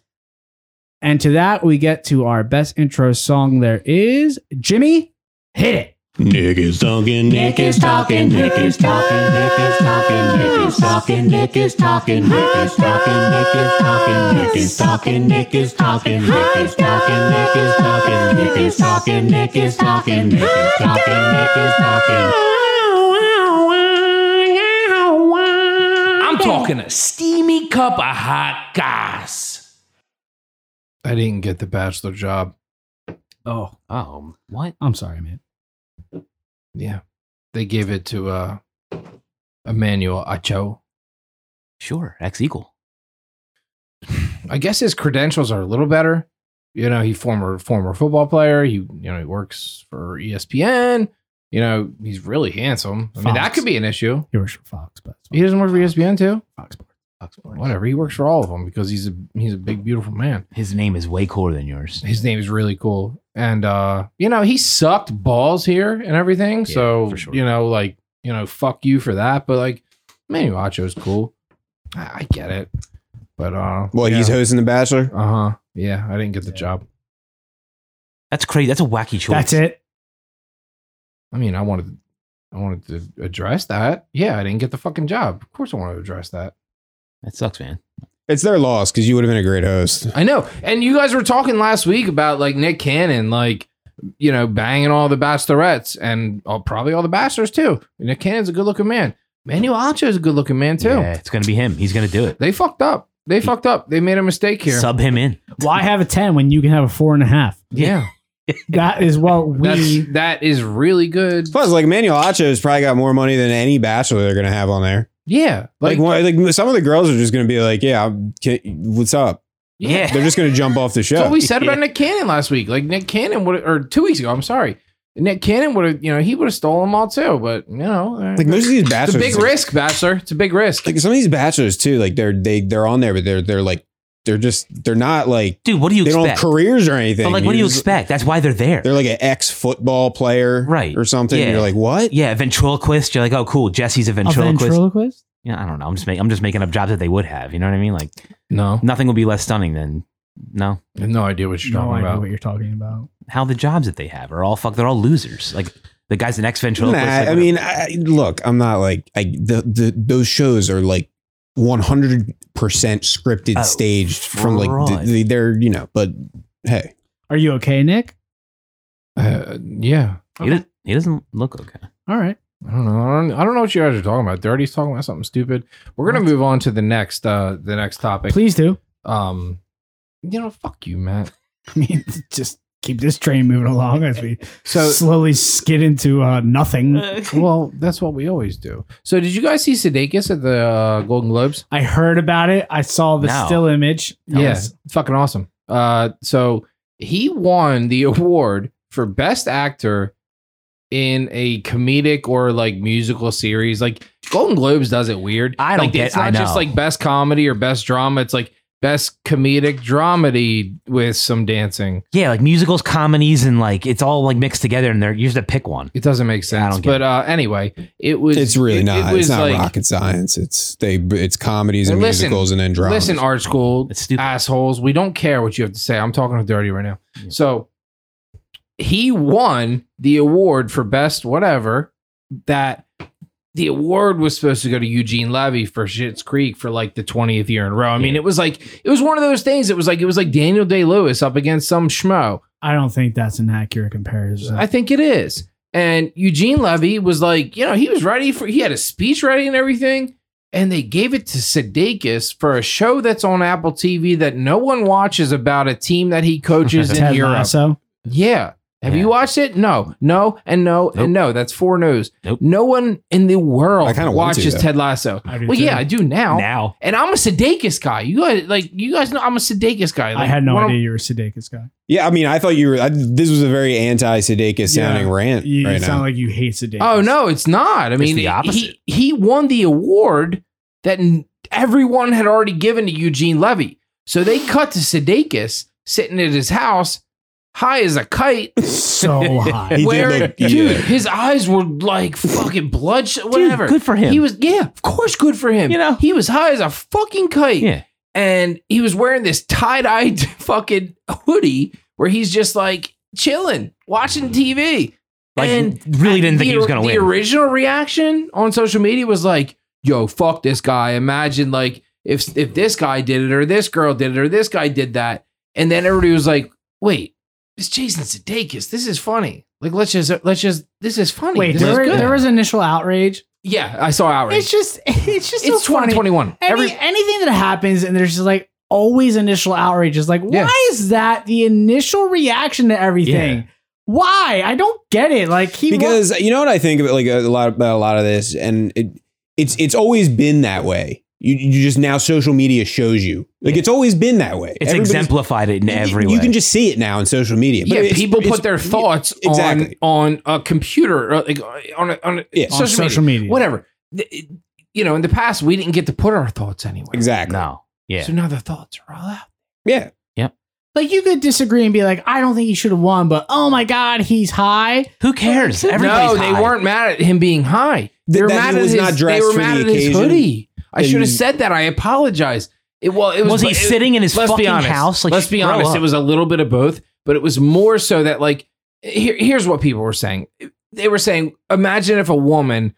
Speaker 1: And to that, we get to our best intro song there is Jimmy, hit it.
Speaker 3: Nick is talking, Nick is talking, Nick is talking, Nick is talking, Nick is talking, Nick is talking, Nick is talking, Nick is talking, Nick is talking, Nick is talking, Nick is talking, Nick is talking, Nick is talking, Nick is talking, Nick is talking, Nick is talking.
Speaker 4: I'm talking a steamy cup of hot gas. I didn't get the bachelor job.
Speaker 1: Oh,
Speaker 5: Oh, what?
Speaker 1: I'm sorry, man.
Speaker 4: Yeah, they gave it to uh, Emmanuel Acho.
Speaker 5: Sure, ex equal.
Speaker 4: I guess his credentials are a little better. You know, he former former football player. He you know he works for E ESPN. You know he's really handsome. I mean that
Speaker 1: Fox.
Speaker 4: could be an issue.
Speaker 1: You were for Fox, but
Speaker 4: He doesn't work for E ESPN too.
Speaker 1: Fox Sports. Fox Sports.
Speaker 4: Whatever. He works for all of them because he's a he's a big beautiful man.
Speaker 5: His name is way cooler than yours.
Speaker 4: His name is really cool, and uh, you know he sucked balls here and everything.
Speaker 5: Yeah,
Speaker 4: so
Speaker 5: for sure.
Speaker 4: you know like you know fuck you for that. But like Manny Macho's cool. I, I get it. But uh,
Speaker 6: Well, he's hosting The Bachelor.
Speaker 4: uh huh. Yeah, I didn't get the job.
Speaker 5: That's crazy. That's a wacky choice.
Speaker 1: That's it.
Speaker 4: I mean, I wanted, I wanted to address that. Yeah, I didn't get the fucking job. Of course, I want to address that.
Speaker 5: That sucks, man.
Speaker 2: It's their loss because you would have been a great host.
Speaker 4: I know. And you guys were talking last week about like Nick Cannon, like, you know, banging all the bachelorettes and all, probably all the bachelors too. Nick Cannon's a good looking man. Manuel Alcho is a good looking man too.
Speaker 5: Yeah, it's gonna be him. He's gonna do it.
Speaker 4: They fucked up. They fucked up. They made a mistake here.
Speaker 5: Sub him in.
Speaker 1: Why have a 10 when you can have a four and a half?
Speaker 4: yeah.
Speaker 1: That is what we.
Speaker 4: That's, that is really good.
Speaker 2: Plus, like Manuel Acho's probably got more money than any bachelor they're gonna have on there.
Speaker 4: Yeah.
Speaker 2: Like,
Speaker 4: Like,
Speaker 2: one, like some of the girls are just gonna be like, "Yeah, I'm- can, what's up?"
Speaker 5: Yeah.
Speaker 2: They're just gonna jump off the
Speaker 4: that's
Speaker 2: show.
Speaker 4: what we said about Nick Cannon last week. Like Nick Cannon would or two weeks ago, I'm sorry. Nick Cannon would have, you know, he would have stolen them all too, but you know, uh,
Speaker 2: like most of these
Speaker 4: it's a
Speaker 2: bachelors,
Speaker 4: big risk, Bachelor. It's a big risk.
Speaker 2: Like some of these bachelors too. Like they're they they're on there, but they're they're like they're just they're not like
Speaker 5: Dude, what do you
Speaker 2: they don't have
Speaker 5: expect?
Speaker 2: careers or anything.
Speaker 5: But like, what do you
Speaker 2: just-
Speaker 5: expect? That's why they're there.
Speaker 2: They're like an ex football player,
Speaker 5: Right.
Speaker 2: or something.
Speaker 5: Yeah.
Speaker 2: You're like, what?
Speaker 5: yeah, ventriloquist. You're like, oh, cool. Jesse's a
Speaker 1: A
Speaker 5: ventriloquist.
Speaker 1: ventriloquist?
Speaker 5: yeah, I don't know. I'm just making. I'm just making up jobs that they would have. You know what I mean? Like,
Speaker 4: No.
Speaker 5: nothing would be less stunning than no.
Speaker 4: I have no idea what you're
Speaker 1: No
Speaker 4: talking
Speaker 1: idea
Speaker 4: about.
Speaker 1: what you're talking about.
Speaker 5: How the jobs that they have are all fuck. They're all losers. Like the guy's an ex
Speaker 2: Nah,
Speaker 5: ventriloquist.
Speaker 2: I mean, I, I- look, I'm not like I the, the those shows are like 100 percent scripted,
Speaker 5: Oh,
Speaker 2: staged from like
Speaker 5: fraud.
Speaker 2: the, the, they're you know. But hey,
Speaker 1: Are you okay, Nick?
Speaker 4: Uh, yeah.
Speaker 5: he, does, he doesn't look okay.
Speaker 1: All right.
Speaker 4: I don't know. I don't, I don't know what you guys are talking about. Dirty's talking about something stupid. We're gonna move on to the next uh the next topic.
Speaker 1: Please do.
Speaker 4: Um you know, fuck you, Matt.
Speaker 1: I mean, just keep this train moving along as we
Speaker 4: So
Speaker 1: slowly skid into uh, nothing.
Speaker 4: well, that's what we always do. So did you guys see Sudeikis at the uh, Golden Globes?
Speaker 1: I heard about it. I saw the
Speaker 5: No.
Speaker 1: still image. That
Speaker 4: Yeah,
Speaker 1: was-
Speaker 4: fucking awesome. Uh, so he won the award for best actor in a comedic or like musical series. Like Golden Globes does it weird.
Speaker 5: I don't
Speaker 4: like,
Speaker 5: get-
Speaker 4: It's not
Speaker 5: I
Speaker 4: just
Speaker 5: know.
Speaker 4: like best comedy or best drama. It's like best comedic dramedy with some dancing.
Speaker 5: Yeah, like musicals, comedies, and like it's all like mixed together, and they're you just have to pick one.
Speaker 4: It doesn't make sense.
Speaker 5: I don't get
Speaker 4: but uh, anyway, it was.
Speaker 2: it's really
Speaker 4: it-
Speaker 2: not.
Speaker 4: It
Speaker 2: it's
Speaker 4: was
Speaker 2: not
Speaker 4: like
Speaker 2: rocket science. It's they it's comedies and
Speaker 4: And listen,
Speaker 2: musicals and then dramas.
Speaker 4: listen, art school.
Speaker 5: It's stupid.
Speaker 4: assholes. We don't care what you have to say. I'm talking to Dirty right now. So he won the award for best whatever. That the award was supposed to go to Eugene Levy for Schitt's Creek for like the 20th year in a row. I mean, it was like it was one of those things. It was like it was like Daniel Day Lewis up against some schmo.
Speaker 1: I don't think that's an accurate comparison.
Speaker 4: I think it is. And Eugene Levy was like, you know, he was ready for, he had a speech ready and everything. And they gave it to Sudeikis for a show that's on Apple TV that no one watches about a team that he coaches in
Speaker 1: Ted
Speaker 4: Europe.
Speaker 1: Lasso.
Speaker 4: Yeah. Have
Speaker 5: Yeah.
Speaker 4: you watched it? No, no, and no, and no. That's four no's.
Speaker 5: Nope.
Speaker 4: No one in the world
Speaker 2: I kinda want to,
Speaker 4: watches
Speaker 2: though.
Speaker 4: Ted Lasso.
Speaker 1: I do
Speaker 4: Well,
Speaker 1: too.
Speaker 4: yeah, I do now.
Speaker 5: Now,
Speaker 4: And I'm a Sudeikis guy. You guys, like, you guys know I'm a Sudeikis guy.
Speaker 1: I
Speaker 4: Like,
Speaker 1: had no
Speaker 4: one of-
Speaker 1: idea you were a Sudeikis guy.
Speaker 2: yeah, I mean, I thought you were. I, this was a very anti-Sudeikis sounding
Speaker 1: Yeah.
Speaker 2: rant
Speaker 1: You,
Speaker 2: right
Speaker 1: you sound
Speaker 2: now.
Speaker 1: like you hate Sudeikis.
Speaker 4: Oh no, it's not. I mean,
Speaker 5: the opposite.
Speaker 4: he he won the award that n- everyone had already given to Eugene Levy. So they cut to Sudeikis sitting at his house, high as a kite.
Speaker 1: so high.
Speaker 2: did
Speaker 4: where,
Speaker 2: look-
Speaker 4: dude,
Speaker 2: yeah.
Speaker 4: his eyes were like fucking bloodshot. Whatever.
Speaker 5: Dude, good for him.
Speaker 4: He was, yeah, of course, good for him.
Speaker 5: You know?
Speaker 4: he was high as a fucking kite.
Speaker 5: Yeah.
Speaker 4: and he was wearing this tie dye fucking hoodie where he's just like chilling, watching TV.
Speaker 5: like,
Speaker 4: and
Speaker 5: really didn't
Speaker 4: the,
Speaker 5: think he was gonna
Speaker 4: the
Speaker 5: win.
Speaker 4: original reaction on social media was like, "Yo, fuck this guy." Imagine like if if this guy did it or this girl did it or this guy did that, and then everybody was like, "Wait, it's Jason Sudeikis. This is funny. Like, let's just let's just this is funny.
Speaker 1: Wait,
Speaker 4: this
Speaker 1: there,
Speaker 4: is
Speaker 1: were-
Speaker 4: good."
Speaker 1: there was initial outrage.
Speaker 4: yeah, I saw outrage.
Speaker 1: It's
Speaker 4: It's,
Speaker 1: just, it's just so funny.
Speaker 4: 2021.
Speaker 1: Any,
Speaker 4: Every
Speaker 1: anything that happens, and there's just like always initial outrage. Is like,
Speaker 4: Yeah.
Speaker 1: why is that the initial reaction to everything? Why? I don't get it. Like he was,
Speaker 2: because you know what I think about like a lot about a lot of this, and it, it's it's always been that way. You you just now social media shows you like it's always been that way.
Speaker 5: it's
Speaker 2: Everybody's-
Speaker 5: exemplified in
Speaker 2: you-
Speaker 5: every
Speaker 2: You
Speaker 5: way.
Speaker 2: can just see it now in social media.
Speaker 4: yeah,
Speaker 2: it's-
Speaker 4: people
Speaker 2: it's-
Speaker 4: put their thoughts
Speaker 2: exactly.
Speaker 4: on on a computer, or like uh, on a, on, a,
Speaker 2: Yeah.
Speaker 1: on social, media.
Speaker 4: whatever. The- You know, in the past, we didn't get to put our thoughts anywhere.
Speaker 2: exactly.
Speaker 5: no, yeah,
Speaker 4: So now the thoughts are all out.
Speaker 2: Yeah,
Speaker 1: Like you could disagree and be like, I don't think he should have won, but oh my god, he's high.
Speaker 5: who cares?
Speaker 4: no,
Speaker 5: Everybody's
Speaker 4: they
Speaker 5: high.
Speaker 4: weren't mad at him being high. They
Speaker 2: Th-
Speaker 4: were
Speaker 2: that
Speaker 4: mad
Speaker 2: he
Speaker 4: at
Speaker 2: was
Speaker 4: his,
Speaker 2: not dressed
Speaker 4: they were
Speaker 2: for
Speaker 4: mad
Speaker 2: the
Speaker 4: at his
Speaker 2: occasion.
Speaker 4: hoodie. I
Speaker 2: And-
Speaker 4: should have said that. I apologize. It well, it was,
Speaker 5: Was he
Speaker 4: it-
Speaker 5: sitting in his
Speaker 4: let's
Speaker 5: fucking
Speaker 4: be honest,
Speaker 5: house? Like,
Speaker 4: let's be
Speaker 5: grow
Speaker 4: honest.
Speaker 5: up.
Speaker 4: It was a little bit of both, but it was more so that like here, here's what people were saying. They were saying, imagine if a woman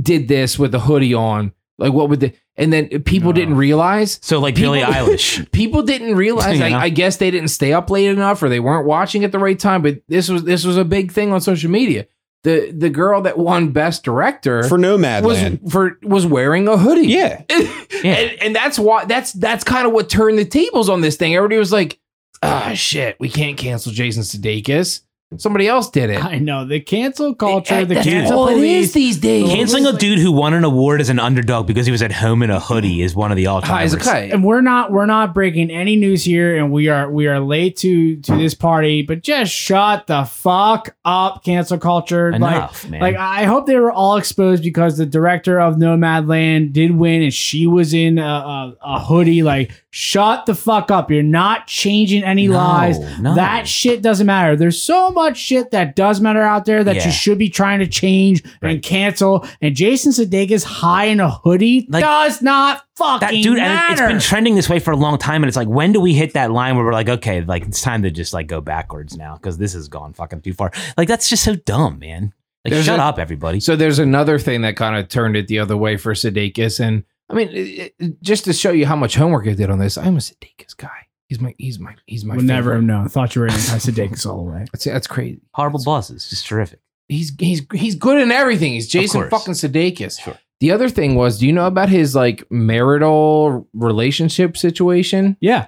Speaker 4: did this with a hoodie on Like what would the and then people didn't realize
Speaker 5: So like
Speaker 4: People-
Speaker 5: Billie Eilish.
Speaker 4: people didn't realize
Speaker 5: You
Speaker 4: I,
Speaker 5: know?
Speaker 4: I guess they didn't stay up late enough or they weren't watching at the right time but this was this was a big thing on social media the the girl that won best director
Speaker 2: for
Speaker 4: was
Speaker 2: Nomadland.
Speaker 4: for was wearing a hoodie
Speaker 2: Yeah.
Speaker 4: and, and that's why that's that's kind of what turned the tables on this thing everybody was like ah shit we can't cancel jason sudeikis somebody else did it
Speaker 1: I know the cancel culture, the
Speaker 4: That's
Speaker 1: cancel
Speaker 4: all it
Speaker 1: police.
Speaker 4: is these days
Speaker 5: Canceling a dude who won an award as an underdog because he was at home in a hoodie is one of the all
Speaker 4: High
Speaker 5: time.
Speaker 4: as a kite.
Speaker 1: and we're not we're not breaking any news here and we are we are late to to this party but just shut the fuck up cancel culture
Speaker 5: Enough,
Speaker 1: like
Speaker 5: man.
Speaker 1: like i hope they were all exposed because the director of nomadland did win and she was in a, a, a hoodie like shut the fuck up you're not changing any
Speaker 5: No,
Speaker 1: lies
Speaker 5: no.
Speaker 1: that shit doesn't matter there's so much shit that does matter out there that
Speaker 5: Yeah.
Speaker 1: you should be trying to change and
Speaker 5: Right.
Speaker 1: cancel and jason sudeikis high in a hoodie
Speaker 5: Like-
Speaker 1: does not fucking
Speaker 5: that dude,
Speaker 1: matter.
Speaker 5: and it- it's been trending this way for a long time, and it's like, when do we hit that line where we're like, okay, like it's time to just like go backwards now because this has gone fucking too far. Like that's just so dumb, man. Like
Speaker 4: There's
Speaker 5: shut
Speaker 4: a-
Speaker 5: up, everybody.
Speaker 4: So there's another thing that kind of turned it the other way for Sudeikis, and I mean, it, it- just to show you how much homework I did on this, I'm a Sudeikis guy. He's my, he's my, he's my.
Speaker 1: We'll never have
Speaker 4: favorite.
Speaker 1: known. I thought you were anti-Sudeikis all the way.
Speaker 4: That's, that's crazy.
Speaker 5: Horrible bosses, just terrific.
Speaker 4: He's he's he's good in everything. He's Jason
Speaker 5: course.
Speaker 4: fucking Sudeikis. The other thing was, do you know about his like marital relationship situation?
Speaker 1: Yeah.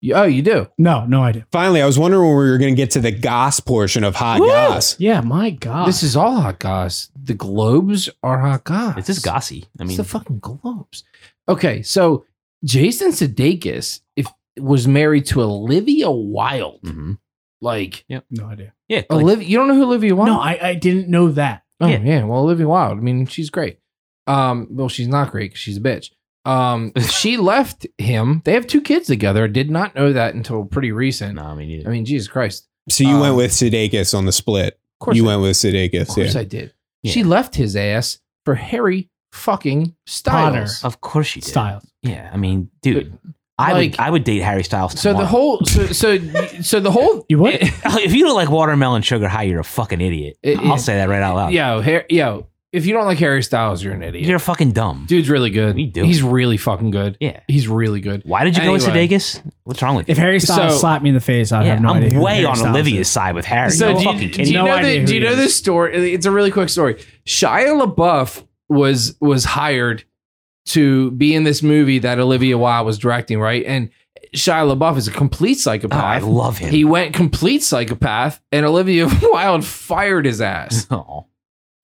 Speaker 4: You- Oh, you do.
Speaker 1: No, no idea.
Speaker 2: Finally, I was wondering when we were going to get to the goss portion of Hot Goss.
Speaker 1: Yeah, my God.
Speaker 4: This is all hot goss. The globes are hot goss.
Speaker 5: It's just gossy. I mean,
Speaker 4: it's the fucking Globes. Okay, so Jason Sudeikis if was married to Olivia Wilde.
Speaker 5: mhm.
Speaker 4: Like
Speaker 1: no idea.
Speaker 5: yeah, like,
Speaker 4: Olivia, you don't know who Olivia Wilde?
Speaker 1: No, I, I didn't know that.
Speaker 4: oh
Speaker 5: yeah.
Speaker 4: yeah. well Olivia Wilde. I mean, she's great. Um, well, she's not great. 'cause She's a bitch. Um, she left him. They have two kids together. I Did not know that until pretty recent.
Speaker 5: no, I mean,
Speaker 4: I mean, Jesus Christ.
Speaker 2: So you
Speaker 4: Um,
Speaker 2: went with Sudeikis on the split.
Speaker 4: Of course,
Speaker 2: You
Speaker 4: I,
Speaker 2: went with
Speaker 4: Of
Speaker 2: Sudeikis.
Speaker 4: course,
Speaker 2: yeah.
Speaker 4: I did.
Speaker 5: Yeah.
Speaker 4: She left his ass for Harry fucking Styles.
Speaker 5: of course you did.
Speaker 1: Styles.
Speaker 5: Yeah, I mean, dude, I
Speaker 4: like-
Speaker 5: would I would date Harry Styles.
Speaker 4: So the
Speaker 5: tomorrow.
Speaker 4: whole, so so so the whole
Speaker 1: You what?
Speaker 5: if you don't like watermelon sugar high, you're a fucking idiot.
Speaker 4: It-
Speaker 5: I'll
Speaker 4: it-
Speaker 5: say that right out loud.
Speaker 4: Yo, Har- yo, if you don't like Harry Styles, you're an idiot.
Speaker 5: you're fucking dumb.
Speaker 4: Dude's really good.
Speaker 5: We do.
Speaker 4: He's really fucking good.
Speaker 5: Yeah.
Speaker 4: He's really good.
Speaker 5: Why did you go
Speaker 4: Anyway.
Speaker 5: with Sudeikis? What's wrong with you?
Speaker 1: If Harry Styles
Speaker 4: So-
Speaker 1: slapped me in the face, I'd
Speaker 5: Yeah,
Speaker 1: have no
Speaker 5: I'm
Speaker 1: idea. who
Speaker 5: way
Speaker 1: Harry
Speaker 5: on
Speaker 1: Styles
Speaker 5: Olivia's
Speaker 1: is.
Speaker 5: side with Harry. Oh,
Speaker 4: So
Speaker 5: So
Speaker 4: do
Speaker 5: fucking
Speaker 4: you, do
Speaker 5: kidding
Speaker 4: you
Speaker 5: me.
Speaker 1: No
Speaker 4: know
Speaker 1: idea
Speaker 4: the,
Speaker 1: who
Speaker 4: Do you
Speaker 1: he
Speaker 4: know
Speaker 1: is.
Speaker 4: this story? It's a really quick story. Shia LaBeouf was was hired to be in this movie that Olivia Wilde was directing, right? And Shia LaBeouf is a complete
Speaker 5: Oh, I
Speaker 4: psychopath.
Speaker 5: love him.
Speaker 4: he went complete psychopath, and Olivia Wilde fired his ass.
Speaker 5: Oh.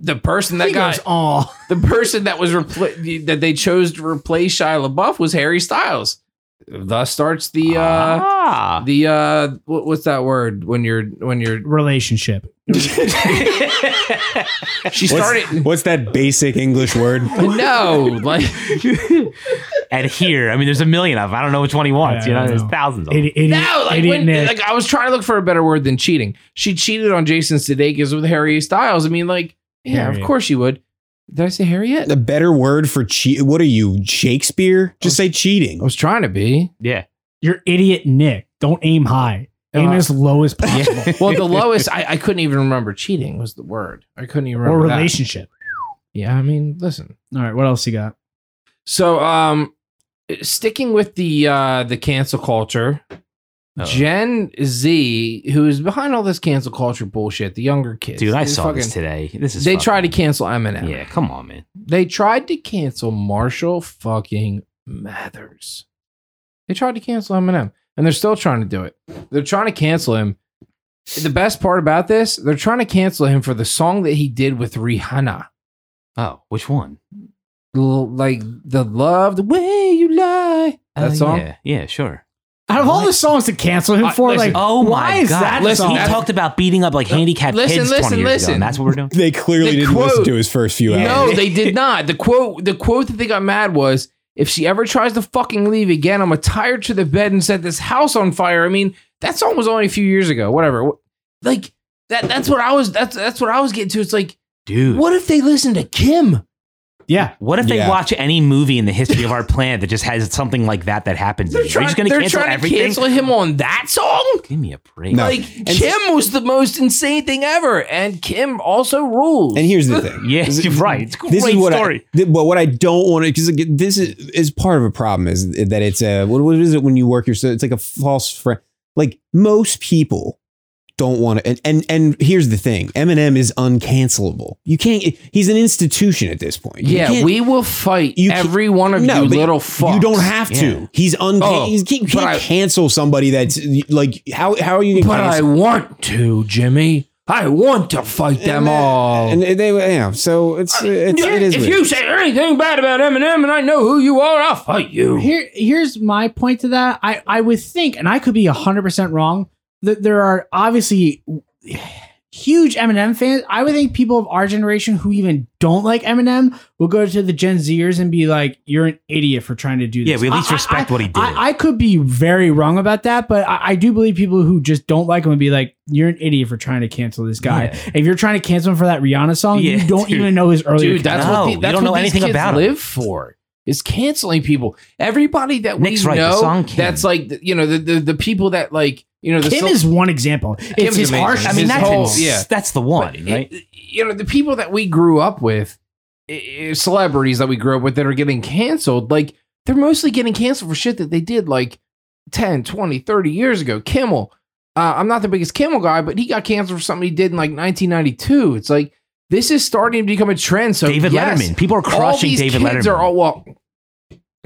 Speaker 4: The person that
Speaker 1: He
Speaker 4: got
Speaker 1: goes, oh,
Speaker 4: the person that was repla- that they chose to replace Shia LaBeouf was Harry Styles. Thus starts the uh,
Speaker 5: ah.
Speaker 4: the uh, what, what's that word when you're when you're
Speaker 1: relationship.
Speaker 4: she started
Speaker 2: What's that basic English word?
Speaker 4: no like
Speaker 5: and here, I mean, there's a million of them. I don't know which one he wants.
Speaker 1: Yeah,
Speaker 5: you
Speaker 1: I
Speaker 5: know,
Speaker 1: don't
Speaker 5: there's
Speaker 1: know.
Speaker 5: thousands of them.
Speaker 1: Idiot, idiot,
Speaker 4: no like,
Speaker 1: idiot
Speaker 4: when,
Speaker 1: Nick.
Speaker 4: like I was trying to look for a better word than cheating. She cheated on Jason Sudeikis with Harry Styles. I mean, like yeah,
Speaker 1: Harriet.
Speaker 4: of course she would. Did I say Harriet?
Speaker 2: The better word for cheat. What are you, Shakespeare? Just
Speaker 1: Oh,
Speaker 2: say cheating.
Speaker 4: I was trying to be.
Speaker 5: yeah.
Speaker 1: You're idiot Nick. Don't aim high. Aim
Speaker 4: Uh,
Speaker 1: as low as possible.
Speaker 4: Well, the lowest I, I couldn't even remember cheating was the word. I couldn't even
Speaker 1: or
Speaker 4: remember that.
Speaker 1: relationship.
Speaker 4: Yeah, I mean, listen.
Speaker 1: All right, what else you got?
Speaker 4: So, um, sticking with the uh, the cancel culture,
Speaker 5: Uh-oh.
Speaker 4: Gen Z, who is behind all this cancel culture bullshit, the younger kids,
Speaker 5: Dude, I
Speaker 4: they
Speaker 5: saw this
Speaker 4: fucking-
Speaker 5: today. This is
Speaker 4: They
Speaker 5: fucking-
Speaker 4: tried to cancel Eminem.
Speaker 5: Yeah, come on, man.
Speaker 4: They tried to cancel Marshall fucking Mathers. They tried to cancel Eminem, and they're still trying to do it. They're trying to cancel him. The best part about this, they're trying to cancel him for the song that he did with Rihanna.
Speaker 5: Oh, which one?
Speaker 4: L- like the love, the way you lie. That
Speaker 5: Oh,
Speaker 4: song.
Speaker 5: Yeah, yeah, sure.
Speaker 1: Out of all the songs to cancel him
Speaker 4: Uh,
Speaker 1: for, like,
Speaker 4: listen.
Speaker 5: Oh
Speaker 1: why
Speaker 5: my
Speaker 1: is
Speaker 5: god!
Speaker 1: that?
Speaker 4: Listen,
Speaker 1: song?
Speaker 5: he talked about beating up like handicapped
Speaker 4: Listen,
Speaker 5: kids
Speaker 4: listen,
Speaker 5: twenty years
Speaker 4: listen.
Speaker 5: ago, and that's what we're doing.
Speaker 2: They clearly
Speaker 4: The
Speaker 2: didn't listen
Speaker 4: quote-
Speaker 2: to his first few hours.
Speaker 4: No, they did not. The quote the quote that they got mad was if she ever tries to fucking leave again, I'm gonna tie her to the bed and set this house on fire. I mean, that song was only a few years ago. Whatever. Like that that's what I was that's that's what I was getting to. It's like,
Speaker 5: Dude,
Speaker 4: what if they listened to Kim?
Speaker 1: Yeah.
Speaker 5: What if they
Speaker 2: Yeah.
Speaker 5: watch any movie in the history of our planet that just has something like that that happens? They're
Speaker 4: Trying-
Speaker 5: just going to
Speaker 4: they're
Speaker 5: cancel
Speaker 4: trying
Speaker 5: everything.
Speaker 4: to cancel him on that song.
Speaker 5: Give me a break.
Speaker 2: No.
Speaker 4: Like Kim was the most insane thing ever, and Kim also rules.
Speaker 2: And here's the thing.
Speaker 5: Yeah, you're right. It's a great
Speaker 2: This is what
Speaker 5: story.
Speaker 2: I, th- but what I don't want to because this is, is part of a problem is that it's a what, what is it when you work your it's like a false friend like most people don't want to and, and and here's the thing Eminem is uncancelable you can't he's an institution at this point You
Speaker 4: yeah,
Speaker 2: can't-
Speaker 4: we will fight
Speaker 2: you can't-
Speaker 4: every one of
Speaker 2: no,
Speaker 4: you
Speaker 2: but
Speaker 4: little fucks.
Speaker 2: you don't have to he's un
Speaker 4: Oh,
Speaker 2: he's, you
Speaker 4: but
Speaker 2: can't
Speaker 4: I-
Speaker 2: cancel somebody that's like how how are you gonna
Speaker 4: But I
Speaker 2: cancel-
Speaker 4: want to, Jimmy. I want to fight
Speaker 2: And-
Speaker 4: them
Speaker 5: uh,
Speaker 4: all.
Speaker 2: and they yeah so it's it's
Speaker 4: Yeah,
Speaker 2: it is
Speaker 4: Uh, if
Speaker 2: weird.
Speaker 4: you say anything bad about Eminem and I know who you are, I'll fight you.
Speaker 1: Here, here's my point to that. I, I would think, and I could be hundred percent wrong, that there are obviously huge Eminem fans. I would think people of our generation who even don't like Eminem will go to the Gen Zers and be like, "You're an idiot for trying to do this."
Speaker 5: Yeah, we at least
Speaker 1: I- I-
Speaker 5: respect what he did.
Speaker 1: I, I could be very wrong about that, but I, I do believe people who just don't like him would be like, "You're an idiot for trying to cancel this guy." If you're trying to cancel him for that Rihanna song,
Speaker 5: Yeah,
Speaker 1: you don't
Speaker 5: dude.
Speaker 1: even know his earlier.
Speaker 4: Dude, that's
Speaker 5: No,
Speaker 4: what the,
Speaker 5: you
Speaker 4: that's
Speaker 5: don't
Speaker 4: what
Speaker 5: know
Speaker 4: these
Speaker 5: anything
Speaker 4: kids
Speaker 5: about 'em.
Speaker 4: live for is canceling people. Everybody that
Speaker 5: Nick's
Speaker 4: we
Speaker 5: right, the
Speaker 4: know
Speaker 5: song Kim.
Speaker 4: that's like the- you know the, the the people that like you know the
Speaker 1: Kim
Speaker 4: cel-
Speaker 1: is one example.
Speaker 4: Kim's
Speaker 1: It's his
Speaker 4: amazing.
Speaker 1: harsh.
Speaker 5: I mean,
Speaker 4: his
Speaker 5: that's,
Speaker 4: whole-
Speaker 5: ins-
Speaker 4: yeah.
Speaker 5: that's the one, right?
Speaker 4: it- you know the people that we grew up with i- i- celebrities that we grew up with that are getting canceled like they're mostly getting canceled for shit that they did like 10 20 30 years ago kimmel uh, i'm not the biggest kimmel guy but he got canceled for something he did in like 1992 it's like this is starting to become a trend so
Speaker 5: David
Speaker 4: yes,
Speaker 5: Letterman. People are
Speaker 4: all
Speaker 5: crushing
Speaker 4: these
Speaker 5: David
Speaker 4: kids
Speaker 5: Letterman.
Speaker 4: are all well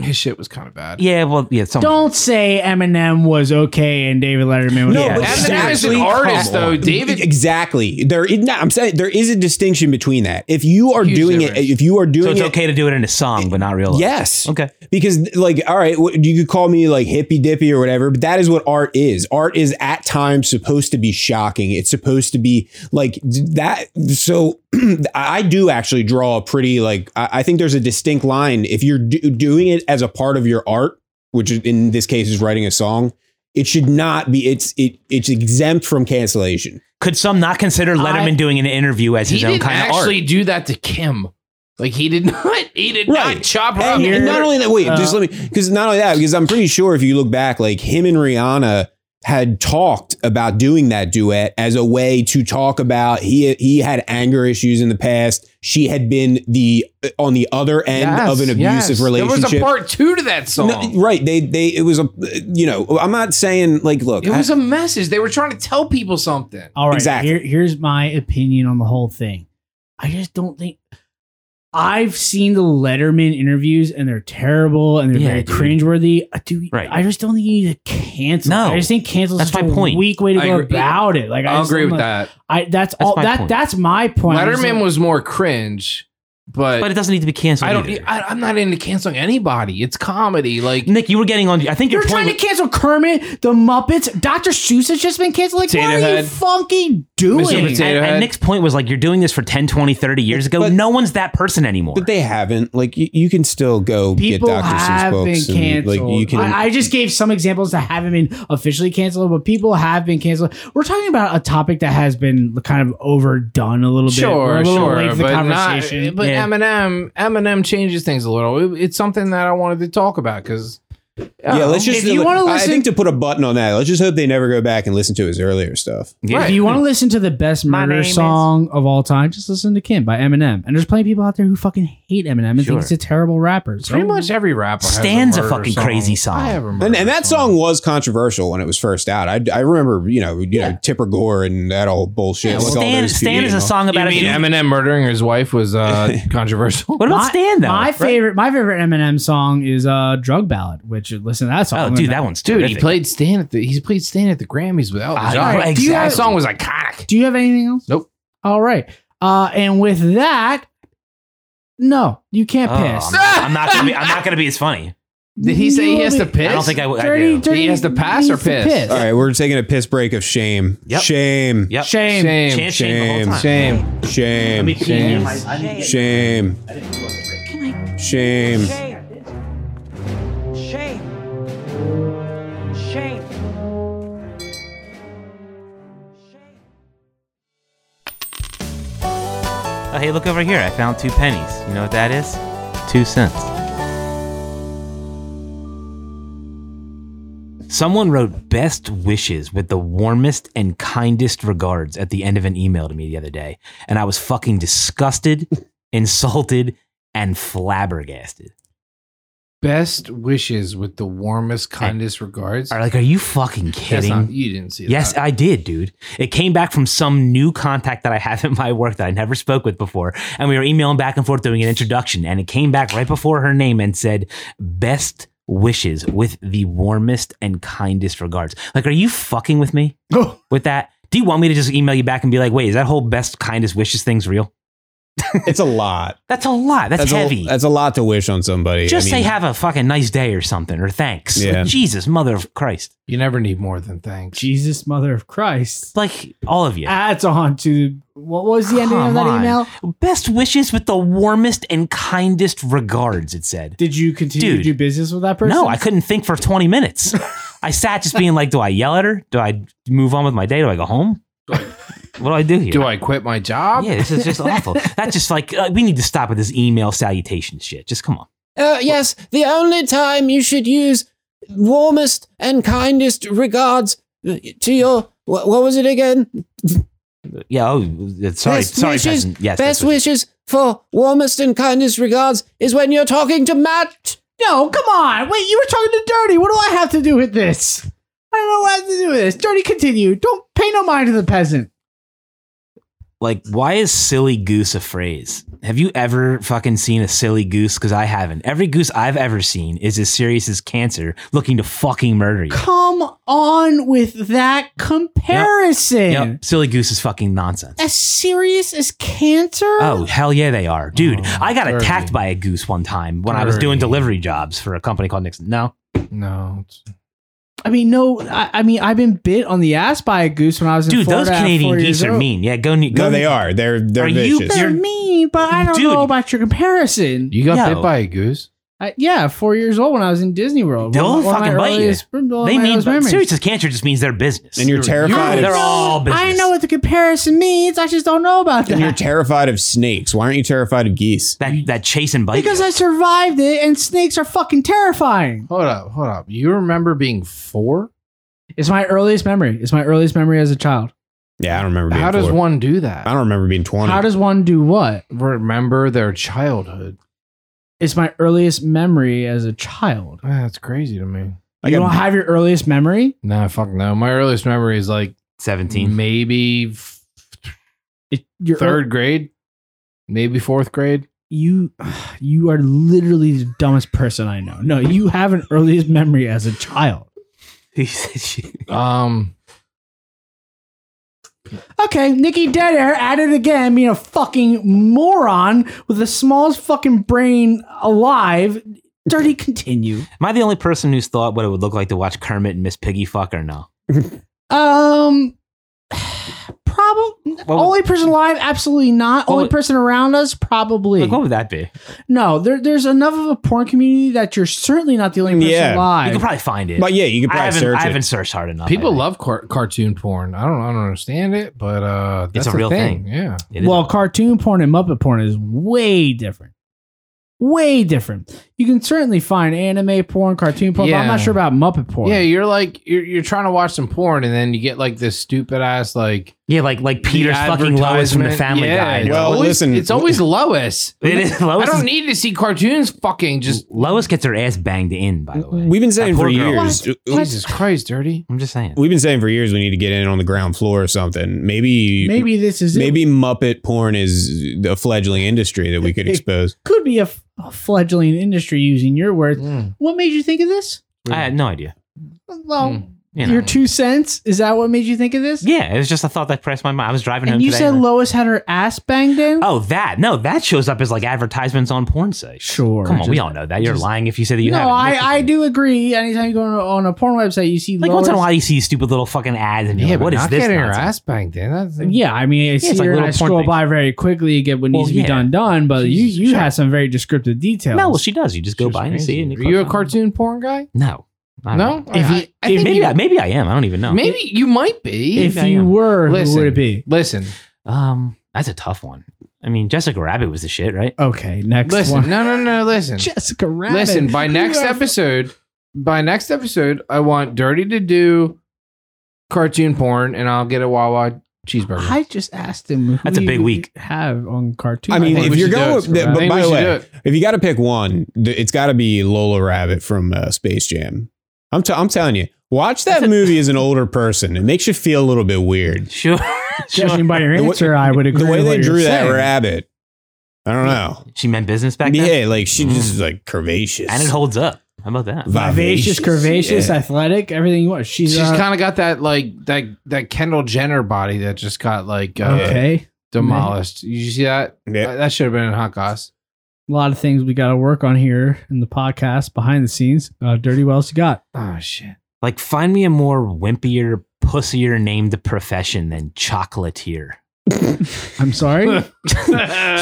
Speaker 4: his shit was kind of bad
Speaker 5: yeah, well, yeah. Some,
Speaker 1: Don't say Eminem was okay and David Letterman was
Speaker 5: No,
Speaker 1: bad.
Speaker 5: but
Speaker 4: Eminem is
Speaker 2: seriously,
Speaker 4: an artist,
Speaker 2: come on.
Speaker 4: though, David.
Speaker 2: Exactly. There is no, I'm saying there is a distinction between that. If you are
Speaker 4: Huge
Speaker 2: doing
Speaker 4: difference.
Speaker 2: it, if you are doing
Speaker 5: so it's
Speaker 2: it,
Speaker 5: okay to do it in a song, but not real life.
Speaker 2: Yes.
Speaker 5: Okay.
Speaker 2: Because like, all right, what, you could call me like hippy dippy or whatever, but that is what art is. Art is at times supposed to be shocking. It's supposed to be like that. So I do actually draw a pretty like I, I think there's a distinct line if you're do, doing it as a part of your art, which is- in this case is writing a song. It should not be. It's it. It's exempt from cancellation.
Speaker 5: Could some not consider Letterman doing an interview as
Speaker 4: he
Speaker 5: his own
Speaker 4: didn't
Speaker 5: kind of art?
Speaker 4: actually do that to kim like he did not he did
Speaker 2: Right.
Speaker 4: not chop her up
Speaker 2: And, and not only that, wait,
Speaker 1: Uh,
Speaker 2: just let me, because not only that, because I'm pretty sure if you look back, like him and Rihanna had talked about doing that duet as a way to talk about he he had anger issues in the past. She had been the uh, on the other end of an abusive relationship.
Speaker 4: There was a part two to that song.
Speaker 2: No, right? They they it was a you know I'm not saying like look
Speaker 4: it was
Speaker 2: I-
Speaker 4: a message. They were trying to tell people something.
Speaker 1: All right.
Speaker 2: Exactly.
Speaker 1: Here, here's my opinion on the whole thing. I just don't think I've seen the Letterman interviews and they're terrible and they're
Speaker 5: Yeah,
Speaker 1: very
Speaker 5: dude.
Speaker 1: cringeworthy. Uh, Dude,
Speaker 5: Right.
Speaker 1: I just don't think you need to cancel.
Speaker 5: No.
Speaker 1: I just think cancel is
Speaker 5: That's
Speaker 1: such
Speaker 5: my
Speaker 1: a
Speaker 5: point.
Speaker 1: weak way to
Speaker 4: I
Speaker 1: go
Speaker 4: agree.
Speaker 1: about it. Like I
Speaker 4: I'll
Speaker 1: just
Speaker 4: agree
Speaker 1: don't
Speaker 4: with
Speaker 1: like-
Speaker 4: that.
Speaker 1: I that's, all
Speaker 5: my
Speaker 1: that
Speaker 5: point.
Speaker 1: that's my point. I just
Speaker 4: Letterman
Speaker 1: don't-
Speaker 4: was more cringe, but,
Speaker 5: but it doesn't need to be canceled.
Speaker 4: I don't. e-
Speaker 5: either.
Speaker 4: I, I'm not into canceling anybody. It's comedy. Like
Speaker 5: Nick, you were getting on. I think
Speaker 1: You're
Speaker 5: your point
Speaker 1: trying to
Speaker 5: was-
Speaker 1: cancel Kermit, the Muppets, Dr. Seuss has just been canceled. Like,
Speaker 4: Potato
Speaker 1: what are
Speaker 4: Head.
Speaker 1: you funky doing?
Speaker 4: Mr.
Speaker 5: and,
Speaker 4: Potato
Speaker 5: and
Speaker 4: Head.
Speaker 5: Nick's point was like you're doing this for 10, 20, 30 years ago.
Speaker 2: But-
Speaker 5: no one's that person anymore.
Speaker 2: but they haven't like you, you can still go get
Speaker 1: people
Speaker 2: Doctor Seuss
Speaker 1: have been
Speaker 2: books and,
Speaker 1: canceled.
Speaker 2: like you can
Speaker 1: I, I just gave some examples that haven't been officially canceled, but people have been canceled. We're talking about a topic that has been kind of overdone a little bit. We're
Speaker 4: sure,
Speaker 1: a little
Speaker 4: sure,
Speaker 1: late to the
Speaker 4: but not.
Speaker 1: conversation.
Speaker 4: But
Speaker 5: Yeah.
Speaker 4: Eminem, Eminem changes things a little. It- it's something that I wanted to talk about because
Speaker 2: yeah let's just
Speaker 1: If you wanna
Speaker 2: I
Speaker 1: listen-
Speaker 2: think to put a button on that let's just hope they never go back and listen to his earlier stuff
Speaker 5: Yeah.
Speaker 1: If you want to listen to the best murder song of all time, just listen to Kim by Eminem. And there's plenty of people out there who fucking hate Eminem and
Speaker 5: Sure.
Speaker 1: think he's a terrible rapper. So
Speaker 4: pretty much every rapper has
Speaker 5: Stan's a
Speaker 4: murder
Speaker 5: fucking crazy song.
Speaker 4: I have a
Speaker 2: And,
Speaker 4: murder
Speaker 2: and that song was controversial when it was first out. I, I remember, you know, you know, Tipper Gore and that whole bullshit. like all
Speaker 5: Stan,
Speaker 2: those
Speaker 5: Stan
Speaker 2: people.
Speaker 5: is a song about
Speaker 4: You
Speaker 5: a
Speaker 4: mean
Speaker 5: dude-
Speaker 4: Eminem murdering his wife was uh, controversial?
Speaker 5: What about
Speaker 1: My-
Speaker 5: Stan though?
Speaker 1: my favorite, my favorite Eminem song is uh, "Drug Ballad," which listen to that song.
Speaker 5: oh, dude, that one's
Speaker 4: Dude,
Speaker 5: terrific.
Speaker 4: he played Stan at the he played Stan at the Grammys with Elton
Speaker 5: I
Speaker 4: John. Do
Speaker 5: know,
Speaker 4: you have-
Speaker 5: exactly.
Speaker 4: That song was iconic.
Speaker 1: Do you have anything else?
Speaker 4: Nope.
Speaker 1: All right. Uh, and with that, no, you can't
Speaker 5: Oh,
Speaker 1: piss.
Speaker 5: I'm, I'm not gonna be. I'm not gonna be as funny.
Speaker 4: Did he say he has to piss?
Speaker 5: I don't think I would. I
Speaker 1: Dirty,
Speaker 5: do.
Speaker 1: dirty.
Speaker 4: He has to pass or
Speaker 1: needs to
Speaker 4: piss?
Speaker 2: All right, we're taking a piss break of shame.
Speaker 5: Yep.
Speaker 2: Shame.
Speaker 5: Yep.
Speaker 1: Shame.
Speaker 4: Shame.
Speaker 5: Chance shame the whole
Speaker 2: Shame.
Speaker 5: time.
Speaker 4: Shame.
Speaker 2: Shame.
Speaker 4: Shame.
Speaker 2: Shame. Shame.
Speaker 5: Oh, hey, look over here. I found two pennies. You know what that is? Two cents. Someone wrote best wishes with the warmest and kindest regards at the end of an email to me the other day. And I was fucking disgusted, insulted, and flabbergasted.
Speaker 4: Best wishes with the warmest, kindest regards.
Speaker 5: Are like, are you fucking
Speaker 4: That's
Speaker 5: kidding?
Speaker 4: not, you didn't see
Speaker 5: Yes,
Speaker 4: that.
Speaker 5: I did, dude. It came back from some new contact that I have at my work that I never spoke with before. And we were emailing back and forth doing an introduction. And it came back right before her name and said, Best wishes with the warmest and kindest regards. Like, are you fucking with me with that? Do you want me to just email you back and be like, wait, is that whole best kindest wishes thing's real?
Speaker 2: It's a lot.
Speaker 5: That's a lot. That's,
Speaker 2: a-
Speaker 5: heavy.
Speaker 2: that's a lot to wish on somebody.
Speaker 5: just
Speaker 2: I mean,
Speaker 5: say have a fucking nice day or something or thanks. Like,
Speaker 2: Yeah.
Speaker 5: Jesus, mother of Christ.
Speaker 4: you never need more than thanks.
Speaker 1: Jesus, mother of Christ.
Speaker 5: Like all of you.
Speaker 1: Adds on to what was the ending of
Speaker 5: Come
Speaker 1: that
Speaker 5: on.
Speaker 1: email?
Speaker 5: Best wishes with the warmest and kindest regards, it said.
Speaker 1: Did you continue
Speaker 5: Dude.
Speaker 1: to do business with that person?
Speaker 5: No, I couldn't think for 20 minutes. I sat just being like, do I yell at her? Do I move on with my day? Do I go home? what do I do here?
Speaker 4: Do I quit my job?
Speaker 5: yeah, this is just awful. That's just like, uh, we need to stop with this email salutation shit. Just come on.
Speaker 8: Uh, yes, the only time you should use warmest and kindest regards uh, to your. wha- What was it again?
Speaker 5: Yeah, oh, uh, sorry,
Speaker 8: Best
Speaker 5: sorry,
Speaker 8: wishes-
Speaker 5: peasant. Yes,
Speaker 8: Best
Speaker 5: that's what-
Speaker 2: oh,
Speaker 8: wishes for warmest and kindest regards is when you're talking to Matt.
Speaker 1: No, come on. Wait, you were talking to Dirty. What do I have to do with this? I don't know what I have to do with this. Dirty, continue. Don't pay no mind to the peasant.
Speaker 5: Like, why is silly goose a phrase? Have you ever fucking seen a silly goose? Because I haven't. Every goose I've ever seen is as serious as cancer looking to fucking murder you.
Speaker 1: Come on with that comparison.
Speaker 5: Yep, silly goose is fucking nonsense.
Speaker 1: As serious as cancer?
Speaker 5: Oh hell yeah, they are, dude!
Speaker 4: Oh,
Speaker 5: I got
Speaker 4: dirty.
Speaker 5: attacked by a goose one time when I was doing
Speaker 4: Dirty.
Speaker 5: delivery jobs for a company called Nixon. No,
Speaker 4: No. it's-
Speaker 1: I mean, no. I, I mean, I've been bit on the ass by a goose when I was in
Speaker 5: dude,
Speaker 1: Florida.
Speaker 5: those
Speaker 1: at
Speaker 5: Canadian
Speaker 1: four years
Speaker 5: geese are
Speaker 1: old.
Speaker 5: mean. Yeah, go, go.
Speaker 2: no, they are. They're they're
Speaker 5: Are you
Speaker 2: vicious.
Speaker 1: They're
Speaker 5: You're-
Speaker 1: mean, but I don't
Speaker 5: Dude.
Speaker 1: know about your comparison.
Speaker 4: You got
Speaker 5: Yo.
Speaker 4: bit by a goose?
Speaker 1: I, yeah, four years old when I was in Disney World.
Speaker 5: They'll
Speaker 1: One of my- one of my
Speaker 5: fucking bite you.
Speaker 1: earliest- one of
Speaker 5: They
Speaker 1: my
Speaker 5: mean
Speaker 1: earliest memories.
Speaker 5: serious as cancer just means their business.
Speaker 2: and you're terrified.
Speaker 5: They're
Speaker 2: of,
Speaker 5: all business.
Speaker 1: I know what the comparison means. I just don't know about
Speaker 2: and you're
Speaker 1: that.
Speaker 2: terrified of snakes. Why aren't you terrified of geese?
Speaker 5: that that chase and bite.
Speaker 1: Because
Speaker 5: you.
Speaker 1: I survived it, and snakes are fucking terrifying.
Speaker 4: Hold up, hold up. You remember being four?
Speaker 1: It's my earliest memory. It's my earliest memory as a child.
Speaker 2: Yeah, I don't remember. Being
Speaker 4: How does
Speaker 2: four.
Speaker 4: one do that?
Speaker 2: I don't remember being twenty.
Speaker 1: How does one do what?
Speaker 4: remember their childhood.
Speaker 1: It's my earliest memory as a child.
Speaker 4: Ah, That's crazy to me.
Speaker 2: I
Speaker 1: you
Speaker 2: got-
Speaker 1: don't have your earliest memory?
Speaker 4: Nah, fuck no. My earliest memory is like
Speaker 5: seventeen.
Speaker 4: maybe f-
Speaker 1: It, your
Speaker 4: third grade, maybe fourth grade.
Speaker 1: you you are literally the dumbest person I know. No, you have an earliest memory as a child.
Speaker 5: He said she-
Speaker 4: Um,
Speaker 1: Okay, Nikki Dead Air at it again, being a fucking moron with the smallest fucking brain alive. Dirty continue.
Speaker 5: Am I the only person who's thought what it would look like to watch Kermit and Miss Piggy fuck or no?
Speaker 1: Um probably
Speaker 5: What would-
Speaker 1: only person alive, absolutely not.
Speaker 5: What
Speaker 1: only
Speaker 5: would-
Speaker 1: person around us, probably.
Speaker 5: Like, what would that be?
Speaker 1: no, there, there's enough of a porn community that you're certainly not the only person
Speaker 2: Yeah.
Speaker 5: You
Speaker 1: alive.
Speaker 5: could probably find it.
Speaker 2: But yeah, you could
Speaker 5: I
Speaker 2: probably
Speaker 5: haven't,
Speaker 2: search
Speaker 5: I haven't
Speaker 2: it.
Speaker 5: searched hard enough.
Speaker 4: people
Speaker 5: I think.
Speaker 4: love car- cartoon porn. I don't, I don't understand it, but uh,
Speaker 5: It's
Speaker 4: that's
Speaker 5: a
Speaker 4: the
Speaker 5: real thing.
Speaker 4: Yeah,
Speaker 5: It is-
Speaker 1: well, cartoon porn and Muppet porn is way different. Way different. You can certainly find anime porn, cartoon porn, but I'm
Speaker 4: Yeah.
Speaker 1: not sure about Muppet porn.
Speaker 4: yeah. You're like you're, you're trying to watch some porn, and then you get like this stupid ass like
Speaker 5: yeah, like like Peter's
Speaker 4: the
Speaker 5: fucking Lois from the
Speaker 4: advertisement.
Speaker 5: Family
Speaker 4: Yeah,
Speaker 5: Guy.
Speaker 4: it's
Speaker 2: Well,
Speaker 4: always-
Speaker 2: listen-
Speaker 4: it's always Lois.
Speaker 5: It is
Speaker 4: I
Speaker 5: Lois.
Speaker 4: don't
Speaker 5: is-
Speaker 4: need to see cartoons. Fucking just
Speaker 5: Lois gets her ass banged in. By the way,
Speaker 2: We've been saying
Speaker 5: That
Speaker 2: for
Speaker 5: poor girl.
Speaker 2: years.
Speaker 4: Jesus Christ, dirty.
Speaker 5: I'm just saying.
Speaker 2: We've been saying for years we need to get in on the ground floor or something. Maybe
Speaker 1: Maybe this is maybe
Speaker 2: maybe Muppet porn is a fledgling industry that we could expose.
Speaker 1: could be a, f- a fledgling industry using your words.
Speaker 4: Mm.
Speaker 1: What made you think of this?
Speaker 5: I had no idea.
Speaker 1: Well,
Speaker 4: Mm.
Speaker 5: You know.
Speaker 1: your two cents is that what made you think of this?
Speaker 5: yeah, it was just a thought that crossed my mind. I was driving home
Speaker 1: and you
Speaker 5: today
Speaker 1: said
Speaker 5: and I-
Speaker 1: Lois had her ass banged in.
Speaker 5: oh, that no, that shows up as like advertisements on porn sites.
Speaker 1: Sure,
Speaker 5: come on, we
Speaker 1: just-
Speaker 5: all know that. You're lying if you say that you
Speaker 1: no,
Speaker 5: haven't.
Speaker 1: I, I do agree. Anytime you go on a, on a porn website, you see
Speaker 5: Like
Speaker 1: Lois.
Speaker 5: once in a while, you see stupid little fucking ads, and you're
Speaker 4: Yeah,
Speaker 5: like,
Speaker 4: but
Speaker 5: "What is
Speaker 4: not
Speaker 5: this?"
Speaker 4: getting her
Speaker 5: nonsense?
Speaker 4: ass banged in. That's,
Speaker 1: Yeah, I mean, I see
Speaker 5: it's like
Speaker 1: her and I
Speaker 5: little porn
Speaker 1: scroll
Speaker 5: things.
Speaker 1: by very quickly, get what
Speaker 5: Well,
Speaker 1: needs to
Speaker 5: yeah.
Speaker 1: be done done. But
Speaker 4: Jesus,
Speaker 1: you you
Speaker 4: sure.
Speaker 1: had some very descriptive details.
Speaker 5: No, well, she does. You just go
Speaker 4: She's
Speaker 5: by and you
Speaker 4: crazy.
Speaker 5: see it. And
Speaker 4: Are
Speaker 5: click
Speaker 4: you a
Speaker 5: on it.
Speaker 4: cartoon porn guy?
Speaker 5: No, I
Speaker 4: No,
Speaker 5: don't know.
Speaker 4: I, I, I
Speaker 1: if
Speaker 4: think
Speaker 5: maybe
Speaker 4: you-
Speaker 5: I, maybe I am. I don't even know.
Speaker 4: maybe you might be.
Speaker 1: if
Speaker 5: Yeah,
Speaker 1: you
Speaker 5: yeah.
Speaker 1: were, who
Speaker 4: Listen.
Speaker 1: would it be?
Speaker 4: Listen,
Speaker 5: Um, that's a tough one. I mean, Jessica Rabbit was the shit, right?
Speaker 1: Okay, next
Speaker 4: Listen,
Speaker 1: one.
Speaker 4: no, no, no, listen.
Speaker 1: Jessica Rabbit.
Speaker 4: Listen, by next
Speaker 1: You are-
Speaker 4: episode, by next episode, I want Dirty to do cartoon porn, and I'll get a Wawa cheeseburger.
Speaker 1: I just asked him. who
Speaker 5: That's a
Speaker 1: you
Speaker 5: big week.
Speaker 1: Have on cartoon.
Speaker 2: I mean,
Speaker 4: think
Speaker 2: if
Speaker 4: we
Speaker 2: you're
Speaker 4: should do
Speaker 2: going
Speaker 4: it,
Speaker 2: with- but
Speaker 4: Scott. I think
Speaker 2: by
Speaker 4: we
Speaker 2: the
Speaker 4: should
Speaker 2: way-
Speaker 4: do it.
Speaker 2: If you got to pick one, th- it's got to be Lola Rabbit from uh, Space Jam. I'm, t- I'm telling you, watch that movie as an older person. It makes you feel a little bit weird.
Speaker 5: Sure. sure.
Speaker 1: judging by your
Speaker 2: The way-
Speaker 1: answer, I would agree.
Speaker 2: The way
Speaker 1: with
Speaker 2: they
Speaker 1: what
Speaker 2: drew
Speaker 1: you're
Speaker 2: that
Speaker 1: saying.
Speaker 2: rabbit, I don't know.
Speaker 5: She meant business back then.
Speaker 2: Yeah, like she just is like curvaceous.
Speaker 5: And it holds up. How about that?
Speaker 1: Vivacious, curvaceous, athletic, everything you want. She's,
Speaker 4: She's
Speaker 1: uh,
Speaker 4: kind of got that like that that Kendall Jenner body that just got like uh,
Speaker 1: okay.
Speaker 4: demolished. You see that? Uh,
Speaker 2: Yeah.
Speaker 4: That should have been in hot goss.
Speaker 1: A lot of things we got to work on here in the podcast behind the scenes. Uh, Dirty Wells, you got
Speaker 4: Oh shit!
Speaker 5: Like, find me a more wimpier, pussier named profession than chocolatier.
Speaker 1: I'm sorry.
Speaker 5: So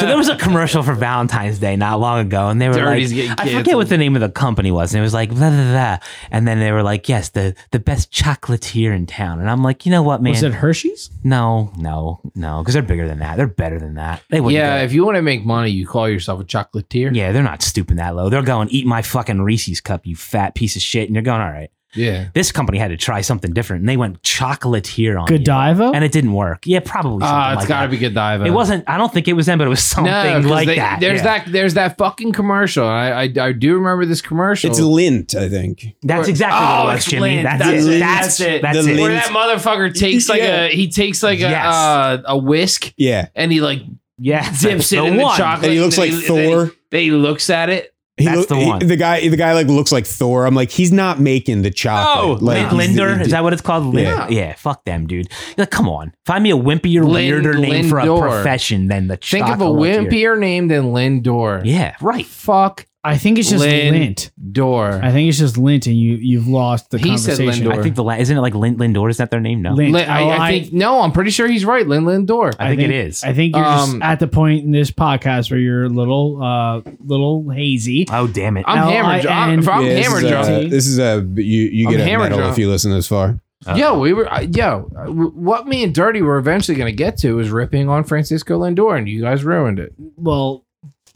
Speaker 5: there was a commercial for Valentine's Day not long ago, and they were
Speaker 4: Dirty's
Speaker 5: like,
Speaker 4: getting
Speaker 5: I forget what the name of the company was, and it was like blah blah blah, and then they were like, yes, the the best chocolatier in town, and I'm like, you know what, man?
Speaker 1: Was it Hershey's?
Speaker 5: no, no, no, because they're bigger than that. They're better than that. They wouldn't.
Speaker 4: yeah,
Speaker 5: go-
Speaker 4: if you want to make money, you call yourself a chocolatier.
Speaker 5: yeah, they're not stooping that low. They're going eat my fucking Reese's cup, you fat piece of shit, and you're going all right.
Speaker 4: yeah.
Speaker 5: This company had to try something different, and they went chocolatier on you.
Speaker 1: Godiva?
Speaker 5: and it didn't work. Yeah, probably. Something
Speaker 4: Ah, it's
Speaker 5: like
Speaker 4: got to
Speaker 5: that.
Speaker 4: be Godiva.
Speaker 5: It wasn't. I don't think it was them, but it was something
Speaker 4: 'cause
Speaker 5: like
Speaker 4: they-
Speaker 5: that.
Speaker 4: There's
Speaker 5: Yeah.
Speaker 4: that. There's that fucking commercial. I I, I do remember this commercial.
Speaker 2: It's lint, I think.
Speaker 5: That's
Speaker 4: Where-
Speaker 5: exactly
Speaker 4: Oh,
Speaker 5: what it was,
Speaker 4: it's
Speaker 5: Jimmy.
Speaker 4: Lint.
Speaker 5: That's,
Speaker 4: That's
Speaker 5: it.
Speaker 4: it.
Speaker 5: That's,
Speaker 4: That's it.
Speaker 5: That's
Speaker 2: The
Speaker 5: it.
Speaker 2: Lint.
Speaker 4: where that motherfucker takes like
Speaker 2: Yeah.
Speaker 4: a he takes like a
Speaker 5: Yes.
Speaker 4: uh, a whisk
Speaker 2: Yeah,
Speaker 4: and he like
Speaker 5: Yeah,
Speaker 4: dips it in the chocolate.
Speaker 2: And he looks like
Speaker 4: then
Speaker 2: Thor.
Speaker 4: then he looks at it.
Speaker 2: he
Speaker 5: That's
Speaker 2: look-
Speaker 5: the
Speaker 2: he-
Speaker 5: one.
Speaker 2: the guy, the guy like looks like Thor. I'm like, he's not making the
Speaker 5: Oh,
Speaker 2: chocolate.
Speaker 5: like
Speaker 2: like
Speaker 5: Linder. Is that what it's called? Linder? Yeah.
Speaker 2: Yeah.
Speaker 5: fuck them, dude. Like, come on. Find me a wimpier,
Speaker 4: Lin-
Speaker 5: weirder name for a
Speaker 4: Lindor.
Speaker 5: profession than the
Speaker 4: Think of a
Speaker 5: chocolatier.
Speaker 4: wimpier name than Lindor.
Speaker 5: Yeah, right.
Speaker 4: Fuck
Speaker 1: I think it's just
Speaker 4: Lin-
Speaker 1: lint.
Speaker 4: Door.
Speaker 1: I think it's just lint, and you you've lost the
Speaker 4: He said
Speaker 1: conversation.
Speaker 4: Lindor.
Speaker 5: I think the la- isn't it like Lind- Lindor? Is that their name? No,
Speaker 1: Lint.
Speaker 4: Lin- I,
Speaker 1: Oh,
Speaker 4: I think no. I'm pretty sure he's right. Lin Lindor.
Speaker 5: I think it is.
Speaker 1: I think you're just
Speaker 4: Um,
Speaker 1: at the point in this podcast where you're a little uh little hazy.
Speaker 5: oh damn it!
Speaker 4: I'm hammered. dr- I'm, if I'm
Speaker 1: Yeah,
Speaker 2: this,
Speaker 4: hammered
Speaker 2: is
Speaker 4: drunk.
Speaker 2: a, this is a you you
Speaker 4: I'm
Speaker 2: get a
Speaker 4: hammered
Speaker 2: medal
Speaker 4: drunk.
Speaker 2: if you listen this far.
Speaker 5: Uh-huh.
Speaker 4: Yo, we were. I- Yo, uh, w- what me and Dirty were eventually going to get to is ripping on Francisco Lindor, and you guys ruined it.
Speaker 1: Well,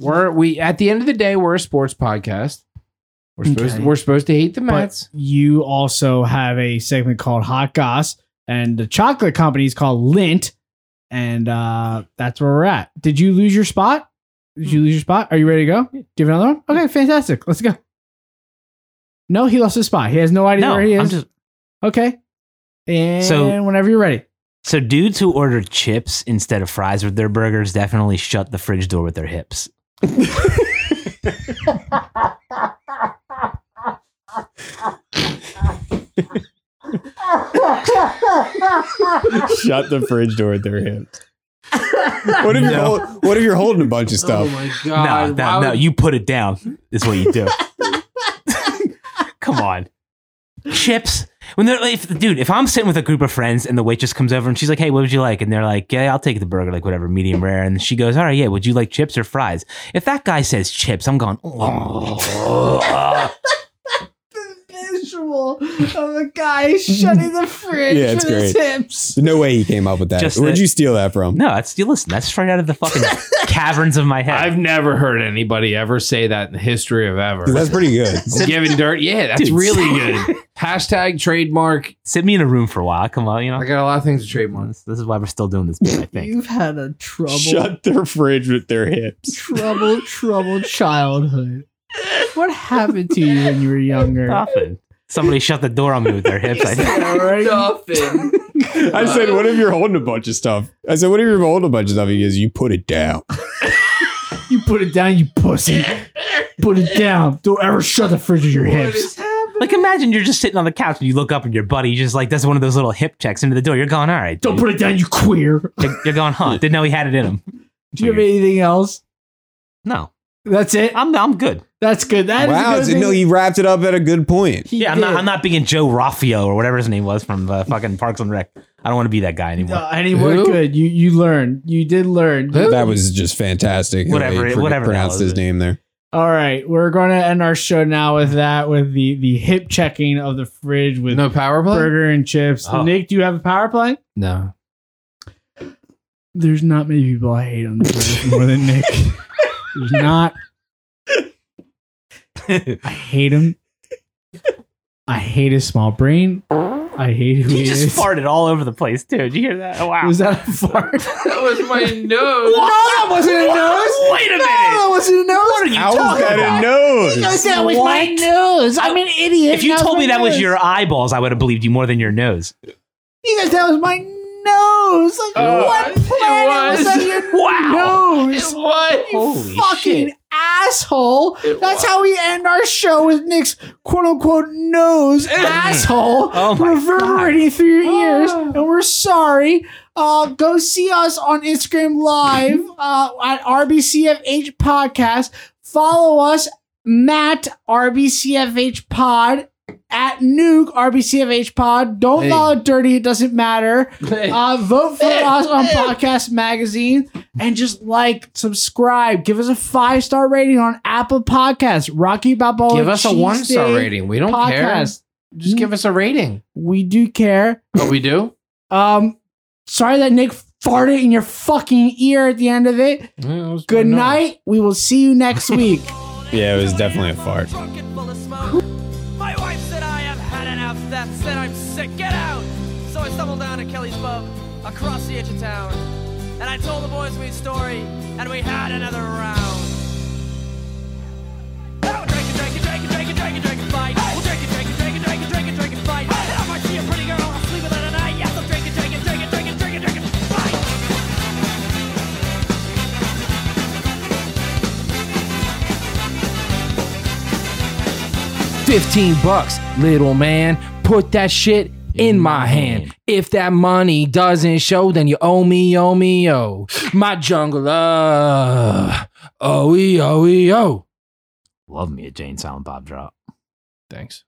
Speaker 4: We're we at the end of the day, we're a sports podcast. We're supposed
Speaker 1: Okay.
Speaker 4: we're supposed to hate the
Speaker 1: but
Speaker 4: Mets.
Speaker 1: you also have a segment called Hot Goss, and the chocolate company is called Lint, and uh, that's where we're at. Did you lose your spot? Did you lose your spot? Are you ready to go? Do you have another one? Okay, fantastic. Let's go. No, he lost his spot. He has no idea
Speaker 5: no,
Speaker 1: where he is.
Speaker 5: I'm just
Speaker 1: okay. And
Speaker 5: So-
Speaker 1: whenever you're ready.
Speaker 5: so dudes who order chips instead of fries with their burgers definitely shut the fridge door with their hips.
Speaker 2: Shut the fridge door at their hips. what if you're hold, what if you're holding a bunch of stuff?
Speaker 4: my
Speaker 5: no, no, no. You put it down. Is what you do. Come on, chips. When they're if, dude, if I'm sitting with a group of friends and the waitress comes over and she's like, "Hey, what would you like?" and they're like, "Yeah, I'll take the burger, like whatever, medium rare," and she goes, "All right, yeah, would you like chips or fries?" If that guy says chips, I'm going. "Oh."
Speaker 1: Visual of a guy shutting the fridge
Speaker 2: Yeah, it's with his great.
Speaker 1: hips.
Speaker 2: There's no way he came up with that.
Speaker 5: Just
Speaker 2: Where'd
Speaker 5: that-
Speaker 2: you steal that from?
Speaker 5: no, that's you listen. That's straight out of the fucking caverns of my head.
Speaker 4: I've never heard anybody ever say that in the history of ever.
Speaker 2: 'Cause that's pretty good.
Speaker 4: Giving dirt. Yeah, that's
Speaker 5: Dude.
Speaker 4: really good. Hashtag trademark.
Speaker 5: Sit me in a room for a while. Come on, you know.
Speaker 4: I got a lot of things to trademark.
Speaker 5: This, this is why we're still doing this bit, I think.
Speaker 1: You've had a trouble.
Speaker 2: Shut their fridge with their hips.
Speaker 1: troubled, troubled childhood. What happened to you when you were younger?
Speaker 5: Often. Somebody shut the door on me with their hips. I think.
Speaker 4: Nothing.
Speaker 2: I said, what if you're holding a bunch of stuff? I said, what if you're holding a bunch of stuff? He goes, you put it down.
Speaker 1: You put it down, you pussy. Put it down. Don't ever shut the fridge with your hips.
Speaker 5: Like imagine you're just sitting on the couch and you look up and your buddy just like does one of those little hip checks into the door. You're going, all right.
Speaker 1: Don't
Speaker 5: dude."
Speaker 1: put it down, you queer.
Speaker 5: You're- You're going, huh? Didn't know he had it in him.
Speaker 1: Do you have anything else?
Speaker 5: No,
Speaker 1: That's it.
Speaker 5: I'm I'm good.
Speaker 1: That's good. That is
Speaker 2: wow.
Speaker 1: a good
Speaker 2: so-
Speaker 1: thing.
Speaker 2: no, he wrapped it up at a good point.
Speaker 1: He
Speaker 5: Yeah, I'm not.
Speaker 1: did.
Speaker 5: I'm not being Joe Raffio or whatever his name was from uh, fucking Parks and Rec. I don't want to be that guy anymore.
Speaker 1: No, anymore.
Speaker 4: Who?
Speaker 1: Uh, Good. You you learned. You did learn.
Speaker 4: Who?
Speaker 2: That was just fantastic. how
Speaker 5: Whatever
Speaker 2: he
Speaker 5: it-
Speaker 2: pr-
Speaker 5: whatever the
Speaker 2: pronounced
Speaker 5: hell
Speaker 2: his
Speaker 5: it is.
Speaker 2: name there.
Speaker 1: All right, we're going to end our show now with that, with the the hip checking of the fridge with
Speaker 4: No power play.
Speaker 1: burger and chips.
Speaker 5: Oh.
Speaker 1: Nick, do you have a power play?
Speaker 4: No.
Speaker 1: There's not many people I hate on this earth more than Nick. There's not. I hate him. I hate his small brain. I hate who
Speaker 5: You
Speaker 1: he
Speaker 5: just
Speaker 1: is.
Speaker 5: farted all over the place, too. Did you hear that? Wow.
Speaker 1: Was that a fart?
Speaker 4: That was my nose.
Speaker 1: No, that wasn't a nose.
Speaker 5: Wait a
Speaker 1: No,
Speaker 5: minute.
Speaker 1: that wasn't a nose. What are you
Speaker 2: How is that a nose?
Speaker 1: that was my nose. I'm an idiot.
Speaker 5: If you told me that was your eyeballs, I would have believed you more than your nose.
Speaker 1: you guys, that was my nose. Like what planet was.
Speaker 4: was.
Speaker 1: on your nose?
Speaker 5: Holy
Speaker 1: Fucking asshole. That's how we end our show with Nick's quote unquote nose asshole
Speaker 5: Oh my
Speaker 1: reverberating through your ears.
Speaker 4: Ah.
Speaker 1: And we're sorry. Uh, go see us on Instagram Live uh, at RBCFH Podcast. Follow us, Matt RBCFH Pod. At Nuke RBCFH Pod. Don't follow Dirty. It doesn't matter. Uh, vote for us on Podcast Magazine and just like, subscribe, give us a five star rating on Apple Podcasts. Rocky Balboa.
Speaker 4: Give us a
Speaker 1: Oh, Cheese
Speaker 4: one star
Speaker 1: Day
Speaker 4: rating. We don't
Speaker 1: podcast.
Speaker 4: care. Just give us a rating.
Speaker 1: We do care.
Speaker 4: But we do.
Speaker 1: Um, sorry that Nick farted in your fucking ear at the end of it. Good night. We will see you next week.
Speaker 2: Yeah, it was definitely a fart.
Speaker 9: Pocket full of smoke. My wife said I have had enough. That said, I'm sick. Get out. So I stumbled down to Kelly's pub across the edge of town, and I told the boys my story, and we had another round. Now we're drinking, drinking, drinking, drinking, drinking, drinking, fight. We're drinking, drinking, drinking, drinking, drinking, drinking, fight. And if I see a pretty girl, I'll sleep with her tonight. Yes, I'm drinking, drinking, drinking, drinking, drinking, drinking, fight.
Speaker 4: Fifteen bucks, little man. Put that shit in my hand. If that money doesn't show, then you owe me, owe me, oh. My jungle uh, love. Oh, we, oh, we, oh.
Speaker 5: Love me a Jane Silent Bob drop.
Speaker 4: Thanks.